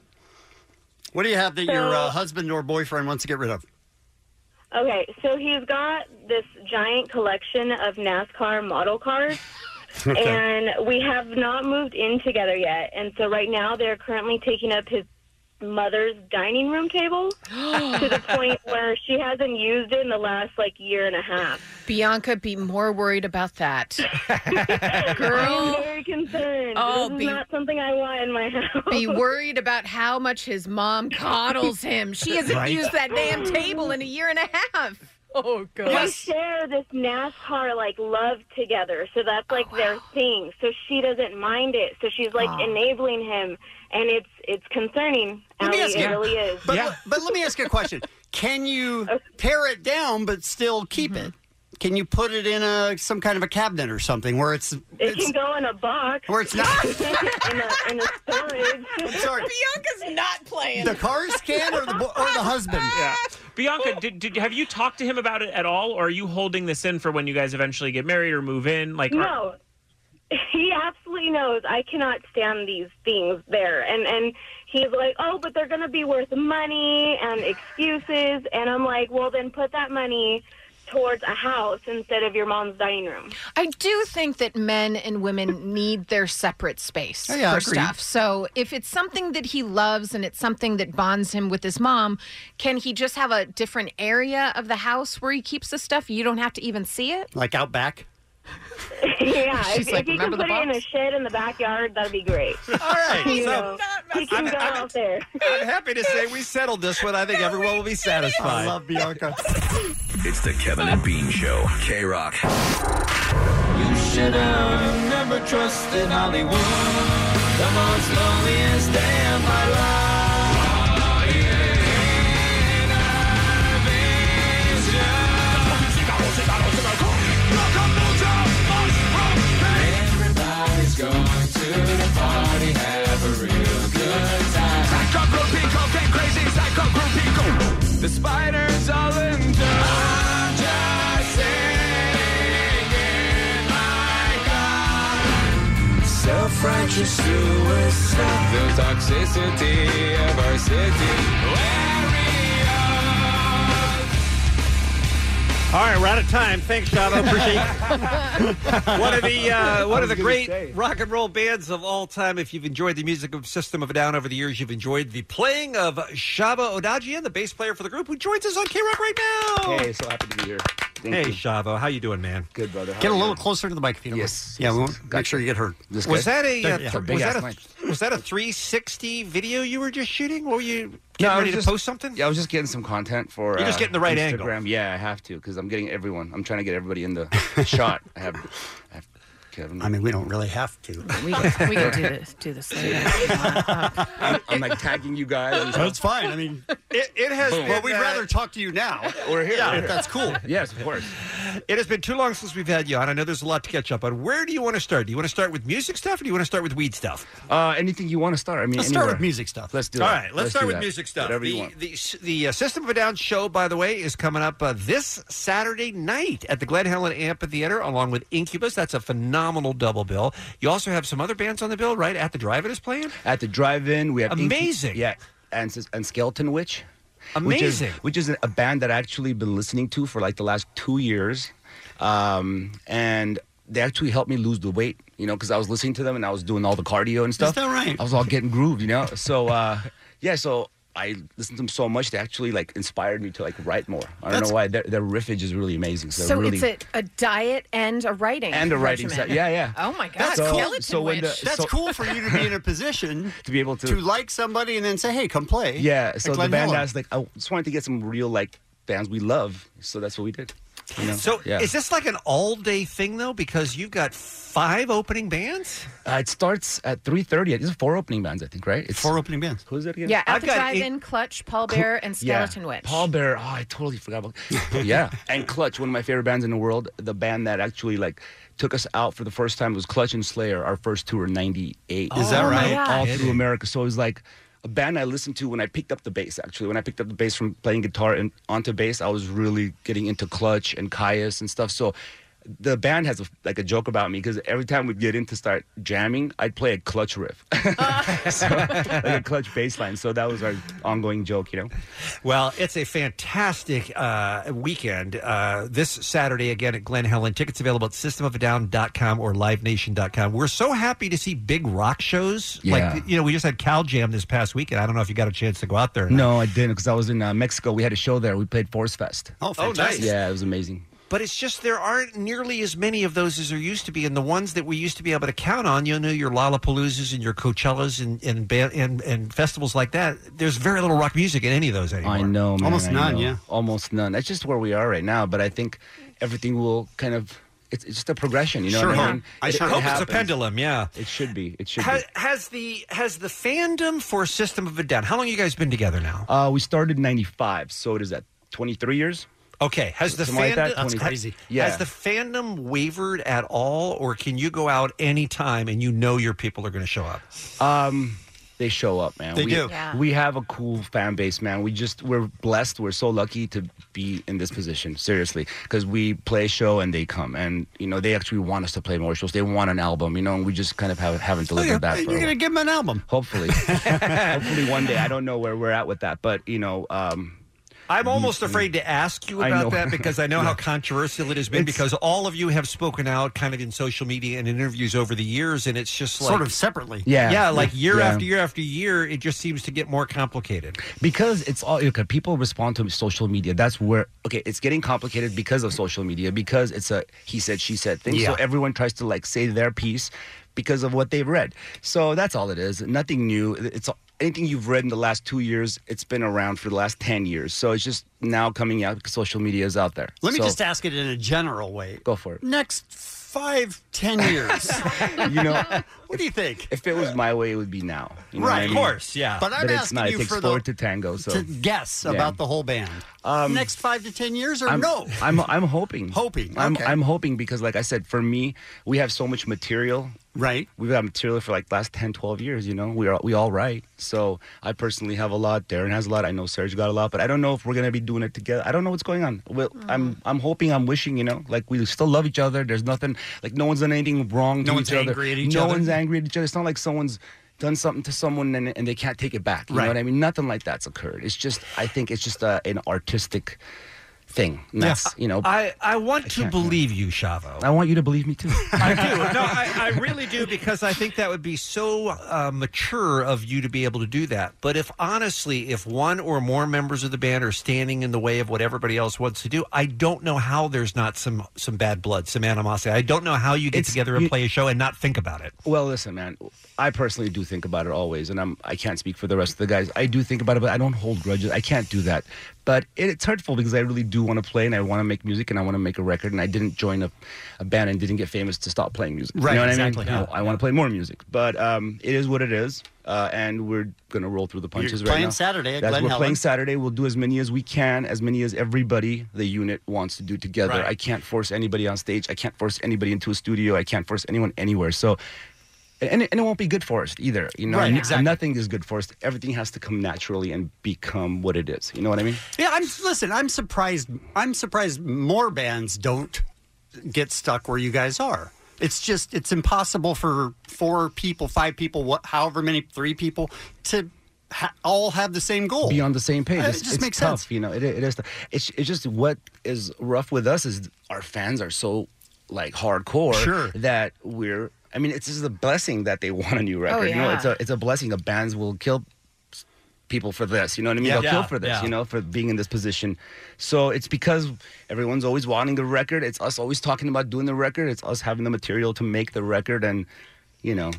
Speaker 7: What do you have that your
Speaker 24: So-
Speaker 7: uh, husband or boyfriend wants to get rid of?
Speaker 24: Okay, so he's got this giant collection of NASCAR model cars. And we have not moved in together yet. And so right now they're currently taking up his mother's dining room
Speaker 13: (gasps)
Speaker 24: table to the point where she hasn't used it in the last like year and a half.
Speaker 13: Bianca, be more worried
Speaker 7: (laughs)
Speaker 13: about that, girl.
Speaker 24: I'm very concerned.
Speaker 13: Oh,
Speaker 24: this is
Speaker 13: be-
Speaker 24: not something I want in my house.
Speaker 13: Be worried about how much his mom coddles him. She hasn't
Speaker 24: Right.
Speaker 13: used that damn table in a year and a
Speaker 7: (laughs)
Speaker 13: half. Oh God.
Speaker 24: They share this NASCAR like love together, so that's like
Speaker 13: Oh,
Speaker 24: their thing. So she doesn't mind it. So she's like
Speaker 7: Aw.
Speaker 24: enabling him, and it's it's concerning.
Speaker 7: Let
Speaker 24: Allie,
Speaker 7: me ask
Speaker 24: it
Speaker 7: you-
Speaker 24: really is.
Speaker 7: But, but let me ask you a question. Can you tear it down but still keep it? Can you put it in a some kind of a cabinet or something where it's
Speaker 24: It can go in a box.
Speaker 7: Where it's (laughs)
Speaker 24: (laughs)
Speaker 7: not-
Speaker 24: in a, in a storage.
Speaker 7: I'm sorry.
Speaker 13: Bianca's not playing.
Speaker 7: the cars can or the bo- or the husband?
Speaker 13: (laughs)
Speaker 17: Yeah. Bianca, did, did have you talked to him about it at all, or are you holding this in for when you guys eventually get married or move in? Like, are-
Speaker 24: no (laughs) he absolutely knows i cannot stand these things there and and he's like oh but they're going to be worth money
Speaker 13: (sighs)
Speaker 24: and excuses and i'm like well then put that money towards a house instead of your mom's dining room
Speaker 13: I do think that men
Speaker 24: (laughs)
Speaker 13: and women need their separate space
Speaker 24: Oh, yeah,
Speaker 13: for
Speaker 24: agreed.
Speaker 13: stuff. So if it's something that he loves and it's something that bonds him with his mom, can he just have a different area of the house where he keeps the stuff? You don't have to even see it.
Speaker 7: Like out back?
Speaker 24: (laughs) yeah
Speaker 13: (laughs) She's
Speaker 24: if,
Speaker 13: like,
Speaker 24: if you can
Speaker 13: "Remember the
Speaker 24: put it in a shed in the backyard that'd be great all
Speaker 9: right
Speaker 24: (laughs) you
Speaker 9: so-
Speaker 24: know, he can go out there
Speaker 9: I'm happy to say we settled this one. I think everyone will be satisfied. I love
Speaker 7: Bianca.
Speaker 19: It's the Kevin and Bean Show. K Rock.
Speaker 11: You should have never trusted Hollywood. The most loneliest day of my life.
Speaker 21: The spiders all endure. I'm just singing like a self-righteous suicide. The toxicity of our city.
Speaker 9: (laughs) All right, we're out of time. Thanks, Shavo. (laughs)
Speaker 11: (laughs)
Speaker 9: Appreciate one of the
Speaker 8: I
Speaker 9: uh, one of
Speaker 8: was
Speaker 9: the
Speaker 8: gonna
Speaker 9: great
Speaker 8: say.
Speaker 9: rock and roll bands of all time. If you've enjoyed the music of System of a Down over the years, you've enjoyed the playing of Shava Odagian, the bass player for the group, who joins us on K Rock right now.
Speaker 23: Hey, so happy to be here. Thank
Speaker 9: hey,
Speaker 23: you.
Speaker 9: Shavo, how you doing, man?
Speaker 23: Good, brother. How
Speaker 7: Get a
Speaker 23: are you?
Speaker 7: little closer to the mic if you don't yes. Yeah, we won't make sure you get hurt.
Speaker 23: This
Speaker 9: Was that a
Speaker 23: (laughs)
Speaker 9: uh,
Speaker 7: Yeah.
Speaker 9: th- was, that a, was that a 360 video you were just shooting? What were you getting
Speaker 23: No, I was
Speaker 9: ready
Speaker 23: just-
Speaker 9: to post something?
Speaker 23: Yeah, I was just getting some content for.
Speaker 9: You're just
Speaker 23: uh,
Speaker 9: getting the right
Speaker 23: Instagram. Yeah, I have to because I'm getting everyone. I'm trying to get everybody in the (laughs) shot. I have, I have Kevin.
Speaker 7: I mean, we don't really have to.
Speaker 13: We can, we can do this. Do this later.
Speaker 23: (laughs) I'm, I'm like tagging you guys. And
Speaker 7: That's fine. I mean,
Speaker 9: it, it has.
Speaker 23: Boom.
Speaker 7: Well, we'd
Speaker 9: uh,
Speaker 7: rather talk to you now.
Speaker 23: (laughs) We're here.
Speaker 7: Yeah,
Speaker 23: we're here.
Speaker 7: if that's cool.
Speaker 23: (laughs) Yes, of course.
Speaker 9: It has been too long since we've had you on. I know there's a lot to catch up on. Where do you want to start? Do you want to start with music stuff or do you want to start with weed stuff?
Speaker 23: Uh, anything you want to start? I mean,
Speaker 9: Let's start
Speaker 23: anywhere.
Speaker 9: with music stuff.
Speaker 23: Let's do it.
Speaker 9: All right, let's, start
Speaker 23: do
Speaker 9: with
Speaker 23: that.
Speaker 9: music stuff.
Speaker 23: Whatever
Speaker 9: the,
Speaker 23: you want.
Speaker 9: The, the uh, System of a Down show, by the way, is coming up uh, this Saturday night at the Glen Helen Amphitheater, along with Incubus. That's a phenomenal double bill. You also have some other bands on the bill, right? At the Drive-In is playing.
Speaker 23: At the drive-in, we have Inky-
Speaker 9: Amazing.
Speaker 23: yeah, and and Skeleton Witch.
Speaker 9: Amazing.
Speaker 23: Which is, which is a band that I actually been listening to for like the last two years, um, and they actually helped me lose the weight. You know, because I was listening to them and I was doing all the cardio and stuff.
Speaker 7: that right?
Speaker 23: I was all getting grooved. You know, so uh, yeah, so. I listened to them so much; they actually like inspired me to like write more. I don't
Speaker 13: That's-
Speaker 23: know why. Their, their riffage is really amazing. So, they're
Speaker 13: So
Speaker 23: really,
Speaker 13: it's a, a diet and a writing
Speaker 23: And a writing
Speaker 13: regimen.
Speaker 23: set. Yeah, yeah.
Speaker 13: Oh my god,
Speaker 7: That's
Speaker 13: skeleton
Speaker 7: cool.
Speaker 13: witch.
Speaker 7: that's (laughs) cool for you to be in a position
Speaker 23: to be able (laughs) to
Speaker 7: to like somebody and then say, "Hey, come play."
Speaker 23: Yeah,
Speaker 7: at
Speaker 23: so the
Speaker 7: Glen
Speaker 23: band
Speaker 7: Helen.
Speaker 23: asked like I just wanted to get some real like bands we love, so that's what we did. you know?
Speaker 9: So
Speaker 23: yeah.
Speaker 9: is this like an all-day thing though? Because you've got five opening bands.
Speaker 23: Uh, it starts at three thirty. It's four opening bands, I think, right? It's
Speaker 7: four opening bands.
Speaker 23: Who's that again?
Speaker 13: Yeah, at the drive-in, Clutch, Paul Bear, and Skeleton
Speaker 23: yeah.
Speaker 13: Witch.
Speaker 23: Paul Bear. Oh, I totally forgot about. yeah, (laughs) and Clutch, one of my favorite bands in the world. The band that actually like took us out for the first time was Clutch and Slayer. Our first tour in '98.
Speaker 7: Is that Oh, my right? God.
Speaker 23: All through America. So it was like a band I listened to when I picked up the bass. Actually, when I picked up the bass from playing guitar and onto bass, I was really getting into Clutch and Caius and stuff. So. The band has a, like a joke about me because every time we'd get in to start jamming, I'd play a clutch riff, (laughs) so, like a clutch bass line. So that was our ongoing joke, you know.
Speaker 9: Well, it's a fantastic uh, weekend uh, this Saturday again at Glen Helen. Tickets available at systemofadown.com or livenation.com. We're so happy to see big rock shows.
Speaker 23: Yeah.
Speaker 9: Like, you know, we just had Cal Jam this past weekend. I don't know if you got a chance to go out there. or not.
Speaker 23: No, I didn't because I was in uh, Mexico. We had a show there. We played Force Fest.
Speaker 9: Oh, fantastic. nice.
Speaker 23: Yeah, it was amazing.
Speaker 9: But it's just there aren't nearly as many of those as there used to be, and the ones that we used to be able to count on, you know, your Lollapaloozas and your Coachellas and and ba- and, and festivals like that. There's very little rock music in any of those anymore.
Speaker 23: I know, man.
Speaker 9: Almost
Speaker 23: I
Speaker 9: none,
Speaker 23: know.
Speaker 9: yeah.
Speaker 23: Almost none. That's just where we are right now. But I think everything will kind of, it's, it's just a progression, you know
Speaker 9: Sure
Speaker 23: what I
Speaker 9: hope.
Speaker 23: mean?
Speaker 9: I
Speaker 23: It-
Speaker 9: sure
Speaker 23: it
Speaker 9: hope it's a
Speaker 23: happens.
Speaker 9: pendulum, yeah.
Speaker 23: It should be. It should
Speaker 9: Ha-
Speaker 23: be.
Speaker 9: has the has the fandom for System of a Down? How long you guys been together now?
Speaker 23: Uh, we started in 95, so it is at 23 years.
Speaker 9: Okay, has the
Speaker 23: Something like
Speaker 9: fandom
Speaker 23: that, 23. Yeah.
Speaker 9: Has the fandom wavered at all, or can you go out anytime and you know your people are going to show up?
Speaker 23: Um, they show up, man.
Speaker 9: They
Speaker 23: we,
Speaker 9: do. Yeah.
Speaker 23: We have a cool fan base, man. We just we're blessed. We're so lucky to be in this position, seriously, because we play a show and they come, and you know they actually want us to play more shows. They want an album, you know, and we just kind of have, haven't
Speaker 9: Oh,
Speaker 23: delivered that. For a
Speaker 7: Oh, You're
Speaker 9: (laughs)
Speaker 23: (laughs) while.
Speaker 7: gonna give them an album.
Speaker 23: Hopefully, hopefully one day. I don't know where we're at with that, but you know, um,
Speaker 9: I'm almost afraid to ask you
Speaker 23: I
Speaker 9: about
Speaker 23: know.
Speaker 9: that because (laughs) I know how
Speaker 23: Yeah.
Speaker 9: controversial it has been.
Speaker 23: It's-
Speaker 9: because all of you have spoken out, kind of in social media and interviews over the years, and it's just like
Speaker 7: Sort of separately.
Speaker 23: Yeah.
Speaker 9: yeah, like year
Speaker 23: Yeah.
Speaker 9: after year after year, it just seems to get more complicated.
Speaker 23: because it's all okay, people respond to social media. That's where okay, it's getting complicated because of social media because it's a he said she said thing. So
Speaker 9: Yeah.
Speaker 23: everyone tries to like say their piece because of what they've read. So that's all it is. Nothing new. It's anything you've read in the last 2 years, it's been around for the last 10 years. So it's just now coming out because social media is out there.
Speaker 7: (laughs) Let me
Speaker 23: So-
Speaker 7: just ask it in a general way.
Speaker 23: Go for it.
Speaker 7: Next five, ten years,
Speaker 23: you know,
Speaker 7: What do you think?
Speaker 23: If it was my way, it would be now. You know
Speaker 7: Right,
Speaker 23: what I
Speaker 7: of
Speaker 23: mean?
Speaker 7: course, yeah. But
Speaker 23: But,
Speaker 7: I'm
Speaker 23: it's
Speaker 7: asking
Speaker 23: not.
Speaker 7: you
Speaker 23: it takes
Speaker 7: for the-
Speaker 23: four to tango. (laughs) So
Speaker 7: to guess
Speaker 23: Yeah. Um,
Speaker 7: about the whole band.
Speaker 9: Um,
Speaker 7: Next five to ten years, or
Speaker 23: I'm,
Speaker 7: no?
Speaker 23: I'm I'm hoping.
Speaker 7: Hoping,
Speaker 23: I'm
Speaker 7: okay.
Speaker 23: I'm hoping because like I said, for me, we have so much material.
Speaker 7: Right.
Speaker 23: We've got material for like last 10, 12 years, you know. We are we all write. So I personally have a lot. Darren has a lot. I know Serge got a lot, but I don't know if we're gonna be doing it together. I don't know what's going on. Well I'm I'm hoping, I'm wishing, you know, like we still love each other. There's nothing like no one's done anything wrong to
Speaker 7: No
Speaker 23: each
Speaker 7: one's
Speaker 23: other.
Speaker 7: angry at each
Speaker 23: no
Speaker 7: other?
Speaker 23: one's angry at each other. It's not like someone's done something to someone and, and they can't take it back. You
Speaker 7: Right.
Speaker 23: know what I mean? Nothing like that's occurred. It's just I think it's just uh, an artistic thing. And
Speaker 9: Yeah.
Speaker 23: That's you know
Speaker 9: I, I want to believe you, Shavo.
Speaker 23: I want you to believe me too. (laughs)
Speaker 9: I do. No, I, I really do because I think that would be so uh, mature of you to be able to do that. But if honestly, if one or more members of the band are standing in the way of what everybody else wants to do, I don't know how there's not some some bad blood, some animosity. I don't know how you get together and
Speaker 23: you-
Speaker 9: play a show and not think about it.
Speaker 23: Well, listen, man. I personally do think about it always, and I'm I can't speak for the rest of the guys. I do think about it, but I don't hold grudges. I can't do that. But it, it's hurtful because I really do want to play, and I want to make music, and I want to make a record, and I didn't join a, a band and didn't get famous to stop playing music.
Speaker 7: Right,
Speaker 23: You know what
Speaker 7: exactly.
Speaker 23: I mean?
Speaker 7: Yeah.
Speaker 23: I, want to play more music, but um, it is what it is, uh, and we're gonna roll through the punches right
Speaker 7: playing
Speaker 23: now.
Speaker 7: Saturday at
Speaker 23: That's-
Speaker 7: Glen
Speaker 23: we're
Speaker 7: Helen.
Speaker 23: playing Saturday. We'll do as many as we can, as many as everybody the unit wants to do together.
Speaker 7: Right.
Speaker 23: I can't force anybody on stage. I can't force anybody into a studio. I can't force anyone anywhere. So, and it, and it won't be good for us either. You know,
Speaker 7: Right,
Speaker 23: And
Speaker 7: exactly.
Speaker 23: nothing is good for us. Everything has to come naturally and become what it is. You know what I mean?
Speaker 7: Yeah, I'm listen. I'm surprised. I'm surprised more bands don't get stuck where you guys are. It's just it's impossible for four people, five people, what, however many, three people to ha- all have the same goal.
Speaker 23: Be on the same page.
Speaker 7: Uh, It
Speaker 23: It's-
Speaker 7: just
Speaker 23: it's
Speaker 7: makes
Speaker 23: tough,
Speaker 7: sense.
Speaker 23: You know, it, it is. tough. It's it's just what is rough with us is our fans are so like hardcore
Speaker 7: Sure.
Speaker 23: that we're. I mean, it's just a blessing that they (laughs) want a new record. You know,
Speaker 7: yeah.
Speaker 23: it's a it's a blessing. The bands will kill people for this. You know what I mean?
Speaker 7: Yeah.
Speaker 23: They'll kill
Speaker 7: Yeah,
Speaker 23: for this.
Speaker 7: yeah.
Speaker 23: You know, for being in this position. So it's because everyone's always wanting a record. It's us always talking about doing the record. It's us having the material to make the record, and you know,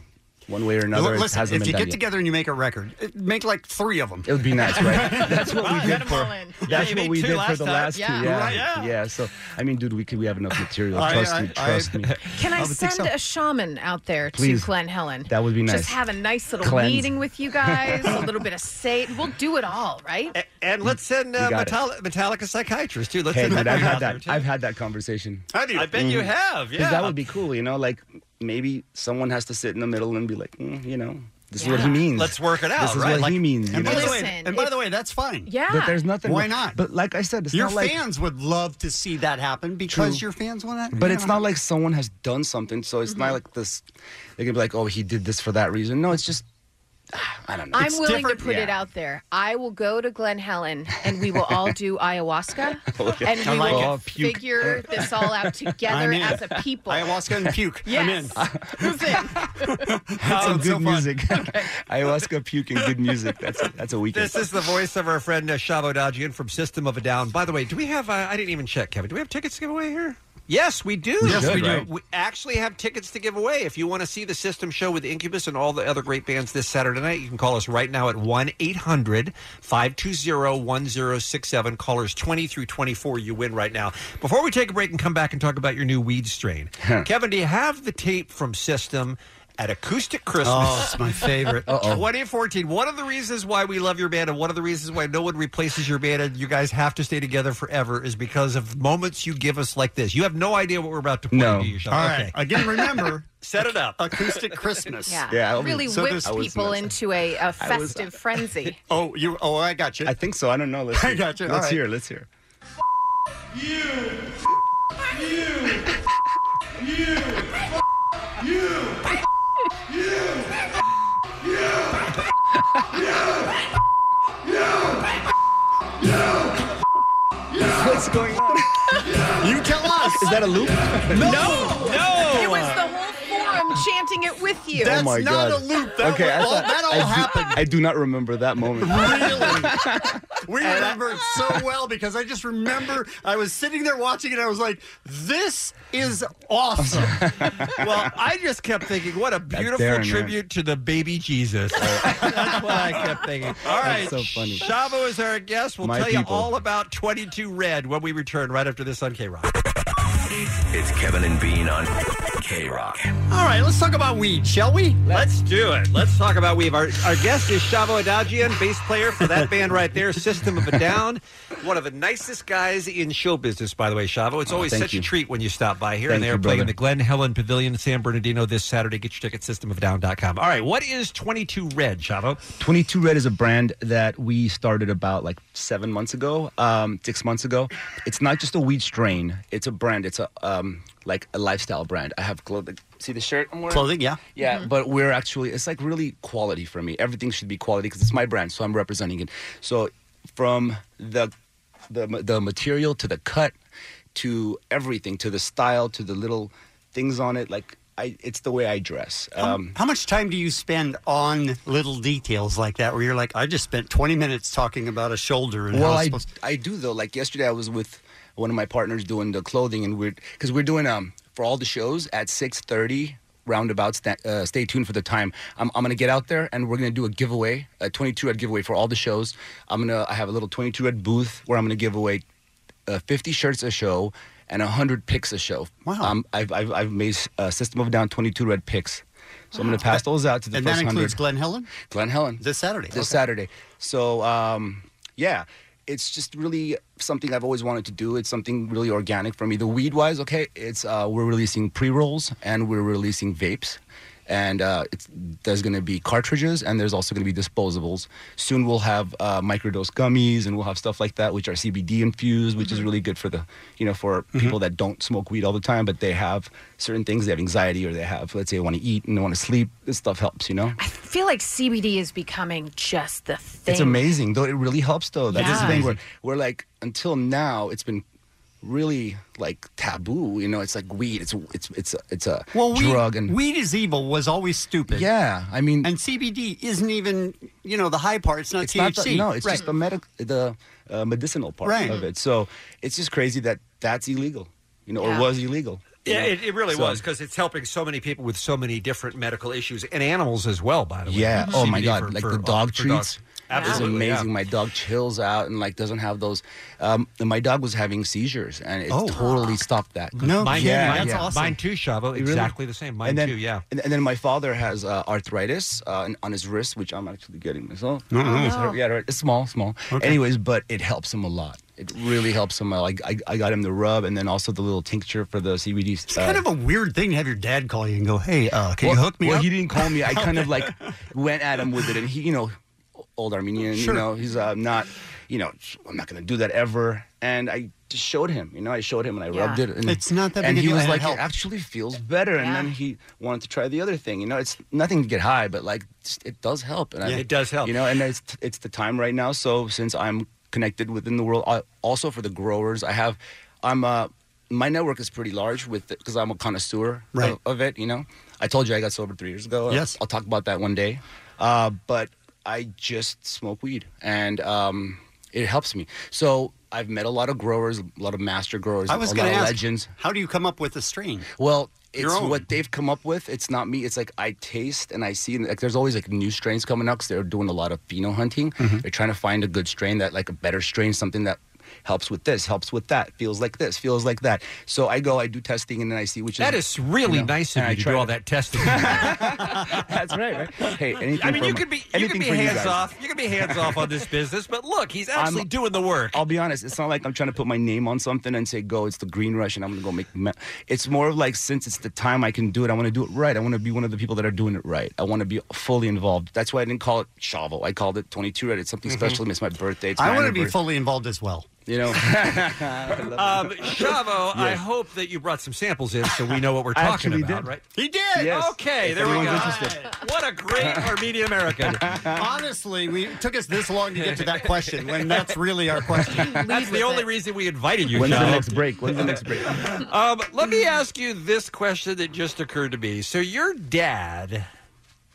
Speaker 23: one way or another,
Speaker 7: L-
Speaker 23: it
Speaker 7: listen,
Speaker 23: hasn't
Speaker 7: if
Speaker 23: been
Speaker 7: you
Speaker 23: done
Speaker 7: get
Speaker 23: yet.
Speaker 7: together and you make a record, it- make like three of them.
Speaker 23: It would be nice,
Speaker 7: (laughs)
Speaker 23: right? That's what we did
Speaker 7: Get 'em all
Speaker 23: for.
Speaker 7: in. Yeah,
Speaker 23: That's
Speaker 7: you
Speaker 23: what
Speaker 7: made
Speaker 23: we
Speaker 7: two
Speaker 23: did for
Speaker 7: last
Speaker 23: the
Speaker 7: time.
Speaker 23: last
Speaker 7: Yeah.
Speaker 23: two. Yeah.
Speaker 7: Right. Yeah.
Speaker 23: yeah, So I mean, dude, we could, we have enough material.
Speaker 7: I-
Speaker 23: Trust
Speaker 7: I-
Speaker 23: me. Trust
Speaker 7: (laughs)
Speaker 23: me.
Speaker 13: Can I,
Speaker 23: would think
Speaker 13: send
Speaker 23: so.
Speaker 13: a shaman out there
Speaker 23: Please.
Speaker 13: to Glen Helen?
Speaker 23: That would be nice.
Speaker 13: Just have a nice little
Speaker 23: Cleanse.
Speaker 13: meeting with you guys,
Speaker 23: (laughs)
Speaker 13: a little bit of sate. We'll do it all, right?
Speaker 9: And let's send
Speaker 23: You
Speaker 9: uh,
Speaker 23: got it.
Speaker 9: Metallica, Metallica psychiatrist too. Let's
Speaker 23: Hey,
Speaker 9: send
Speaker 23: dude,
Speaker 9: that
Speaker 23: I've
Speaker 9: guy
Speaker 23: had
Speaker 9: out there,
Speaker 23: that. I've had that conversation. Mm-hmm.
Speaker 9: Have you? I bet you have,
Speaker 23: 'Cause
Speaker 9: yeah.
Speaker 23: that would be cool. You know, like maybe someone has to sit in the middle and be like, mm, you know, this is what
Speaker 7: Yeah.
Speaker 23: he means.
Speaker 7: Let's work it
Speaker 23: This
Speaker 7: out,
Speaker 23: is
Speaker 7: right?
Speaker 23: what he
Speaker 7: Like-
Speaker 23: means. you
Speaker 7: And by,
Speaker 23: know?
Speaker 7: the way, and by the way, that's fine.
Speaker 23: But there's nothing.
Speaker 7: Why not?
Speaker 23: But like I said, it's
Speaker 7: your
Speaker 23: not like
Speaker 7: fans would love to see that happen because
Speaker 23: True.
Speaker 7: your fans want to.
Speaker 23: But it's not like someone has done something, so it's
Speaker 7: Mm-hmm.
Speaker 23: not like this. They can be like, "Oh, he did this for that reason." No, it's just (sighs) I don't know.
Speaker 13: I'm
Speaker 23: It's
Speaker 13: willing to
Speaker 23: different-
Speaker 13: put it
Speaker 23: Yeah.
Speaker 13: out there. I will go to Glen Helen and we will all do
Speaker 23: (laughs)
Speaker 13: ayahuasca and
Speaker 23: I
Speaker 13: we
Speaker 23: like
Speaker 13: will
Speaker 23: it. Puke.
Speaker 13: figure this all out
Speaker 7: (laughs)
Speaker 13: together
Speaker 7: I'm in.
Speaker 13: as a people.
Speaker 7: Ayahuasca and puke. I'm in.
Speaker 13: Yes.
Speaker 23: (laughs)
Speaker 13: Who's in?
Speaker 23: That's some good music. (laughs) Ayahuasca puke and good music. That's a, that's a weekend.
Speaker 9: This is the voice of our friend uh, Shavo Dajian from System of a Down. By the way, do we have? Uh, I didn't even check, Kevin. Do we have tickets to give away here? Yes, we do.
Speaker 7: We Yes, should, we do. right?
Speaker 9: We actually have tickets to give away. If you want to see the System show with Incubus and all the other great bands this Saturday night, you can call us right now at 1 800 520 1067. Callers 20 through 24. You win right now. Before we take a break and come back and talk about your new
Speaker 7: (laughs)
Speaker 9: weed strain, Kevin, do you have the tape from System at Acoustic Christmas?
Speaker 7: Oh, it's my
Speaker 9: (laughs)
Speaker 7: favorite. Uh-oh.
Speaker 9: 2014. One of the reasons why we love your band and one of the reasons why no one replaces your band and you guys have to stay together forever is because of moments you give us like this. You have no idea what we're about to play
Speaker 23: No.
Speaker 9: to you, Sean.
Speaker 23: All right.
Speaker 7: Again, remember,
Speaker 9: (laughs) set it up.
Speaker 7: Acoustic Christmas.
Speaker 13: Yeah. really (laughs) whips people into a, a
Speaker 23: (laughs)
Speaker 13: festive frenzy.
Speaker 7: Oh, you. Oh, I got you. I
Speaker 23: think so. I don't know.
Speaker 7: (laughs)
Speaker 23: Let's
Speaker 7: I got you.
Speaker 23: Let's
Speaker 7: All right.
Speaker 23: hear. Let's hear. What's going on?
Speaker 7: you tell us.
Speaker 23: Is that a loop? No.
Speaker 13: It was the whole forum chanting it with you.
Speaker 23: oh my God. okay, I thought- I do- I do not remember that moment. (laughs)
Speaker 13: (laughs)
Speaker 7: We remember it so well because I just remember I was sitting there watching it. And I was like, "This is
Speaker 23: (laughs)
Speaker 7: awesome."
Speaker 9: well, I just kept thinking, what a beautiful
Speaker 7: Darren, man.
Speaker 9: tribute to the baby Jesus. That's what I kept thinking. All right.
Speaker 23: That's so funny.
Speaker 9: Shavo is our guest. We'll
Speaker 23: My
Speaker 9: tell you
Speaker 23: people.
Speaker 9: all about 22 Red when we return right after this on K Rock.
Speaker 19: It's Kevin and Bean on K Rock.
Speaker 7: All right, let's talk about weed, shall we?
Speaker 9: Let's do it. Let's talk about Weave. Our, our guest is Shavo Adagian, bass player for (laughs) that band right there, System of a Down. One of the nicest guys in show business, by the way, Shavo. It's
Speaker 23: Oh,
Speaker 9: always
Speaker 23: thank
Speaker 9: such
Speaker 23: you.
Speaker 9: a treat when you stop by here.
Speaker 23: Thank
Speaker 9: and they
Speaker 23: you,
Speaker 9: are playing
Speaker 23: brother.
Speaker 9: the Glen Helen Pavilion in San Bernardino this Saturday. Get your tickets, systemofadown.com. All right, what is 22 Red, Shavo?
Speaker 23: 22 Red is a brand that we started about like seven months ago, um, six months ago. It's not just a weed strain; it's a brand. It's a um, like a lifestyle brand. I have clothing. See the shirt I'm wearing.
Speaker 7: Clothing, yeah,
Speaker 23: yeah. But we're actually it's like really quality for me. Everything should be quality because it's my brand, so I'm representing it. So from the the the material to the cut to everything to the style to the little things on it, like I it's the way I dress. Um,
Speaker 7: How, how much time do you spend on little details like that where you're like, I just spent 20 minutes talking about a shoulder and
Speaker 23: well,
Speaker 7: how it's
Speaker 23: I,
Speaker 7: supposed
Speaker 23: I do though. Like yesterday, I was with one of my partners doing the clothing, and we're because we're doing um for all the shows at six thirty roundabouts. That, uh, stay tuned for the time. I'm, I'm gonna get out there, and we're gonna do a giveaway, a twenty two red giveaway for all the shows. I'm gonna I have a little twenty two red booth where I'm gonna give away uh, 50 shirts a show and 100 picks a show. Wow. Um, I've, I've, I've made uh, System of a Down 22 red picks. So I'm going to pass those out to the
Speaker 7: and
Speaker 23: first
Speaker 7: that
Speaker 23: 100.
Speaker 7: includes Glen Helen.
Speaker 23: Glen Helen.
Speaker 7: This Saturday.
Speaker 23: This Saturday. So, um, yeah, it's just really something I've always wanted to do. It's something really organic for me. The weed wise, okay, it's uh, we're releasing pre rolls and we're releasing vapes. And uh, it's, there's going to be cartridges, and there's also going to be disposables. Soon we'll have uh, microdose gummies, and we'll have stuff like that, which are CBD infused, which
Speaker 7: Mm-hmm.
Speaker 23: is really good for the, you know, for people that don't smoke weed all the time, but they have certain things. They have anxiety, or they have, let's say, want to eat and want to sleep. This stuff helps, you know.
Speaker 13: I feel like CBD is becoming just the thing.
Speaker 23: It's amazing, though. It really helps, though. That's
Speaker 13: Yeah.
Speaker 23: the thing. Where, where, like, until now, it's been really like taboo. You know, it's like weed. It's it's it's a- it's a
Speaker 7: Well, weed,
Speaker 23: drug and
Speaker 7: weed is evil was always stupid.
Speaker 23: Yeah, I mean,
Speaker 7: and CBD isn't even you know the high part. It's not
Speaker 23: it's
Speaker 7: THC.
Speaker 23: not the, no, it's
Speaker 7: Right.
Speaker 23: just the medic the uh, medicinal part
Speaker 7: Right.
Speaker 23: of it. So it's just crazy that that's illegal. You know,
Speaker 9: Yeah.
Speaker 23: or was illegal. you
Speaker 9: Yeah,
Speaker 23: know?
Speaker 9: it, it really
Speaker 23: So-
Speaker 9: was because it's helping so many people with so many different medical issues and animals as well, by the way. Mm-hmm.
Speaker 23: Yeah. Oh my
Speaker 9: CBD
Speaker 23: god,
Speaker 9: for-
Speaker 23: like
Speaker 9: for-
Speaker 23: the dog
Speaker 9: for
Speaker 23: treats.
Speaker 9: dogs. Absolutely.
Speaker 23: It's amazing.
Speaker 9: yeah.
Speaker 23: (laughs) My dog chills out and like doesn't have those. Um, and my dog was having seizures, and it
Speaker 7: Oh,
Speaker 23: totally stopped that.
Speaker 9: mine, mine, Mine too, Shavo.
Speaker 23: It really-
Speaker 9: Exactly the same. Mine
Speaker 23: and then,
Speaker 9: too. Yeah.
Speaker 23: And, and then my father has uh, arthritis uh, on- on his wrist, which I'm actually getting myself.
Speaker 9: No, Oh, no, no.
Speaker 23: So, Yeah, right. It's small, small. Anyways, but it helps him a lot. It really helps him. Like I, I got him the rub, and then also the little tincture for the CBD.
Speaker 7: It's kind of a weird thing to have your dad call you and go, "Hey, uh, can you hook me
Speaker 23: well,
Speaker 7: up?"
Speaker 23: he didn't
Speaker 7: (laughs)
Speaker 23: call me. I kind of like went at him with it, and he, you know, old Armenian,
Speaker 7: Sure.
Speaker 23: you know, he's uh, not, you know, I'm not going to do that ever. And I just showed him, you know, I showed him and I
Speaker 7: Yeah.
Speaker 23: rubbed it. And,
Speaker 7: It's not that
Speaker 23: And
Speaker 7: big a
Speaker 23: he
Speaker 7: deal.
Speaker 23: was
Speaker 7: It
Speaker 23: like,
Speaker 7: helped.
Speaker 23: it actually feels better. And
Speaker 7: Yeah.
Speaker 23: then he wanted to try the other thing. You know, it's nothing to get high, but like just- it does help. And
Speaker 9: Yeah, it does help.
Speaker 23: You know, and it's it's the time right now. So since I'm connected within the world, I, also for the growers, I have, I'm uh, my network is pretty large with because I'm a connoisseur
Speaker 7: Right.
Speaker 23: of, of it. You know, I told you I got sober three years ago.
Speaker 7: Yes.
Speaker 23: I'll talk about that one day. Uh, but I just smoke weed and um, it helps me. So I've met a lot of growers, a lot of master growers,
Speaker 7: I was
Speaker 23: a
Speaker 7: going
Speaker 23: lot
Speaker 7: to
Speaker 23: of
Speaker 7: ask,
Speaker 23: legends.
Speaker 7: how do you come up with a strain?
Speaker 23: Well,
Speaker 7: Your
Speaker 23: it's
Speaker 7: own.
Speaker 23: what they've come up with. It's not me. It's like I taste and I see. And like, there's always like new strains coming out because they're doing a lot of pheno hunting.
Speaker 9: Mm-hmm.
Speaker 23: They're trying to find a good strain that like a better strain, something that helps with this, helps with that, feels like this, feels like that. So I go, I do testing, and then I see which
Speaker 9: That
Speaker 23: is
Speaker 9: is really
Speaker 23: you know,
Speaker 9: nice of
Speaker 23: and I
Speaker 9: you to
Speaker 23: try
Speaker 9: do all
Speaker 23: to-
Speaker 9: that testing.
Speaker 23: (laughs) That's right, right? Hey, anything
Speaker 9: I mean,
Speaker 23: for
Speaker 9: you
Speaker 23: my-
Speaker 9: could be you
Speaker 23: anything
Speaker 9: could be
Speaker 23: for you
Speaker 9: hands
Speaker 23: guys.
Speaker 9: off. You could be hands off on this business, but look, he's actually
Speaker 23: (laughs) I'm-
Speaker 9: doing the work.
Speaker 23: I'll be honest. It's not like I'm trying to put my name on something and say, "Go, it's the Green Rush," and I'm gonna go make. Me-. It's more of like since it's the time I can do it, I want to do it right. I want to be one of the people that are doing it right. I want to be fully involved. That's why I didn't call it Shovel. I called it 22 Red. It's something
Speaker 7: Mhm.
Speaker 9: Mm-hmm.
Speaker 23: special. It's my birthday. It's
Speaker 7: I
Speaker 23: my
Speaker 7: want to be
Speaker 23: anniversary.
Speaker 7: fully involved as
Speaker 23: (laughs)
Speaker 7: well.
Speaker 23: You
Speaker 7: (laughs)
Speaker 23: know.
Speaker 9: Um, Shavo, I
Speaker 23: Yes.
Speaker 9: hope that you brought some samples in so we know what we're
Speaker 23: I
Speaker 9: talking
Speaker 23: actually
Speaker 9: about,
Speaker 23: did.
Speaker 9: right?
Speaker 7: He did.
Speaker 23: Yes.
Speaker 9: Okay,
Speaker 23: If
Speaker 9: there we go.
Speaker 23: anyone's interested.
Speaker 7: (laughs)
Speaker 9: What a great Armenian
Speaker 23: (laughs)
Speaker 9: American.
Speaker 7: Honestly, we it took us this long to get to that question when that's really our question.
Speaker 9: That's the only reason we invited you.
Speaker 23: When's the
Speaker 9: Shavo.
Speaker 23: next break? When's the next break?
Speaker 9: Um, let me ask you this question that just occurred to me. So your dad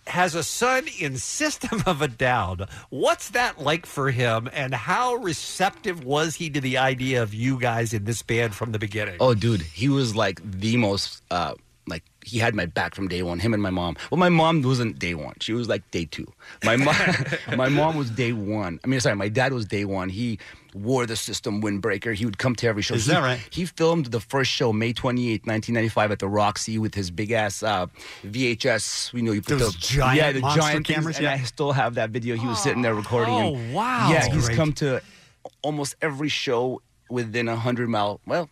Speaker 9: has a son in System of a Down. What's that like for him, and how receptive was he to the idea of you guys in this band from the beginning?
Speaker 23: Oh, dude, he was like the most uh, like he had my back from day one. Him and my mom. Well, my mom wasn't day one. She was like day two. My mom, my mom was day one. I mean, sorry, my dad was day one. He wore the system windbreaker. He would come to every show.
Speaker 7: Is
Speaker 23: He-
Speaker 7: that right?
Speaker 23: He filmed the first show May 28, 1995, at the Roxy with his big ass uh, VHS. You know, you put
Speaker 7: Those
Speaker 23: the
Speaker 7: giant
Speaker 23: yeah, the
Speaker 7: monster
Speaker 23: giant things,
Speaker 7: cameras,
Speaker 23: and
Speaker 7: yeah.
Speaker 23: I still have that video. He was sitting there recording.
Speaker 7: Oh,
Speaker 23: and-
Speaker 7: wow.
Speaker 23: Yeah,
Speaker 7: That's
Speaker 23: he's
Speaker 7: great.
Speaker 23: come to almost every show within a hundred mile. Well.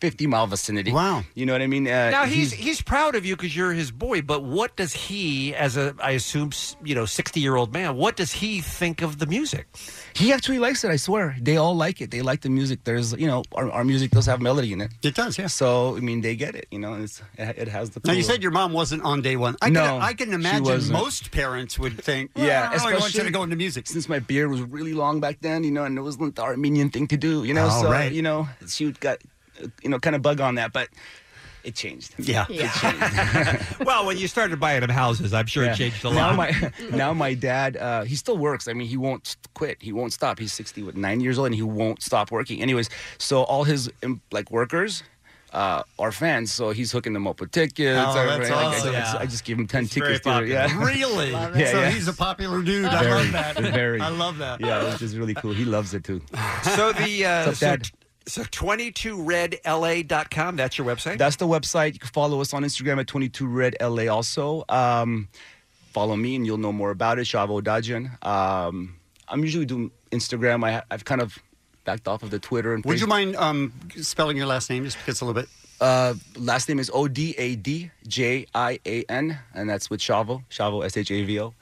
Speaker 23: 50 mile vicinity. Wow. You know what I mean? Uh,
Speaker 9: now he's he's proud of you because you're his boy, but what does he, as a I assume s- you know sixty year old man, what does he think of the music?
Speaker 23: He actually likes it. I swear, they all like it. They like the music. There's, you know, our, our music does have melody in it.
Speaker 7: It does, yeah.
Speaker 23: So I mean, they get it. You know, it's it, it has the.
Speaker 7: Now you
Speaker 23: cool-
Speaker 7: said your mom wasn't on day one. I
Speaker 23: No,
Speaker 7: can, I can
Speaker 23: she
Speaker 7: imagine
Speaker 23: wasn't.
Speaker 7: most parents would think,
Speaker 23: yeah,
Speaker 7: well, I want you
Speaker 23: especially
Speaker 7: to go into music.
Speaker 23: Since my beard was really long back then, you know, and it wasn't the Armenian thing to do, you know.
Speaker 7: Oh,
Speaker 23: so
Speaker 7: right.
Speaker 23: you know, she would got, uh, you know, kind of bug on that, but it changed.
Speaker 7: Yeah.
Speaker 9: well, when you started buying him houses, I'm sure
Speaker 23: Yeah.
Speaker 9: it changed a
Speaker 23: (laughs) Now
Speaker 9: lot.
Speaker 23: my now my dad, uh, he still works. I mean, he won't st- quit. He won't stop. He's sixty what, nine years old, and he won't stop working. Anyways, so all his um, like workers. Uh, are fans, so he's hooking them up with tickets.
Speaker 7: Oh,
Speaker 23: or-
Speaker 7: that's
Speaker 23: like, I-
Speaker 7: awesome.
Speaker 23: I, just,
Speaker 7: Yeah.
Speaker 23: I just give him ten
Speaker 7: very
Speaker 23: tickets. To, yeah, (laughs)
Speaker 7: popular. Really? Love it.
Speaker 23: yeah,
Speaker 7: So
Speaker 23: yeah.
Speaker 7: he's a popular dude. I
Speaker 23: Very,
Speaker 7: love that.
Speaker 23: Very.
Speaker 7: I love that.
Speaker 23: Yeah, which is really cool. He loves it too.
Speaker 9: so the uh,
Speaker 23: (laughs) What's up,
Speaker 9: so,
Speaker 23: Dad?
Speaker 9: so 22redla.com. That's your website.
Speaker 23: That's the website. You can follow us on Instagram at 22RedLA also. Um, follow me and you'll know more about it, Shavo Dajan. Um, I'm usually doing Instagram. I, I've kind of backed off of the Twitter and
Speaker 7: Would you
Speaker 23: Facebook.
Speaker 7: mind um, spelling your last name just because a little bit?
Speaker 23: Uh, last name is O D A D J I A N, and that's with Shavo, Shavo, S H A V O.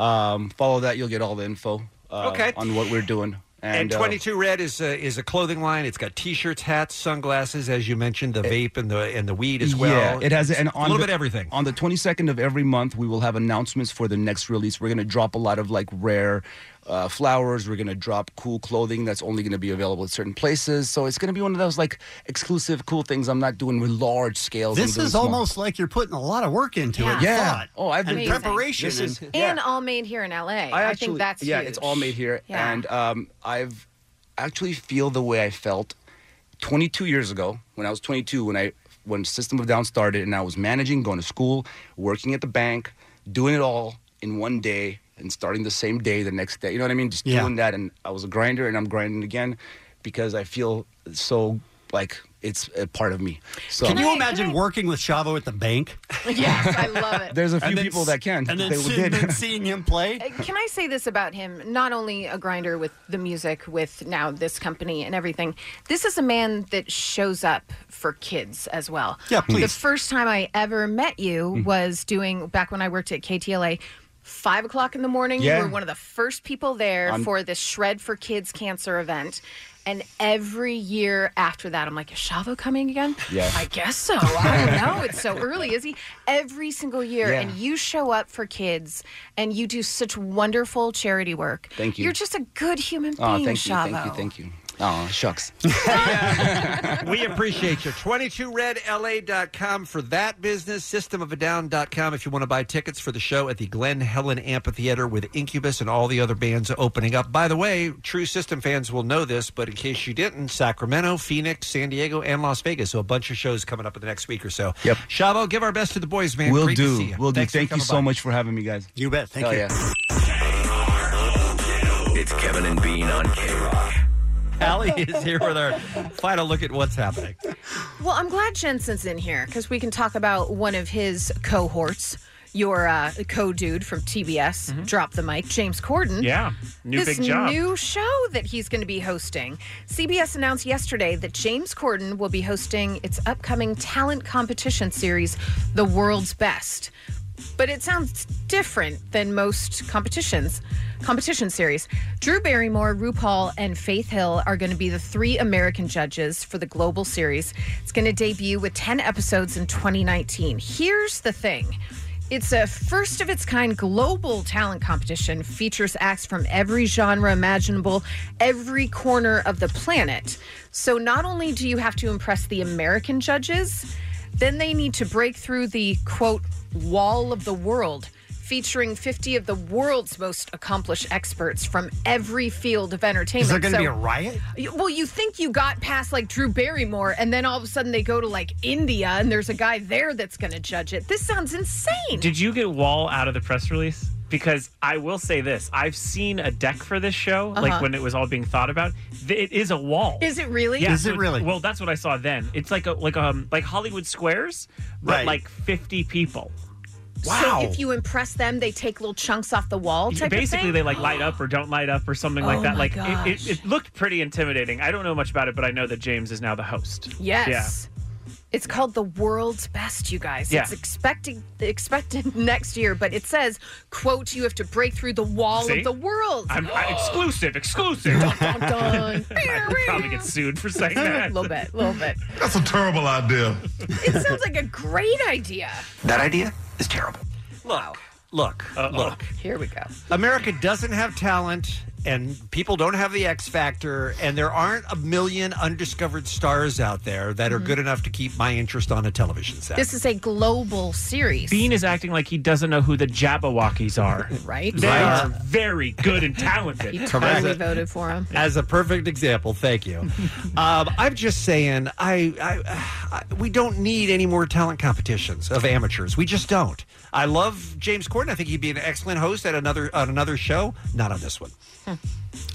Speaker 23: Um, follow that, you'll get all the info uh,
Speaker 9: Okay.
Speaker 23: on what we're doing.
Speaker 9: And,
Speaker 23: uh,
Speaker 9: 22 Red is a, is a clothing line. It's got t-shirts, hats, sunglasses, as you mentioned, the vape and the and the weed as well.
Speaker 23: Yeah, it has
Speaker 9: It's
Speaker 23: and
Speaker 9: a
Speaker 23: on
Speaker 9: little
Speaker 23: the-
Speaker 9: bit everything.
Speaker 23: On the 22nd of every month, we will have announcements for the next release. We're going to drop a lot of like rare uh, flowers. We're going to drop cool clothing that's only going to be available at certain places. So it's going to be one of those like exclusive cool things. I'm not doing with large scales. I'm
Speaker 7: This
Speaker 23: doing
Speaker 7: is
Speaker 23: small.
Speaker 7: almost like you're putting a lot of work into it.
Speaker 23: Yeah.
Speaker 7: thought,
Speaker 23: Oh, I've been-
Speaker 7: and
Speaker 23: Amazing.
Speaker 7: preparation.
Speaker 23: This
Speaker 13: (laughs)
Speaker 23: is-
Speaker 7: and-
Speaker 13: And all made here in LA. I, think that's
Speaker 23: yeah,
Speaker 13: huge.
Speaker 23: it's all made here,
Speaker 13: Yeah.
Speaker 23: and um, I've actually feel the way I felt 22 years ago when I was 22 when I when System of a Down started, and I was managing, going to school, working at the bank, doing it all in one day, and starting the same day the next day. You know what I mean? Just
Speaker 7: Yeah.
Speaker 23: doing that, and I was a grinder, and I'm grinding again because I feel so like it's a part of me. So uh,
Speaker 7: can you imagine working with Chavo at the bank?
Speaker 13: (laughs) yes, I love it.
Speaker 23: There's a
Speaker 7: And
Speaker 23: few
Speaker 7: then
Speaker 23: people
Speaker 7: s-
Speaker 23: that can.
Speaker 7: and then
Speaker 23: they
Speaker 7: see-
Speaker 23: did.
Speaker 7: then seeing him
Speaker 23: (laughs)
Speaker 7: play.
Speaker 13: Uh, Can I say this about him? Not only a grinder with the music, with now this company and everything, this is a man that shows up for kids as well.
Speaker 28: Yeah,
Speaker 13: The
Speaker 28: please.
Speaker 13: first time I ever met you was doing back when I worked at KTLA. Five o'clock in the morning,
Speaker 28: Yeah.
Speaker 13: you were one of the first people there
Speaker 28: I'm-
Speaker 13: for this Shred for Kids Cancer event. And every year after that, I'm like, is Shavo coming again?
Speaker 28: Yeah.
Speaker 13: I guess so. I
Speaker 23: (laughs)
Speaker 13: don't know. It's so early, is he? Every single year.
Speaker 23: Yeah.
Speaker 13: And you show up for kids and you do such wonderful charity work.
Speaker 23: Thank you.
Speaker 13: You're just a good human being,
Speaker 23: Oh, thank you,
Speaker 13: Shavo.
Speaker 23: thank you, thank you. Oh, shucks.
Speaker 9: we appreciate you. 22redla.com for that business, systemofadown.com if you want to buy tickets for the show at the Glen Helen Amphitheater with Incubus and all the other bands opening up. By the way, true system fans will know this, but in case you didn't, Sacramento, Phoenix, San Diego, and Las Vegas. So a bunch of shows coming up in the next week or so. Yep. Shavo, give our best to the boys, man.
Speaker 23: Will
Speaker 9: Great to
Speaker 23: do.
Speaker 9: see you.
Speaker 23: Will do.
Speaker 9: Thanks for
Speaker 23: Thank you
Speaker 9: coming
Speaker 23: so
Speaker 9: by.
Speaker 23: much for having me, guys.
Speaker 7: You bet. Thank
Speaker 23: Hell
Speaker 7: you.
Speaker 23: Yeah.
Speaker 19: It's Kevin and Bean on K Rock.
Speaker 9: (laughs) Allie is here with our final look at what's happening.
Speaker 13: Well, I'm glad Jensen's in here because we can talk about one of his cohorts. Your uh, co dude from TBS, drop the mic, James Corden.
Speaker 28: Yeah, new
Speaker 13: this
Speaker 28: big job.
Speaker 13: new show that he's going to be hosting. CBS announced yesterday that James Corden will be hosting its upcoming talent competition series, The World's Best. But it sounds different than most competitions, competition series. Drew Barrymore, RuPaul, and Faith Hill are going to be the three American judges for the global series. It's going to debut with 10 episodes in 2019. Here's the thing. It's a first of its kind global talent competition, features acts from every genre imaginable, every corner of the planet. So not only do you have to impress the American judges, then they need to break through the quote wall of the world featuring 50 of the world's most accomplished experts from every field of entertainment.
Speaker 7: Is there going to
Speaker 13: So-
Speaker 7: be a riot?
Speaker 13: Y- Well, you think you got past like Drew Barrymore, and then all of a sudden they go to like India, and there's a guy there that's going to judge it. This sounds insane.
Speaker 17: Did you get Wall out of the press release? Because I will say this, I've seen a deck for this show,
Speaker 13: Uh-huh.
Speaker 17: like when it was all being thought about. Th- It is a wall.
Speaker 13: Is it really?
Speaker 17: Yeah, so- Well, that's what I saw then. It's like a like um like Hollywood Squares, but
Speaker 13: Right.
Speaker 17: like fifty people.
Speaker 13: So if you impress them, they take little chunks off the wall. Type of
Speaker 17: basically
Speaker 13: thing?
Speaker 17: they like light up or don't light up or something
Speaker 13: Oh
Speaker 17: like that.
Speaker 13: my
Speaker 17: like it, it, it looked pretty intimidating. I don't know much about it, but I know that James is now the host.
Speaker 13: Yes. (gasps) It's called the world's best, you guys.
Speaker 17: Yeah.
Speaker 13: It's expected expected (laughs) next year, but it says, "quote You have to break through the wall
Speaker 17: See?
Speaker 13: of the world."
Speaker 17: Yeah. I'm,
Speaker 13: (gasps)
Speaker 17: I, exclusive, exclusive. (laughs)
Speaker 13: Dun.
Speaker 17: I could probably get sued for
Speaker 13: (laughs)
Speaker 17: saying
Speaker 13: a
Speaker 17: that.
Speaker 13: little bit, a little bit.
Speaker 20: That's a terrible idea.
Speaker 13: It sounds like a great idea.
Speaker 7: That idea is terrible.
Speaker 9: Look, look, look.
Speaker 13: Here we go.
Speaker 9: America doesn't have talent, and people don't have the X factor, and there aren't a million undiscovered stars out there that are
Speaker 13: Mhm.
Speaker 9: good enough to keep my interest on a television set.
Speaker 13: This is a global series.
Speaker 17: Bean is acting like he doesn't know who the Jabberwockies are.
Speaker 13: Right.
Speaker 17: They
Speaker 9: Right.
Speaker 17: are very good and talented.
Speaker 9: (laughs)
Speaker 13: You
Speaker 9: Correct.
Speaker 13: totally voted for him.
Speaker 9: as a perfect example. Thank you. um, I'm just saying, I, I, I we don't need any more talent competitions of amateurs. We just don't. I love James Corden. I think he'd be an excellent host at another on another show. Not on this one.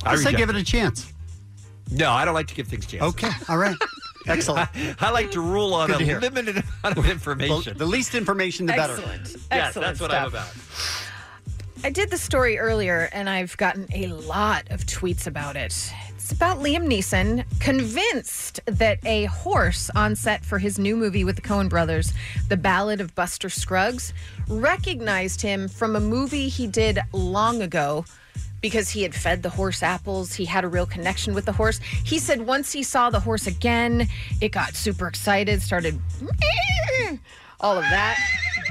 Speaker 7: I say give it a
Speaker 9: chance. No, I don't like to give things chances.
Speaker 7: Okay. All right. Excellent.
Speaker 9: (laughs) I, I like to rule on
Speaker 7: Good
Speaker 9: a
Speaker 7: to hear.
Speaker 9: limited (laughs) amount of information.
Speaker 7: The least information, the better.
Speaker 13: Excellent.
Speaker 9: Yes,
Speaker 13: Excellent
Speaker 9: that's what
Speaker 13: stuff.
Speaker 9: I'm about.
Speaker 13: I did the story earlier, and I've gotten a lot of tweets about it. It's about Liam Neeson convinced that a horse on set for his new movie with the Coen brothers, The Ballad of Buster Scruggs, recognized him from a movie he did long ago because he had fed the horse apples. He had a real connection with the horse. He said once he saw the horse again, it got super excited, started all of that.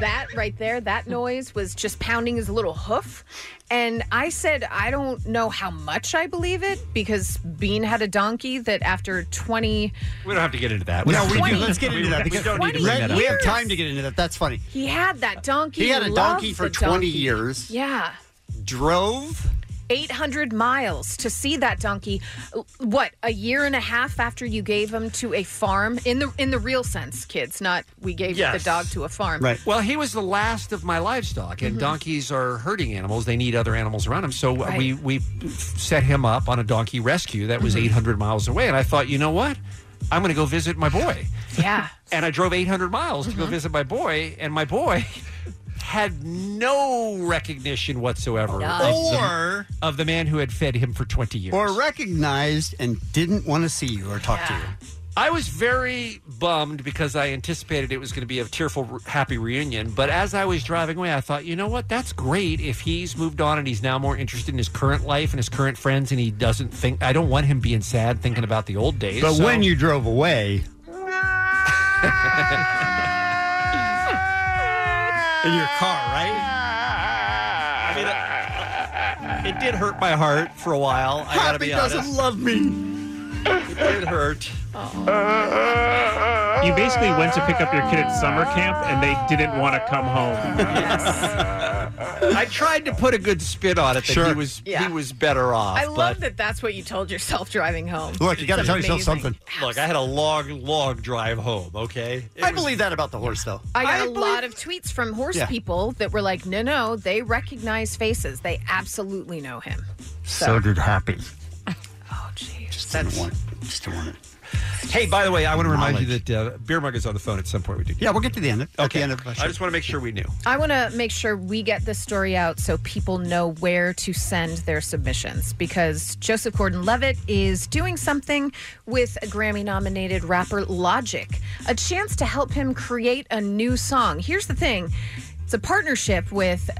Speaker 13: That right there, that noise was just pounding his little hoof. And I said, I don't know how much I believe it because Bean had a donkey that after 20,
Speaker 9: We don't have to get into that.
Speaker 7: No, we do.
Speaker 13: 20.
Speaker 7: Let's get into
Speaker 13: We-
Speaker 7: that.
Speaker 13: we
Speaker 7: because
Speaker 13: don't need to
Speaker 7: we-
Speaker 13: bring that up.
Speaker 7: We have time to get into that. That's funny.
Speaker 13: he had that donkey.
Speaker 7: He had a
Speaker 13: loved
Speaker 7: donkey for
Speaker 13: the
Speaker 7: 20
Speaker 13: donkey.
Speaker 7: years.
Speaker 13: Yeah.
Speaker 7: Drove.
Speaker 13: 800 miles to see that donkey what a year and a half after you gave him to a farm in the in the real sense kids not we gave
Speaker 9: Yes.
Speaker 13: the dog to a farm
Speaker 9: Well, he was the last of my livestock, and
Speaker 13: Mhm.
Speaker 9: donkeys are herding animals. They need other animals around them. So uh, we
Speaker 13: Right.
Speaker 9: we set him up on a donkey rescue that was
Speaker 13: Mhm.
Speaker 9: 800 miles away. And I thought, you know what? I'm going to go visit my boy.
Speaker 13: yeah
Speaker 9: And I drove 800 miles to go visit my boy, and my boy (laughs) had no recognition whatsoever
Speaker 7: No.
Speaker 9: or of the man who had fed him for 20 years.
Speaker 7: Or recognized and didn't want to see you or talk to you.
Speaker 9: I was very bummed because I anticipated it was going to be a tearful, happy reunion. But as I was driving away, I thought, you know what? That's great if he's moved on and he's now more interested in his current life and his current friends, and he doesn't think. I don't want him being sad thinking about the old days.
Speaker 7: But
Speaker 9: so- (laughs)
Speaker 7: when you drove away, in your car, right?
Speaker 9: I mean, it, it did hurt my heart for a while. I gotta
Speaker 7: Happy
Speaker 9: be honest.
Speaker 7: doesn't love me.
Speaker 9: (laughs) It did hurt.
Speaker 17: You basically went to pick up your kid at summer camp, and they didn't want to come home.
Speaker 9: I tried to put a good spin on it that he was
Speaker 13: Yeah.
Speaker 9: he was better off.
Speaker 13: i
Speaker 9: but-
Speaker 13: love that that's what you told yourself driving home
Speaker 9: gotta
Speaker 13: It's amazing.
Speaker 9: Look, I had a long, long drive home, okay? I believe
Speaker 7: that about the horse, though.
Speaker 13: I got a lot of tweets from horse
Speaker 9: Yeah.
Speaker 13: people that were like, no, no, they recognize faces. They absolutely know him.
Speaker 7: So did Happy.
Speaker 13: Oh, jeez.
Speaker 7: Just didn't want it. Just didn't want it.
Speaker 9: Hey, by the way, I want to remind you that uh, Beer Mug is on the phone at some point. We do.
Speaker 7: Yeah, we'll get to the end of, at the end of the
Speaker 9: I just want to make sure we knew.
Speaker 13: I want to make sure we get this story out so people know where to send their submissions because Joseph Gordon Levitt is doing something with a Grammy nominated rapper Logic, a chance to help him create a new song. Here's the thing it's a partnership with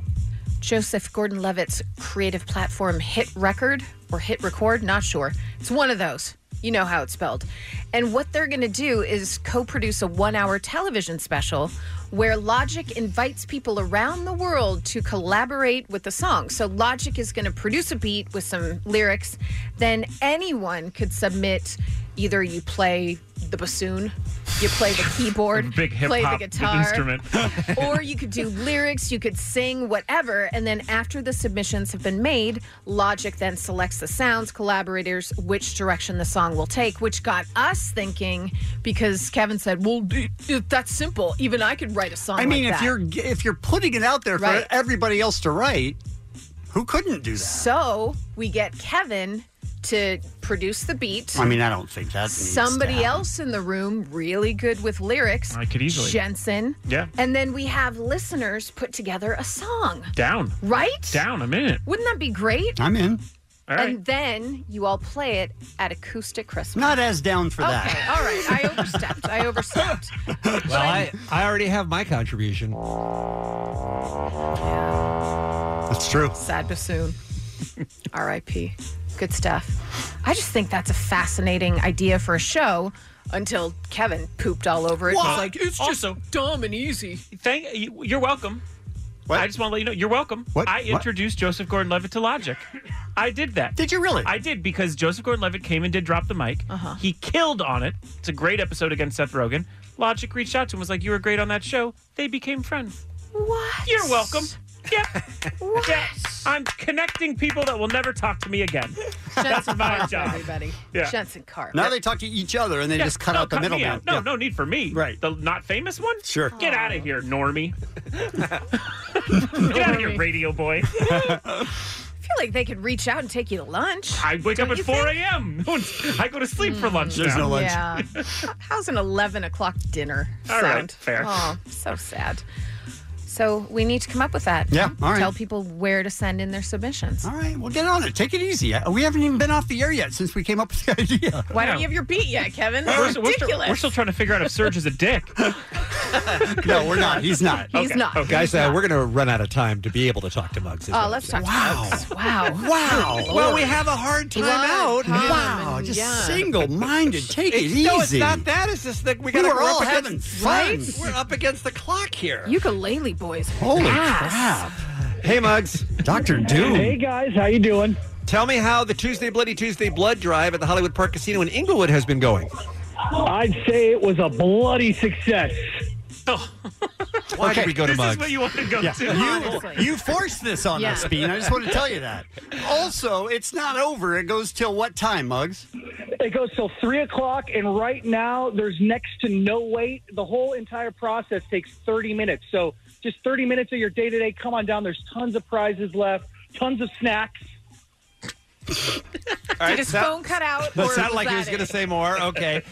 Speaker 13: Joseph Gordon Levitt's creative platform Hit Record or Hit Record, not sure. It's one of those. You know how it's spelled. And what they're going to do is co produce a one hour television special where Logic invites people around the world to collaborate with the song. So Logic is going to produce a beat with some lyrics. Then anyone could submit either you play the bassoon. You play the keyboard,
Speaker 17: Big hip
Speaker 13: play the
Speaker 17: hop
Speaker 7: (laughs)
Speaker 13: guitar,
Speaker 17: instrument.
Speaker 13: or you could do lyrics, you could sing, whatever. And then after the submissions have been made, Logic then selects the sounds, collaborators, which direction the song will take, which got us thinking because Kevin said, well, d- d- that's simple. Even I could write a song
Speaker 7: I mean,
Speaker 13: like
Speaker 7: if
Speaker 13: that."
Speaker 7: you're if you're putting it out there for
Speaker 13: Right.
Speaker 7: everybody else to write, who couldn't do that?
Speaker 13: So we get Kevin to produce the beat.
Speaker 7: I mean, I don't think that. needs to
Speaker 13: Somebody
Speaker 7: happen.
Speaker 13: else in the room, really good with lyrics.
Speaker 17: I could easily.
Speaker 13: Jensen.
Speaker 17: Yeah.
Speaker 13: And then we have listeners put together a song,
Speaker 17: Down.
Speaker 13: right?
Speaker 17: Down. I'm in it.
Speaker 13: Wouldn't that be great?
Speaker 7: I'm in.
Speaker 17: All right.
Speaker 13: And then you all play it at acoustic Christmas.
Speaker 7: Not as down for
Speaker 13: okay,
Speaker 9: that.
Speaker 13: all right. I
Speaker 7: (laughs)
Speaker 13: overstepped. I (laughs) overstepped.
Speaker 9: Well, I, I already have my contribution.
Speaker 7: That's true.
Speaker 13: Sad (laughs) bassoon. R.I.P. Good stuff. I just think that's a fascinating idea for a show until Kevin pooped all over it. and was
Speaker 17: Well,
Speaker 13: like, it's just so dumb and easy.
Speaker 17: Oh. Thank you. You're welcome. I just want to let you know you're welcome.
Speaker 7: What?
Speaker 17: I
Speaker 7: What?
Speaker 17: introduced Joseph Gordon-Levitt to Logic. I did that.
Speaker 7: Did you really?
Speaker 17: I did because Joseph Gordon-Levitt came and did drop the mic. Uh-huh. He killed on it. It's a great episode against Seth Rogen. Logic reached out to him was like, "You were great on that show." They became friends.
Speaker 13: What?
Speaker 17: You're welcome. Yeah. yeah. I'm connecting people that will never talk to me again. That's
Speaker 13: Jensen
Speaker 17: my
Speaker 13: Carp,
Speaker 17: job.
Speaker 13: everybody.
Speaker 17: Yeah.
Speaker 13: Jensen Carp.
Speaker 7: Now they talk to each other and they
Speaker 17: Yeah,
Speaker 7: just cut
Speaker 17: no,
Speaker 7: out the
Speaker 17: cut me
Speaker 7: middleman.
Speaker 17: out. No, no need for me. Right. The not famous one?
Speaker 7: Sure.
Speaker 17: Get out of here,
Speaker 13: (laughs)
Speaker 17: Normie. Get out of here,
Speaker 13: (laughs)
Speaker 17: radio boy.
Speaker 13: I feel like they could reach out and take you to lunch.
Speaker 17: I wake up
Speaker 13: Don't
Speaker 17: at
Speaker 13: you Hmm.
Speaker 17: 4 a.m. No one's- (laughs) I go to sleep for lunch. now.
Speaker 13: Yeah. (laughs) How's an 11 o'clock dinner
Speaker 17: All
Speaker 13: sound?
Speaker 17: right, fair.
Speaker 13: Oh, so sad. So we need to come up with that.
Speaker 7: Yeah, all right.
Speaker 13: Tell people where to send in their submissions.
Speaker 7: All right, well, get on it. Take it easy. Uh, We haven't even been off the air yet since we came up with the (laughs) idea.
Speaker 13: Why don't you have your beat yet, Kevin?
Speaker 17: We're,
Speaker 13: That's
Speaker 17: still- we're still,
Speaker 13: ridiculous.
Speaker 17: we're still trying to figure out if Serge is a dick.
Speaker 7: (laughs) no, we're not. He's not.
Speaker 13: He's Okay. not. Okay.
Speaker 9: Guys,
Speaker 13: He's
Speaker 9: uh,
Speaker 13: not.
Speaker 9: we're going to run out of time to be able to talk to Muggs. is
Speaker 13: Oh,
Speaker 9: what
Speaker 13: let's
Speaker 9: I'm
Speaker 13: talk. Wow.
Speaker 11: (laughs)
Speaker 13: Wow.
Speaker 7: Wow. Well, we have a hard time out. wow,
Speaker 13: and
Speaker 7: just
Speaker 13: yeah.
Speaker 7: single-minded. Take it easy.
Speaker 9: No, it's not that. It's just that we
Speaker 7: We
Speaker 9: got to
Speaker 7: were all having fun.
Speaker 9: We're up against the clock here.
Speaker 13: Ukulele boys.
Speaker 7: Holy
Speaker 13: Yes.
Speaker 7: crap!
Speaker 9: Hey, Muggs.
Speaker 7: Doctor Doom.
Speaker 9: Hey,
Speaker 12: guys, how you doing?
Speaker 9: Tell me how the Tuesday Bloody Tuesday Blood Drive at the Hollywood Park Casino in Inglewood has been going.
Speaker 12: I'd say it was a bloody success.
Speaker 9: Why did we go to
Speaker 17: Oh. this
Speaker 9: Muggs?
Speaker 17: is what you want to go
Speaker 7: Yeah.
Speaker 17: to.
Speaker 7: You, you forced this on
Speaker 13: Yeah.
Speaker 7: us, Bean. I just want to tell you
Speaker 17: (laughs)
Speaker 7: that. Also, it's not over. It goes till what time, Muggs?
Speaker 12: It goes till three o'clock, and right now there's next to no wait. The whole entire process takes 30 minutes. So just 30 minutes of your day to day. Come on down. There's tons of prizes left, tons of snacks.
Speaker 13: Did his phone cut out?
Speaker 9: That
Speaker 13: or
Speaker 9: sounded like
Speaker 13: that
Speaker 9: he was going to
Speaker 13: it?
Speaker 9: say more. Okay,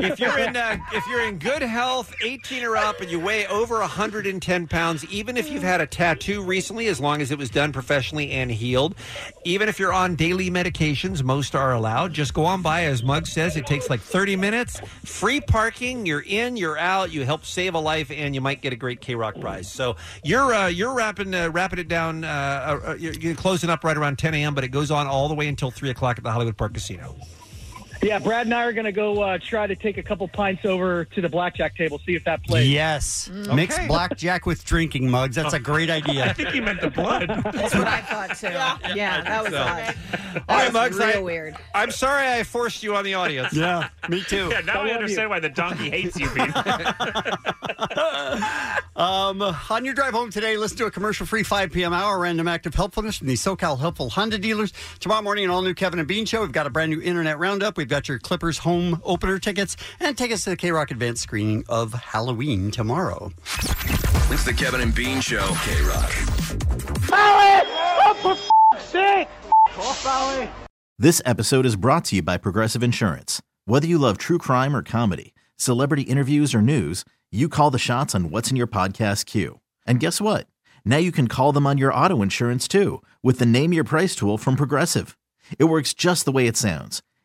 Speaker 9: if you're in uh, if you're in good health, 18 or up, and you weigh over 110 pounds, even if you've had a tattoo recently, as long as it was done professionally and healed, even if you're on daily medications, most are allowed. Just go on by, as Mug says, it takes like 30 minutes. Free parking. You're in. You're out. You help save a life, and you might get a great K Rock prize. So you're uh, you're wrapping uh, wrapping it down. Uh, uh, you're, you're closing up right around 10 a.m., but it goes on all the way until three o'clock at the Hollywood Park Casino.
Speaker 12: Yeah, Brad and I are going to go uh, try to take a couple pints over to the blackjack table, see if that plays.
Speaker 7: Yes.
Speaker 17: Mm.
Speaker 7: Mix
Speaker 12: Okay.
Speaker 7: blackjack with drinking, Muggs. That's a
Speaker 17: (laughs)
Speaker 7: great
Speaker 17: I
Speaker 7: idea.
Speaker 17: think he meant the
Speaker 11: (laughs)
Speaker 17: blood.
Speaker 13: That's what I thought too. Yeah, that was
Speaker 9: so.
Speaker 13: odd.
Speaker 9: All right,
Speaker 13: was
Speaker 9: Muggs. I,
Speaker 13: real weird.
Speaker 9: I'm sorry I forced you on the audience.
Speaker 7: yeah, me too.
Speaker 17: Yeah, now I, understand why the donkey hates you, Pete.
Speaker 7: Um, on your drive home today, listen to a commercial free 5 p.m. hour random act of helpfulness from the SoCal Helpful Honda dealers. Tomorrow morning, an all new Kevin and Bean show. We've got a brand new internet roundup. We've got your Clippers home opener tickets and tickets to the K Rock Advanced screening of Halloween tomorrow.
Speaker 19: It's the Kevin and Bean Show. K Rock.
Speaker 11: Alec! Oh, for f***'s sake! Off, Alec!
Speaker 35: This episode is brought to you by Progressive Insurance. Whether you love true crime or comedy, celebrity interviews or news, you call the shots on what's in your podcast queue. And guess what? Now you can call them on your auto insurance too with the Name Your Price tool from Progressive. It works just the way it sounds.